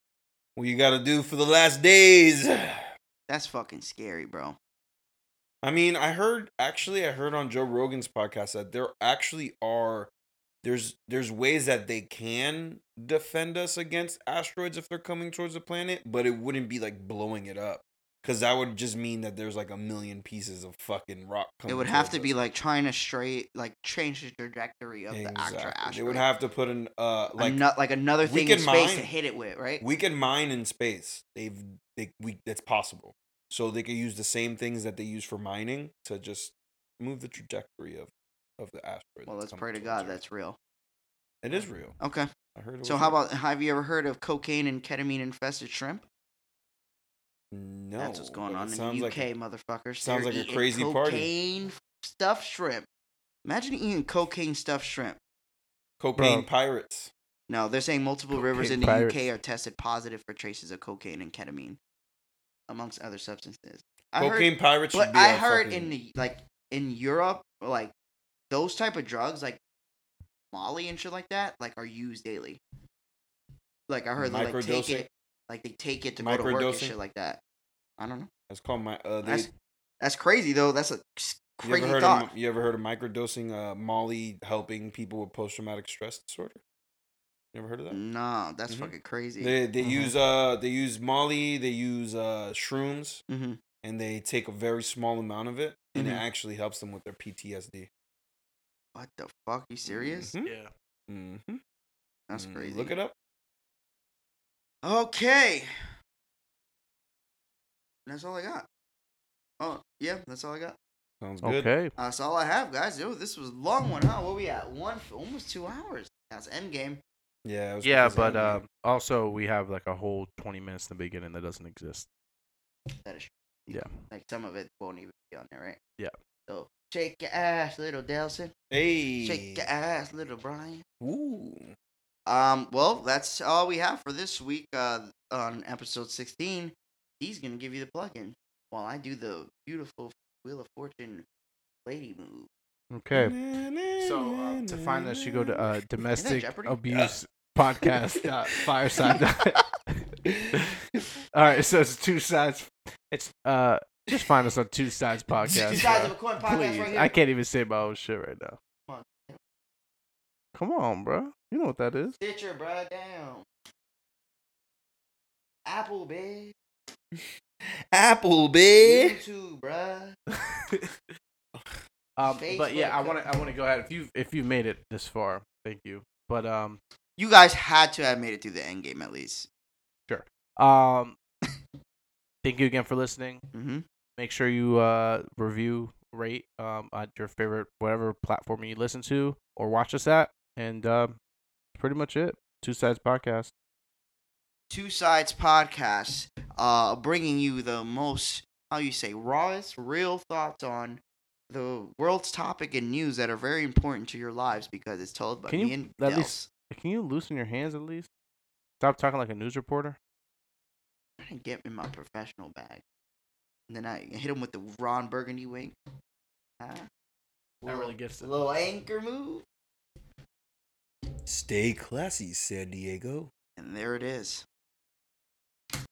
what you got to do for the last days. that's fucking scary, bro. I mean, I heard actually, I heard on Joe Rogan's podcast that there actually are there's there's ways that they can defend us against asteroids if they're coming towards the planet, but it wouldn't be like blowing it up because that would just mean that there's like a million pieces of fucking rock. it Coming would have towards to us. be like trying to straight, like change the trajectory of the actual Exactly. asteroid. They would have to put an uh like, like like another we thing in can space to mine- hit it with, right? we can mine in space. They've they we that's possible. So they could use the same things that they use for mining to just move the trajectory of of the asteroid. well, let's that's coming pray to towards God Earth. that's real. it is real. Okay. I heard. It So was how real. about have you ever heard of cocaine and ketamine infested shrimp? no? that's what's going but on it in sounds the like UK, a- motherfuckers. sounds They're like a eating crazy cocaine party. stuffed shrimp. Imagine eating cocaine stuffed shrimp. Bro. cocaine uh, pirates. No, they're saying multiple rivers Cocaine in the pirates. UK are tested positive for traces of cocaine and ketamine, amongst other substances. I heard- cocaine pirates. should But be I a heard fucking- in the like in Europe, like those type of drugs, like Molly and shit like that, like are used daily. Like I heard they like take Microdosing? it, like they take it to go to work and Microdosing? shit like that. I don't know. That's called my. Uh, they, That's that's crazy though. That's a s- you ever crazy heard thought. of you ever heard of microdosing? Uh, Molly helping people with post traumatic stress disorder. Never heard of that. Nah, that's Mhm. fucking crazy. Mm-hmm. They they Mhm. use uh they use Molly. They use uh shrooms mm-hmm. and they take a very small amount of it and Mm-hmm. Mhm. it actually helps them with their PTSD. What the fuck? You serious? Mhm. Yeah. Mhm. That's Mm, crazy. Look it up. Okay. That's all I got. Oh yeah, that's all I got. Sounds good. Okay. Uh, that's all I have, guys. Yo, this was a long one, huh? What we at? One, almost two hours. That's Endgame. Yeah. it was Yeah, crazy. but um, also we have like a whole 20 minutes in the beginning that doesn't exist. That is Yeah. like some of it won't even be on there, right? Yeah. So shake your ass, little Delson. Hey. Shake your ass, little Brian. Ooh. Um, well, that's all we have for this week. Uh, on episode sixteen, he's gonna give you the plug-in while I do the beautiful Wheel of Fortune lady move. Hmm. Okay. So uh, to find us, you go to uh, domestic Jeopardy? abuse podcast dot fireside. dot- All right, so it's two sides. It's uh, just find us on two sides podcast. Two sides bro. of a coin podcast Please, right here. I can't even say my own shit right now. Come on. Come on, bro. You know what that is. Stitcher, bro, down. Apple, babe. Apple, bitch. YouTube, bruh. Um, but Facebook. yeah, I want to. I want to go ahead. If you if you made it this far, thank you. But um, You guys had to have made it through the end game at least. um, thank you again for listening. Mm-hmm. Make sure you uh review, rate um at your favorite whatever platform you listen to or watch us at, and um, that's pretty much it. Two sides podcast. Two Sides Podcast, uh, bringing you the most, how you say, rawest, real thoughts on the world's topic and news that are very important to your lives because it's told by Can me you and at Dels. least- Can you loosen your hands at least? Stop talking like a news reporter. i didn't get in my professional bag. And then I hit him with the Ron Burgundy wink. Huh? That really Little- gets it. Little anchor move. Stay classy, San Diego. And there it is.